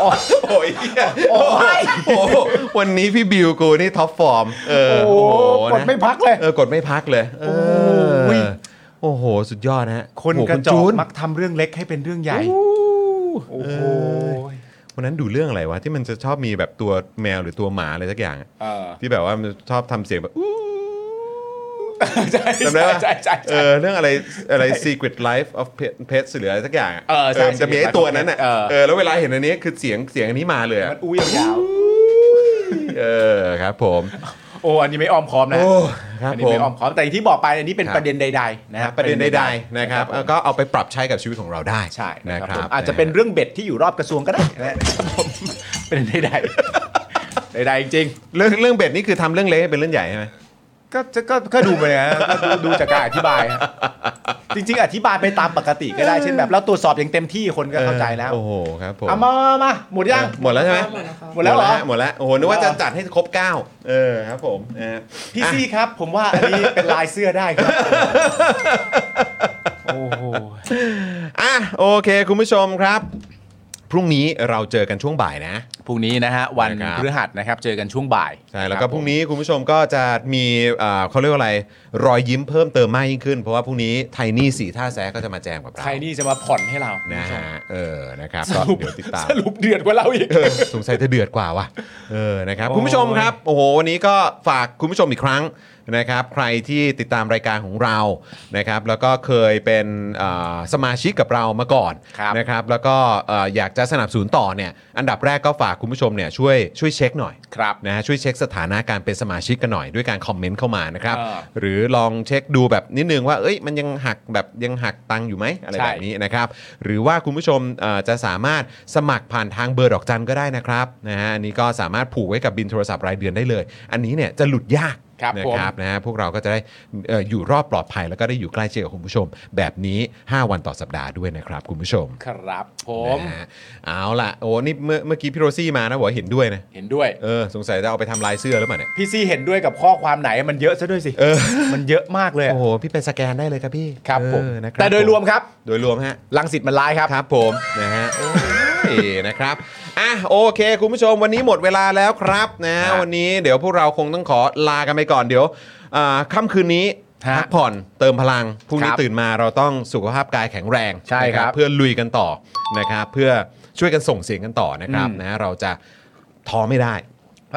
A: โอ้ยเหี้ยโอ้ย โอ้โหวันนี้พี่บิวกูนี่ท็อปฟอร์ม เออ
B: โหกด
A: นะ
B: ไม่พักเลย
A: เออกดไม่พักเลย เอ
B: โอ้
A: อย โอ้โห สุดยอดนะฮะ
B: คน
A: โโห
B: กระจอ
A: จู
B: ก
A: น
B: มักทำเรื่องเล็กให้เป็นเรื่องใหญ่โอ้โห
A: วันนั้นดูเรื่องอะไรวะ ที่มันจะชอบมีแบบตัวแมวหรือตัวหมาอะไรสักอย่างอะ
B: เออ
A: ที่แบบว่ามันชอบทำเสียงแบบอู้
B: ใช่
A: จำได้ปะ
B: ใช่ใช่
A: เอ
B: ใช่
A: อเรื่องอะไรอะไร Secret Life of Pet- Pets หรืออะไรสักอย่างะ
B: เออใช่
A: จะมี
B: Secret
A: ไอ้ตัวนั้นอ่ะ
B: เออ
A: เออแล้วเวลาเห็นอันนี้คือเสียงเสียงอันนี้มาเลยอะ
B: มันอู้ยยาว
A: เออครับผม
B: ๆโอ้อันนี้ไม่อ้อมค้อมนะ
A: โอ้ครับ
B: อันี้
A: ผม
B: ไม่อ้อมค้อมแต่อย่างที่บอกไปอันนี้เป็น
A: ครับ
B: ประเด็นใดๆนะ
A: นะ
B: ฮะ
A: ฮะประเด็นใดๆนะครับ
B: ผม
A: ก็เอาไปปรับใช้กับชีวิตของเราได้
B: ใช่นะ
A: นะ
B: ค
A: ค
B: รั
A: รั
B: บบ อาจจะเป็นเรื่องเบ็ดที่อยู่รอบกระทรวง ก็ได้นะครับผมเป็นใดๆใดๆจริง
A: เรื่องเรื่องเบ็ดนี่คือทำเรื่องเล็กให้เป็นเรื่องใหญ่ใช่ไหม
B: ๆ ก็ก็ก็ก็ดูไปนะก็ดูดูจากการอธิบายฮะจริง ๆ อธิบายไปตามปกติก็ได้เช่นแบบเราตรวจสอบอย่างเต็มที่คนก็เข้าใจแล้ว
A: โอ้โหครับผม
B: เอามามามาหมดยัง
A: หมดแล้วใช่ไหม
B: หมดแล้วเหรอ
A: หมดแล้วโอ้โหนึกว่าจะจัดให้ครบ 9 เออครับผมนะฮะ
B: พี่ซี่ครับ ผมว่าอันนี้เป็นลายเสื้อได้ครับ โอ้โห
A: อ่ะโอเค คุณผู้ชมครับ พรุ่งนี้เราเจอกันช่วงบ่ายนะ
B: พรุ่งนี้นะฮะวัน
A: นะครับ
B: พฤหัสนะครับ เจอกันช่วงบ่าย
A: ใช่แล้วก็
B: คบ
A: พรุ่งนี้คุณผู้ชมก็จะมีเอ่อเขาเรียกว่าอะไร รอยยิ้มเพิ่มเติมมากยิ่งขึ้น เพราะว่าพรุ่งนี้ไทนี่สีท่าแซะก็จะมาแจมกับ
B: ผม
A: เรา
B: ใครนี่จะมาผ่อนให้เรา
A: นะฮะเออนะครับ
B: ส
A: ก็
B: รุป
A: เดี๋ยวติดตาม
B: สรุปเดือดกว่าเราอีก
A: เออสงสัยจะเดือดกว่าว่ะเออนะครับคุณผู้ชมครับโอ้โหวันนี้ก็ฝากคุณผู้ชมอีกครั้งนะครับ ใครที่ติดตามรายการของเรานะครับ แล้วก็เคยเป็นเอ่อสมาชิกกับเรามาก่อน
B: ครับ
A: นะครับ แล้วก็เอ่ออยากจะสนับสนุนต่อเนี่ยอันดับแรกก็ฝากคุณผู้ชมเนี่ยช่วยช่วยเช็คหน่อย
B: ครับ
A: นะฮะช่วยเช็คสถานะการเป็นสมาชิกกันหน่อยด้วยการคอมเมนต์เข้ามานะครับ
B: เออ
A: หรือลองเช็คดูแบบนิดนึงว่าเอ้ยมันยังหักแบบยังหักตังค์อยู่ไหมอะไร
B: ใช่
A: แบบนี้ นี้นะครับหรือว่าคุณผู้ชมเอ่อจะสามารถสมัครผ่านทางเบอร์ดอกจันก็ได้นะครับนะฮะอันนี้ก็สามารถผูกไว้กับบินโทรศัพท์รายเดือนได้เลย อันนี้เนี่ยจะหลุดยาก
B: ครับ
A: นะ
B: ผม
A: ครับนะฮะพวกเราก็จะได้เอ่ออยู่รอบปลอดภัย แล้วก็ได้อยู่ใกล้ชิดกับคุณผู้ชม แบบนี้ 5 วันต่อสัปดาห์ด้วยนะครับคุณผู้ชม
B: ครับ ผม
A: นะฮะเอาล่ะโอ้นี่เมื่อเมื่อกี้พี่โรซี่มานะบอกว่าเห็นด้วยนะ
B: เห็นด้วย
A: เออสงสัยจะเอาไปทำลายเสื้อหรือเปล่าเนี่ย
B: พี่ซีเห็นด้วยกับข้อความไหนมันเยอะซะด้วยสิ
A: เออ
B: มันเยอะมากเลยอะ
A: โอ้โหพี่ไปสแกนได้เลยครับพี่
B: ครับผม
A: เออนะครับ
B: แต่โดยรวมครับ
A: โดยรวมฮะ
B: ลังสิตมันร้ายครับ
A: ครับผมนะฮะโอ้ยนะครับอ่ะโอเค คุณผู้ชมวันนี้หมดเวลาแล้วครับนะฮะ
B: ฮะ
A: วันนี้เดี๋ยวพวกเราคงต้องขอลากันไปก่อนเดี๋ยวอ่าค่ำคืนนี้
B: ฮะ
A: พักผ่อนเติมพลังพรุ่งนี้
B: ครับ
A: ตื่นมาเราต้องสุขภาพกายแข็งแรง
B: ใช่ครับ
A: นะเพื่อลุยกันต่อนะครับเพื่อช่วยกันส่งเสียงกันต่อนะครับ
B: อืม
A: นะฮะเราจะท้อไม่ได้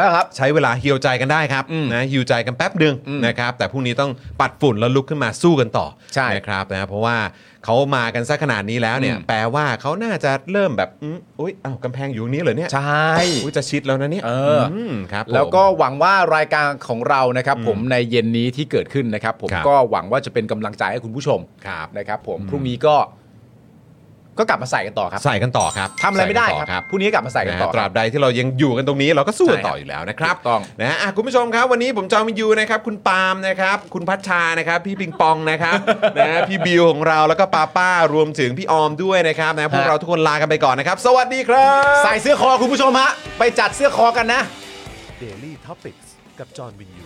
B: นะครับ
A: ใช้เวลาฮิวใจกันได้ครับ
B: อืม
A: นะฮิวใจกันแป๊บหนึ่ง
B: อืม
A: นะครับแต่พรุ่งนี้ต้องปัดฝุ่นแล้วลุกขึ้นมาสู้กันต่อ
B: ใช่
A: นะครับนะเพราะว่าเขามากันซะขนาดนี้แล้วเนี่ย
B: อืม
A: แปลว่าเขาน่าจะเริ่มแบบอืมอุ้ยอ้าวกำแพงอยู่นี้เหรอเนี่ย
B: ใช่
A: อุ้ยจะชิดแล้วนะเนี่ย
B: เอออื
A: มครับผม
B: แล้วก็หวังว่ารายการของเรานะครับ ผมในเย็นนี้ที่เกิดขึ้นนะครับ ผม
A: ครับ
B: ก็หวังว่าจะเป็นกำลังใจให้คุณผู้ชม
A: ครับ
B: นะครับ ผมพรุ่งนี้ก็ก็กลับมาใส่กันต่อครับ
A: ใส่กันต่อครับ
B: ทำอะไรไม่ได้
A: ใส่กัน
B: ค
A: ต่อ
B: รับพรุ่งนี้ก็กลับมาใส่กันต่อ
A: นะฮะตราบใดที่เรายังอยู่กันตรงนี้เราก็สู้กันต่ออ
B: ใช่ครับ
A: ยู่แล้วนะครับ
B: ถูกต้อง
A: นะฮะอ่ะคุณผู้ชมครับ วันนี้ผมจอมวินยูนะครับคุณปาล์มนะครับคุณพัชชานะครับพี่ปิงปองนะครับ นะฮะพี่บิวของเราแล้วก็ป้าป้ารวมถึงพี่ออมด้วยนะครับนะพวก
B: ฮะ
A: เราทุกคนลากันไปก่อนนะครับ สวัสดีครับ
B: ใส่เสื้อคอคุณผู้ชมฮะไปจัดเสื้อคอกันนะ
E: Daily Topics กับจอห์นวินยู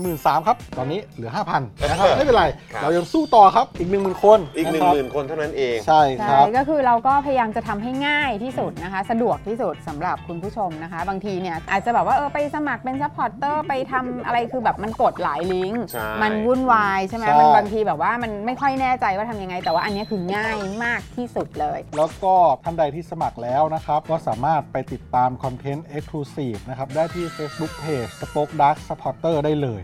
I: 1 3 0 0 0ครับ ตอนนี้เหลือ 5,000นะครับ ไม่เป็นไร เรายังสู้ต่อครับ อีก 10,000 คน
A: อีกหนึ่ง
I: ะ
A: หมื่
I: คน
A: คน
I: รับ
A: เท่านั้นเอง
I: ใช่ครับ
J: ใช่ก็คือเราก็พยายามจะทำให้ง่ายที่สุดนะคะ สะดวกที่สุดสำหรับคุณผู้ชมนะคะ บางทีเนี่ยอาจจะแบบว่าเออไปสมัครเป็นซัพพอร์ตเตอร์ไปทำอะไรคือแบบมันกดหลายลิงก์
A: ใช่
J: มันวุ่นวายใช่ไหม
I: ใช่
J: มันบางทีแบบว่ามันไม่ค่อยแน่ใจว่าทำยังไง แต่ว่าอันเนี้ยคือง่ายมากที่สุดเลย
I: แล้วก็ท่านใดที่สมัครแล้วนะครับ ก็สามารถไปติดตามคอนเทนต์ Exclusive นะครับ ได้ที่ Facebook Page Spoke Dark Supporter ได้เลย